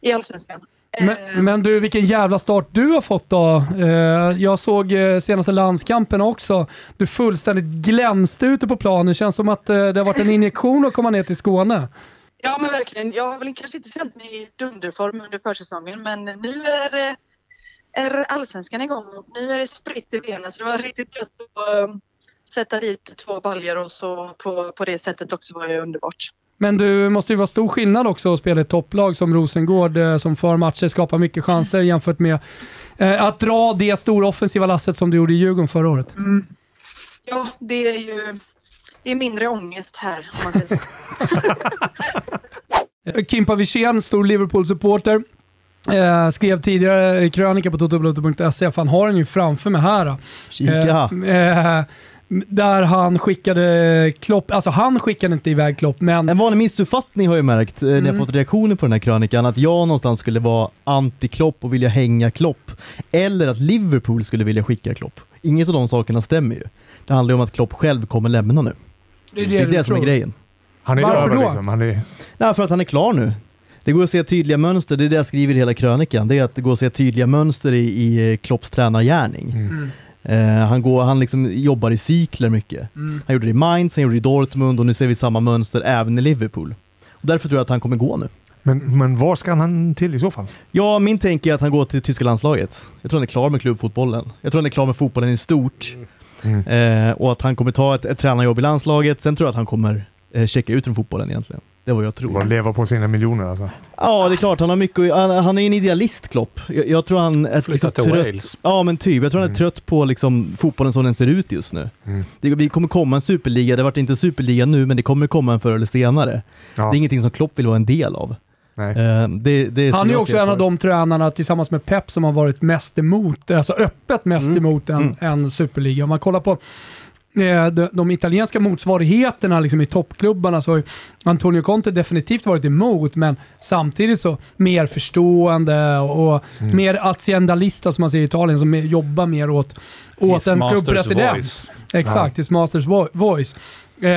Speaker 16: i allsvenskan.
Speaker 1: Men, men du, vilken jävla start du har fått då. Eh, jag såg eh, senaste landskampen också. Du fullständigt glänste ute på planen. Det känns som att eh, det har varit en injektion att komma ner till Skåne.
Speaker 16: Ja, men verkligen. Jag har väl kanske inte känt mig i dunderform under försäsongen, men nu är det eh, är allsvenskan igång och nu är det spritt i benen så det var riktigt gött att eh, sätta dit två baljor och så på, på det sättet också var ju underbart.
Speaker 1: Men du måste ju vara stor skillnad också att spela ett topplag som Rosengård eh, som för matcher, skapar mycket chanser jämfört med eh, att dra det stora offensiva lasset som du gjorde i Djurgården förra året.
Speaker 16: Ja, det är ju det är mindre ångest här om man säger så.
Speaker 1: Eh, Kimpa Wirsén, stor Liverpool-supporter, eh, skrev tidigare i krönika på totobloto.se, fan har den ju framför mig här. då.
Speaker 4: Kika.
Speaker 1: Eh, eh, där han skickade Klopp, alltså han skickade inte iväg Klopp, men...
Speaker 4: En vanlig missuppfattning har jag märkt eh, när jag
Speaker 1: Mm.
Speaker 4: fått reaktioner på den här krönikan, att jag någonstans skulle vara anti-Klopp och vilja hänga Klopp. Eller att Liverpool skulle vilja skicka Klopp. Inget av de sakerna stämmer ju. Det handlar ju om att Klopp själv kommer lämna nu.
Speaker 1: Det är
Speaker 4: det,
Speaker 1: du
Speaker 4: som är
Speaker 1: tror.
Speaker 4: grejen.
Speaker 1: Han är Varför över då? liksom,
Speaker 10: Han är...
Speaker 4: Nej, för att han är klar nu. Det går att se tydliga mönster, det är det jag skriver i hela krönikan. Det är att det går att se tydliga mönster i, i eh, Klopps tränargärning.
Speaker 1: Mm.
Speaker 4: Eh, han går, han liksom jobbar i cykler mycket.
Speaker 1: Mm.
Speaker 4: Han gjorde det i Mainz, han gjorde det i Dortmund och nu ser vi samma mönster även i Liverpool. Och därför tror jag att han kommer gå nu.
Speaker 10: Men, men var ska han till i så fall?
Speaker 4: Ja, min tänk är att han går till tyska landslaget. Jag tror han är klar med klubbfotbollen. Jag tror han är klar med fotbollen i stort.
Speaker 10: Mm.
Speaker 4: Eh, och att han kommer ta ett, ett tränarjobb i landslaget. Sen tror jag att han kommer eh, checka ut från fotbollen egentligen. Det var jag tror.
Speaker 10: Bara leva på sina miljoner alltså.
Speaker 4: Ja, det är klart. Han, har mycket, han, han är ju en idealist, Klopp. Jag, jag tror han är liksom
Speaker 10: till
Speaker 4: trött.
Speaker 10: Wales. Mm.
Speaker 4: Ja, men typ. Jag tror han är trött på liksom, fotbollen som den ser ut just nu. Det, det kommer komma en superliga. Det har varit inte en superliga nu, men det kommer komma en förr eller senare. Det är ingenting som Klopp vill vara en del av. Eh, det, det är som
Speaker 1: Han är
Speaker 4: jag
Speaker 1: också
Speaker 4: ser
Speaker 1: en
Speaker 4: på
Speaker 1: av
Speaker 4: det.
Speaker 1: de tränarna tillsammans med Pep som har varit mest emot, alltså öppet mest
Speaker 4: Mm.
Speaker 1: emot en, en superliga. Om man kollar på eh, de, de italienska motsvarigheterna liksom i toppklubbarna så har ju Antonio Conte definitivt varit emot, men samtidigt så mer förstående och
Speaker 4: Mm.
Speaker 1: mer aziendalista som man säger i Italien, som jobbar mer åt, åt
Speaker 2: His
Speaker 1: en
Speaker 2: master's
Speaker 1: klubbpresident.
Speaker 2: voice.
Speaker 1: Exakt, his master's vo- voice. Eh,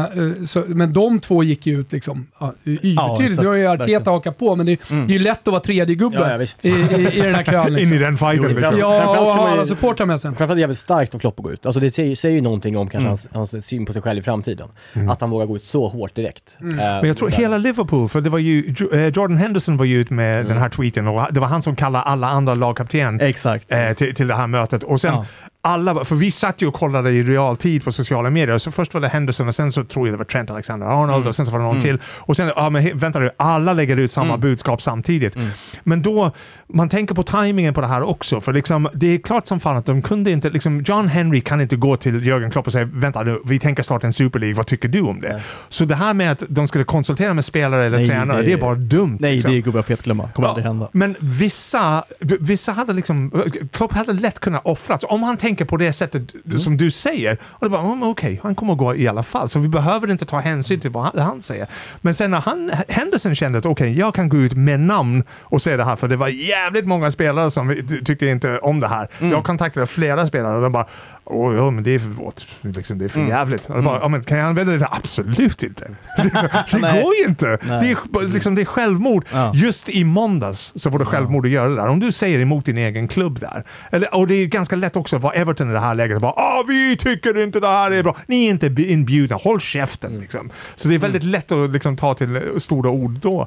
Speaker 1: eh, så, men de två gick ju ut liksom, ja, yvertydligt.
Speaker 10: exakt,
Speaker 1: nu har ju
Speaker 10: verkligen.
Speaker 1: Arteta hakat på, men det,
Speaker 10: Mm.
Speaker 1: det är ju lätt att vara tredje gubbe
Speaker 10: Ja, ja, visst.
Speaker 1: i, i, i den här krönikan.
Speaker 10: In i den fighten, Jo, liksom. fram-
Speaker 1: Ja, alltså,
Speaker 10: framförallt
Speaker 1: och
Speaker 10: kan
Speaker 1: ha
Speaker 10: man ju-
Speaker 1: alla supportrar med sig.
Speaker 3: Framförallt är det jävligt starkt om Klopp att gå ut. Alltså det säger, säger ju någonting om kanske
Speaker 10: Mm.
Speaker 3: hans, hans syn på sig själv i framtiden. Att han vågar gå ut så hårt direkt.
Speaker 1: Mm.
Speaker 3: Eh,
Speaker 10: Men jag tror
Speaker 3: där.
Speaker 10: hela Liverpool, för det var ju, Jo- eh, Jordan Henderson var ju ut med den
Speaker 2: Mm.
Speaker 10: här tweeten och det var han som kallade alla andra lagkapten eh, till, till det här mötet. Och sen alla, bara- för vi satt ju och kollade i realtid på sociala medier, så först var det Henderson och sen så tror jag det var Trent Alexander-Arnold
Speaker 2: Mm.
Speaker 10: och sen så var det någon
Speaker 2: Mm.
Speaker 10: till. Och sen, ja men he- vänta nu, alla lägger ut
Speaker 4: Mm.
Speaker 10: samma budskap samtidigt. Men då, man tänker på tajmingen på det här också, för liksom, det är klart som fan att de kunde inte, liksom, John Henry kan inte gå till Jörgen Klopp och säga vänta nu, vi tänker starta en Super League, vad tycker du om det? Så det här med att de skulle konsultera med spelare eller
Speaker 4: Nej,
Speaker 10: tränare,
Speaker 4: det-
Speaker 10: det är bara dumt.
Speaker 4: Nej,
Speaker 10: liksom.
Speaker 4: det går bara fet glömma. kommer aldrig hända.
Speaker 10: Men vissa, v- vissa hade liksom, Klopp hade lätt kunnat offras. Om han tänker på det sättet
Speaker 2: Mm.
Speaker 10: som du säger, och det bara, mm, okej, han kommer att gå i alla fall. Så vi behöver inte ta hänsyn till vad han, han säger. Men sen när han, Henderson kände att okej, jag kan gå ut med namn och säga det här, för det var jävligt många spelare som vi- ty- tyckte inte om det här.
Speaker 2: Mm.
Speaker 10: Jag kontaktade flera spelare och de bara, åh, ja, men det är för vårt, liksom, det är för
Speaker 2: Mm.
Speaker 10: jävligt. Och de bara,
Speaker 2: Mm.
Speaker 10: ja, men kan jag använda det? Absolut inte. liksom, det
Speaker 2: Nej.
Speaker 10: går ju inte.
Speaker 2: Nej.
Speaker 10: Det är det är, liksom, det är självmord. Just i måndags så var det självmord att göra det där. Om du säger emot din egen klubb där. Eller, och det är ganska lätt också att vara Everton i det här läget. och Bara, ah, vi tycker inte det här är bra. Ni är inte bi- inbjudna. Håll käften. Liksom. Så det är väldigt lätt att liksom, ta till eh, stora ord då.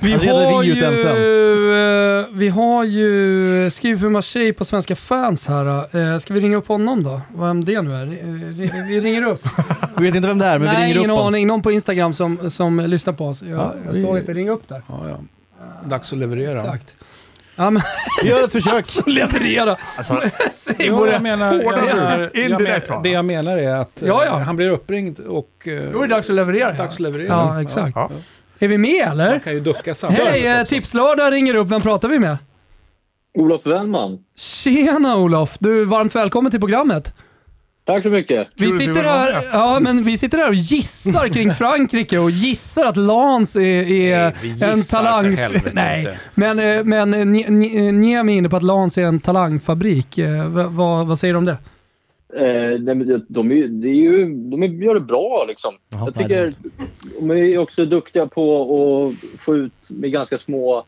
Speaker 1: Vi har, ju, eh, vi har ju skrivit för Marseille på Svenska fans här. Eh, Ska vi ringa upp honom då? Vem det nu är? Eh, ri- Vi ringer upp.
Speaker 4: Jag vet inte vem det är, men vi
Speaker 1: Nej,
Speaker 4: ringer upp
Speaker 1: ingen
Speaker 4: honom.
Speaker 1: aning. Någon på Instagram som, som lyssnar på oss. Jag,
Speaker 2: Ja,
Speaker 1: jag
Speaker 2: vi-
Speaker 1: såg inte. Ring upp där.
Speaker 2: Dags att leverera.
Speaker 1: Exakt. Ja, men...
Speaker 4: Vi gör ett försök.
Speaker 1: leverera.
Speaker 2: Alltså-
Speaker 1: Säg
Speaker 2: Jo,
Speaker 1: vad
Speaker 2: jag
Speaker 1: det-
Speaker 2: menar, jag menar, jag
Speaker 1: Indirekt,
Speaker 2: menar,
Speaker 1: va?
Speaker 2: det jag menar är att eh,
Speaker 1: Ja, ja.
Speaker 2: han blir uppringd och... Då
Speaker 1: Då är det dags att leverera.
Speaker 2: Dags att leverera.
Speaker 1: Ja, exakt.
Speaker 2: Ja.
Speaker 1: Är vi med eller? Man
Speaker 2: kan ju ducka samtidigt
Speaker 1: Hej, eh, Tipslördag ringer upp. Vem pratar vi med?
Speaker 17: Olof Wellman.
Speaker 1: Tjena Olof! Du, varmt välkommen till programmet.
Speaker 17: Tack så mycket.
Speaker 1: Vi sitter, här, ja, men vi sitter här och gissar kring Frankrike och gissar att Lans är, är en
Speaker 2: gissar
Speaker 1: talang...
Speaker 2: för helvete inte.
Speaker 1: Nej, men, eh, men eh, Ni- Ni- Niemi är inne på att Lans är en talangfabrik. Eh, va- va- vad säger du om det?
Speaker 17: Eh, nej, men de, de, är, ju- det är ju, de är- gör det bra liksom. jag tycker de är också duktiga på att få ut med ganska små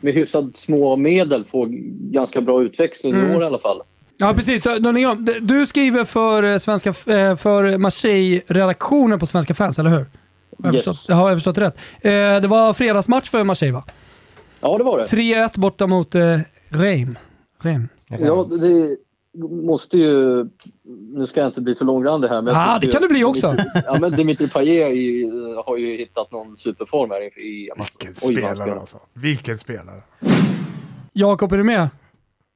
Speaker 17: med hyfsat små medel få ganska bra utväxling
Speaker 1: Mm.
Speaker 17: i år i alla fall.
Speaker 1: Ja, precis. Då- då ringer de. Du skriver för, eh, svenska, f- eh, för Marseille-redaktionen på Svenska fans, eller hur? Har jag
Speaker 17: Yes.
Speaker 1: förstått, har jag förstått rätt? Eh, det var fredagsmatch för Marseille, va?
Speaker 17: Ja, det var det.
Speaker 1: 3-1 borta mot eh, Reim. Vem?
Speaker 17: Ja, det måste ju... Nu ska jag inte bli för långrandig här. Men jag
Speaker 1: Ah,
Speaker 17: tycker
Speaker 1: det kan
Speaker 17: ju-
Speaker 1: du bli också.
Speaker 17: Dimitri- Ja, men Dimitri Payet är ju- har ju hittat någon superform här. I, i, Vilken
Speaker 10: spelare alltså. Vilken spelare.
Speaker 1: Jakob, är du med?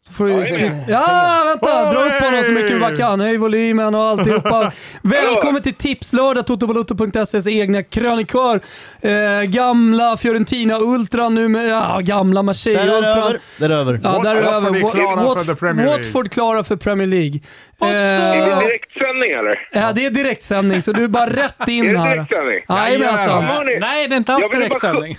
Speaker 1: Så får du...
Speaker 10: Ja, jag är med.
Speaker 1: Ja, vänta! Dra upp
Speaker 10: Hej!
Speaker 1: honom så mycket du bara kan. Höj volymen och alltihopa. Välkommen till Tipslördag, totobaloto.ses egna krönikör. Eh, gamla Fiorentina Ultra nu med... Ja, gamla Marseille
Speaker 4: Där är det
Speaker 1: Ultra.
Speaker 4: över. Där är det över.
Speaker 1: Ja, där är det över.
Speaker 4: Watford är klara
Speaker 1: Wat-
Speaker 4: för the Premier League.
Speaker 1: Watford klara för Premier League.
Speaker 18: Är det
Speaker 1: Eh,
Speaker 18: direktsändning eller?
Speaker 1: Ja, det är direktsändning, så du är bara rätt in
Speaker 18: Är det
Speaker 1: här. alltså.
Speaker 18: direktsändning?
Speaker 1: Jajamensan.
Speaker 18: Ja, hörni.
Speaker 2: Nej, det är inte alls
Speaker 18: Jag vill bara
Speaker 2: direktsändning.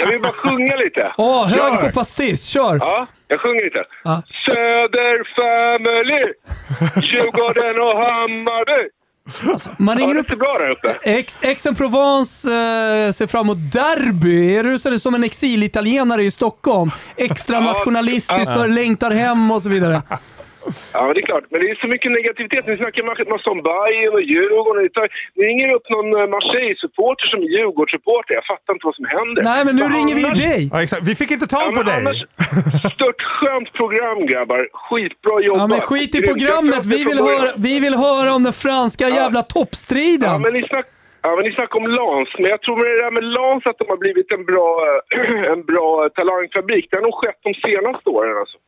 Speaker 18: Jag vill bara sjunga lite.
Speaker 1: Åh, hög
Speaker 18: Kör.
Speaker 1: på pastis. Kör!
Speaker 18: Ja, jag sjunger lite.
Speaker 1: Ja.
Speaker 18: Söderfamilj, Djurgården och Hammarby.
Speaker 1: Man ringer upp...
Speaker 18: Det är bra där uppe.
Speaker 1: Ex- Aix-en-Provence eh, ser fram emot derby. Är du så- som en exilitalienare i Stockholm? Extra nationalistisk
Speaker 18: Ja.
Speaker 1: och längtar hem och så vidare.
Speaker 18: Ja, men det är klart. Men det är så mycket negativitet. Ni snackar ma- massa om Bayern och Djurgården. Ni, tar, ni ringer upp någon eh, Marseille-supporter som är Djurgårdssupporter. Jag fattar inte vad som händer. För annars-
Speaker 10: Ja, exakt. Vi fick inte tag
Speaker 18: Ja,
Speaker 10: på
Speaker 18: men
Speaker 10: dig.
Speaker 18: annars- Störtskönt program, grabbar. Skitbra jobbat.
Speaker 1: Ja, men skit i
Speaker 18: Grymt. Jag
Speaker 1: programmet.
Speaker 18: satt det
Speaker 1: Vi
Speaker 18: från
Speaker 1: vill
Speaker 18: början.
Speaker 1: höra, vi vill höra om den franska jävla
Speaker 18: Ja,
Speaker 1: toppstriden.
Speaker 18: men ni snack... Ja, men ni snackar om Lans, men jag tror med det där med Lans att de har blivit en bra, en bra eh, talangfabrik. Det har nog skett de senaste åren alltså.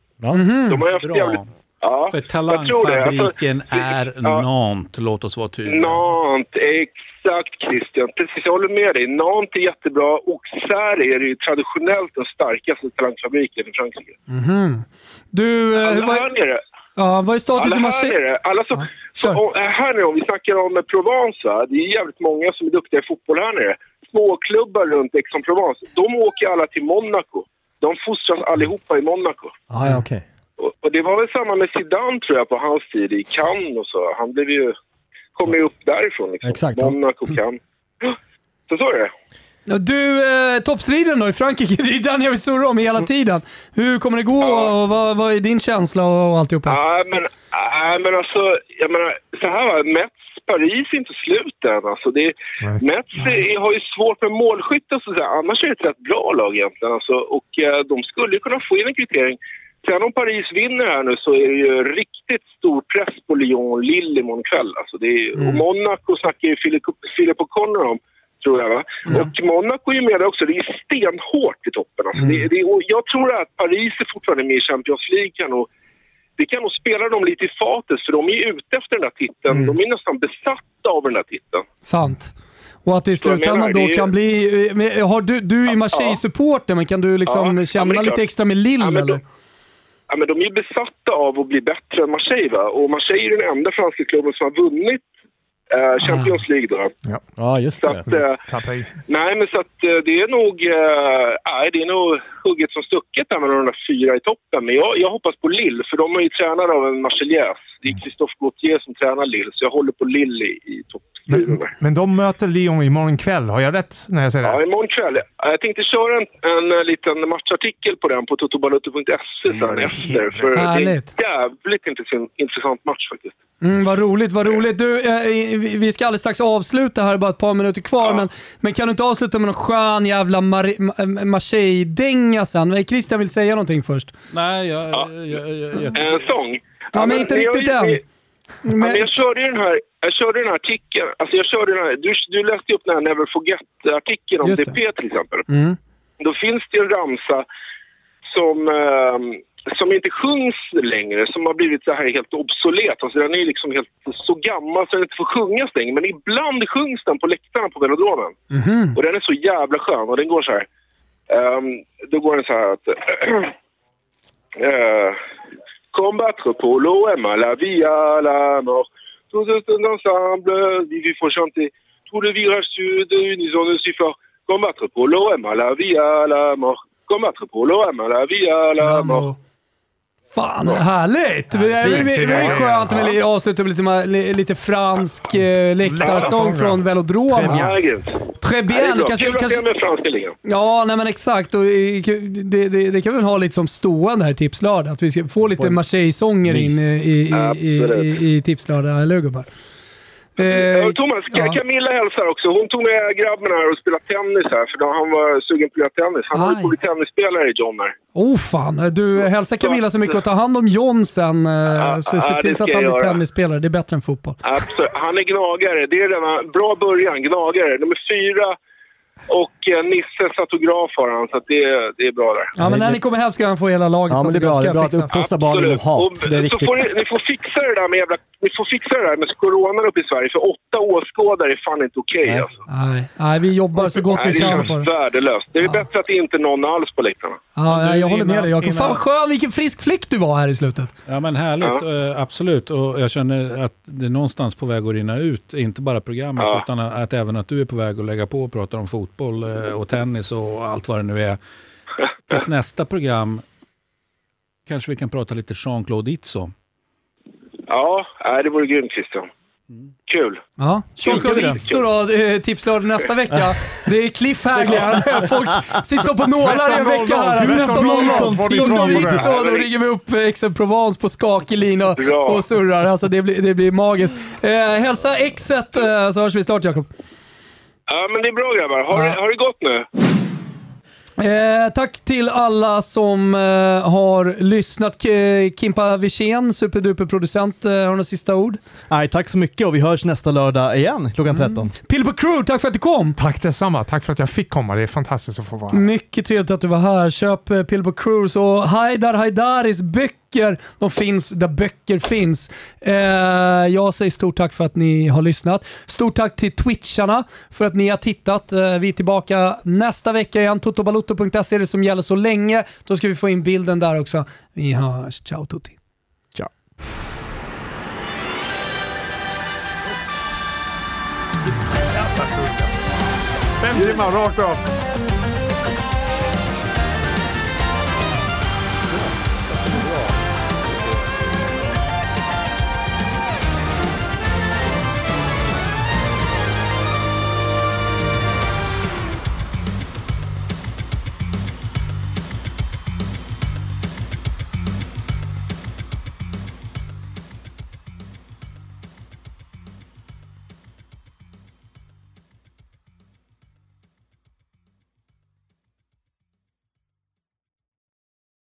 Speaker 1: Mm.
Speaker 18: De har ju haft
Speaker 2: Bra.
Speaker 18: jävligt... Ja,
Speaker 2: För
Speaker 18: jag tror det. Alltså,
Speaker 2: talangfabriken är Nantes, låt oss vara tydliga.
Speaker 18: Nant, exakt Christian. Precis, jag håller med dig. Nant är jättebra. Auxerre är ju traditionellt den starkaste talangfabriken i Frankrike.
Speaker 1: Mhm. Du, eh,
Speaker 18: Alla
Speaker 1: vad,
Speaker 18: här nere.
Speaker 1: ja, vad är status i
Speaker 18: Alla här
Speaker 1: Marseille?
Speaker 18: nere. Alla som, så, och, här nere, om vi snackar om eh, Provence, va? det är jävligt många som är duktiga i fotboll här nere. Småklubbar runt Aix-en-Provence, de åker alla till Monaco. De fostras allihopa i Monaco.
Speaker 3: Ah, ja, okej.
Speaker 18: Och, och det var väl samma med Zidane tror jag på hans tid i Cannes och så. Han blev ju, kom ju upp därifrån liksom.
Speaker 3: Exakt, ja. Mm.
Speaker 18: Monaco, Cannes. Ja, Så så är det.
Speaker 1: Ja, Du, eh, toppstriden då i Frankrike, det är den jag vill surra om hela tiden. Hur kommer det gå och vad, vad är din känsla och alltihopa?
Speaker 18: Nej, men, nej, men alltså, jag menar, så här va, Mets Paris är inte slut än. Alltså, det, Mets är, har ju svårt med målskytte och sådär. Annars är det ett rätt bra lag egentligen. Alltså, och eh, de skulle ju kunna få in en kvittering. Sen om Paris vinner här nu så är det ju riktigt stor press på Lyon och Lille imorgon kväll. Alltså, det är, Och Monaco snackar ju Philip- Philip O'Connor om tror jag. Va? Och Monaco är ju med där också. Det är stenhårt i toppen. Alltså. Det, det, och jag tror att Paris är fortfarande med i Champions League. Kan och, det kan nog spela dem lite i fatet, för de är ju ute efter den där titeln. De är nästan besatta av den där titeln.
Speaker 1: Sant. Och att det i
Speaker 18: Förstår du vad jag
Speaker 1: slutändan
Speaker 18: menar?
Speaker 1: då
Speaker 18: Det är-
Speaker 1: kan bli... eh, men Har du, du är ju Marseille-supporter, men kan du liksom
Speaker 18: Ja, ja, men
Speaker 1: känna
Speaker 18: det är
Speaker 1: lite
Speaker 18: klart.
Speaker 1: extra med Lille eller?
Speaker 18: Ja, men de är ju besatta av att bli bättre än Marseille. Va? Och Marseille är ju den enda franska klubben som har vunnit eh, Champions League. Då.
Speaker 10: Ja,
Speaker 3: just
Speaker 18: Så att, eh,
Speaker 10: Tapej.
Speaker 18: nej, men så att, eh, det är nog eh, nej, det är nog hugget som stucket där mellan de där fyra i toppen. Men jag, jag hoppas på Lille, för de är ju tränade av en Marseillaise. Det är Christophe Gauthier som tränar Lille, så jag håller på Lille i, i topp.
Speaker 10: Men, men de möter Lyon imorgon kväll. Har jag rätt när jag säger
Speaker 18: Ja,
Speaker 10: det?
Speaker 18: imorgon kväll. Jag tänkte köra en, en eh, liten matchartikel på den på totobalutto.se sen efter. För det är en
Speaker 1: Härligt.
Speaker 18: jävligt intressant, intressant match faktiskt.
Speaker 1: Mm, vad roligt, vad roligt. Du, eh, i- vi- vi ska alldeles strax avsluta här, bara ett par minuter kvar. Men, men kan du inte avsluta med någon skön jävla Mar- Ma- Marseille-dänga sen? Eh, Christian vill säga någonting först.
Speaker 2: Nej, jag... jag, jag, jag, jag
Speaker 18: En sång.
Speaker 1: Ja, men inte
Speaker 18: jag-
Speaker 1: riktigt än.
Speaker 18: ni- Ja, men jag körde ju den här, jag körde den här artikeln. Alltså jag körde den här, du, du läste ju upp den här Never Forget-artikeln om
Speaker 1: Just
Speaker 18: DP till exempel.
Speaker 1: Mm.
Speaker 18: Då finns det ju en ramsa som, eh, som inte sjungs längre, som har blivit så här helt obsolet. Alltså den är liksom helt så gammal så den inte får sjungas längre. Men ibland sjungs den på läktarna på velodromen. Och den är så jävla skön och den går så här. Ehm, då går den så här att... eh, Combattre pour l'OM à la vie à la mort. Tous ensemble, vi vi får chanter. Tout le virage sud, unison de si fort. Combattre pour l'OM à la vie à la mort. Combattre pour l'OM à la vie à la mort.
Speaker 1: Fan, härligt! Det är, det är, det är skönt med li- avsluta med lite, ma- li- lite fransk eh, läktarsång
Speaker 18: Läktarsång,
Speaker 1: från
Speaker 18: ja.
Speaker 1: velodromen.
Speaker 18: Ja, grymt.
Speaker 1: Très bien.
Speaker 18: Ja, det är bra.
Speaker 1: Kanske-
Speaker 18: Kul att
Speaker 1: kanske-
Speaker 18: jag är med i franska ligan.
Speaker 1: Ja, nej men exakt. Och eh, det, det, det kan vi väl ha lite som stående här i Tipslördag. Att vi ska få lite Marseille-sånger in i, i, i, i, i Tipslördag, eller hur gubbar? Eh,
Speaker 18: Och Euh, Thomas, Ka- Camilla hälsar också. Hon tog med grabben här och spelade tennis här för då han var sugen på att göra tennis. Han
Speaker 1: Ah,
Speaker 18: håller på att bli tennisspelare i John här.
Speaker 1: Oh fan, du hälsa Camilla så mycket och ta hand om John sen. eh, så se
Speaker 18: ja,
Speaker 1: till
Speaker 18: det
Speaker 1: så att
Speaker 18: ska
Speaker 1: han
Speaker 18: jag
Speaker 1: blir
Speaker 18: göra.
Speaker 1: tennisspelare, det är bättre än fotboll.
Speaker 18: Absolut. Han är gnagare. Det är redan bra början. Gnagare. Nummer fyra. Och eh, Nisse satograf har han, så att det, är- det är bra där.
Speaker 1: Ja men när ni kommer hem ska han få hela laget.
Speaker 18: Ja, men det är
Speaker 1: så
Speaker 18: bra,
Speaker 1: ska
Speaker 18: det är
Speaker 1: jag
Speaker 18: bra att
Speaker 1: fixa.
Speaker 18: uppfostra barn inom hat. så får ni, ni får fixa det där med jävla, Ni får fixa det där med coronan uppe i Sverige, för åtta åskådare är fan inte okej alltså.
Speaker 1: Nej, nej, vi jobbar så gott vi
Speaker 18: Nej, det
Speaker 1: kan.
Speaker 18: är värdelöst. Det är bättre att det inte är någon alls på läktarna.
Speaker 1: Ja, jag, jag håller med
Speaker 2: innan-
Speaker 1: dig Jakob.
Speaker 2: innan-
Speaker 1: Fan vad skön, vilken frisk fläkt du var här i slutet.
Speaker 2: Ja men härligt, eh, absolut. Och jag känner att det är någonstans på väg att rinna ut, inte bara programmet
Speaker 1: Ja.
Speaker 2: utan att även att du är på väg att lägga på och prata om fotboll eh, och tennis och allt vad det nu är. Tills nästa program kanske vi kan prata lite Jean-Claude Itzon.
Speaker 18: Ja, nej, det vore grymt Christian.
Speaker 1: Mm.
Speaker 18: Kul.
Speaker 1: Ja,
Speaker 18: Kul, kul.
Speaker 1: Choklad så då, eh, tipslördag nästa vecka. Det är cliffhanger. Folk sitter på nålar i en vecka här. 13.00. Choklad så då ringer vi upp Aix-en-Provence på skakig lina och surrar. Alltså det blir, det blir magiskt. Eh, hälsa exet eh, så hörs vi snart Jakob.
Speaker 18: Ja, men det är bra grabbar. Har, det, har det gått nu?
Speaker 1: Eh, tack till alla som eh, har lyssnat. K- Kimpa Wirsén, superduperproducent, eh, har du några sista ord?
Speaker 4: Nej, tack så mycket och vi hörs nästa lördag igen klockan 13.
Speaker 1: Pilbo Mm. Crew, tack för att du kom!
Speaker 10: Tack detsamma. Tack för att jag fick komma. Det är fantastiskt att få vara här.
Speaker 1: Mycket trevligt att du var här. Köp eh, Pilbo Cruise och Haidar Haidaris böcker. De finns där böcker finns. Eh, jag säger stort tack för att ni har lyssnat. Stort tack till Twitcharna för att ni har tittat. Eh, vi är tillbaka nästa vecka igen. Totobalotto.se är E, det som gäller så länge. Då ska vi få in bilden där också. Vi hörs. Ciao Tutti.
Speaker 4: Ciao.
Speaker 10: Fem timmar rakt av.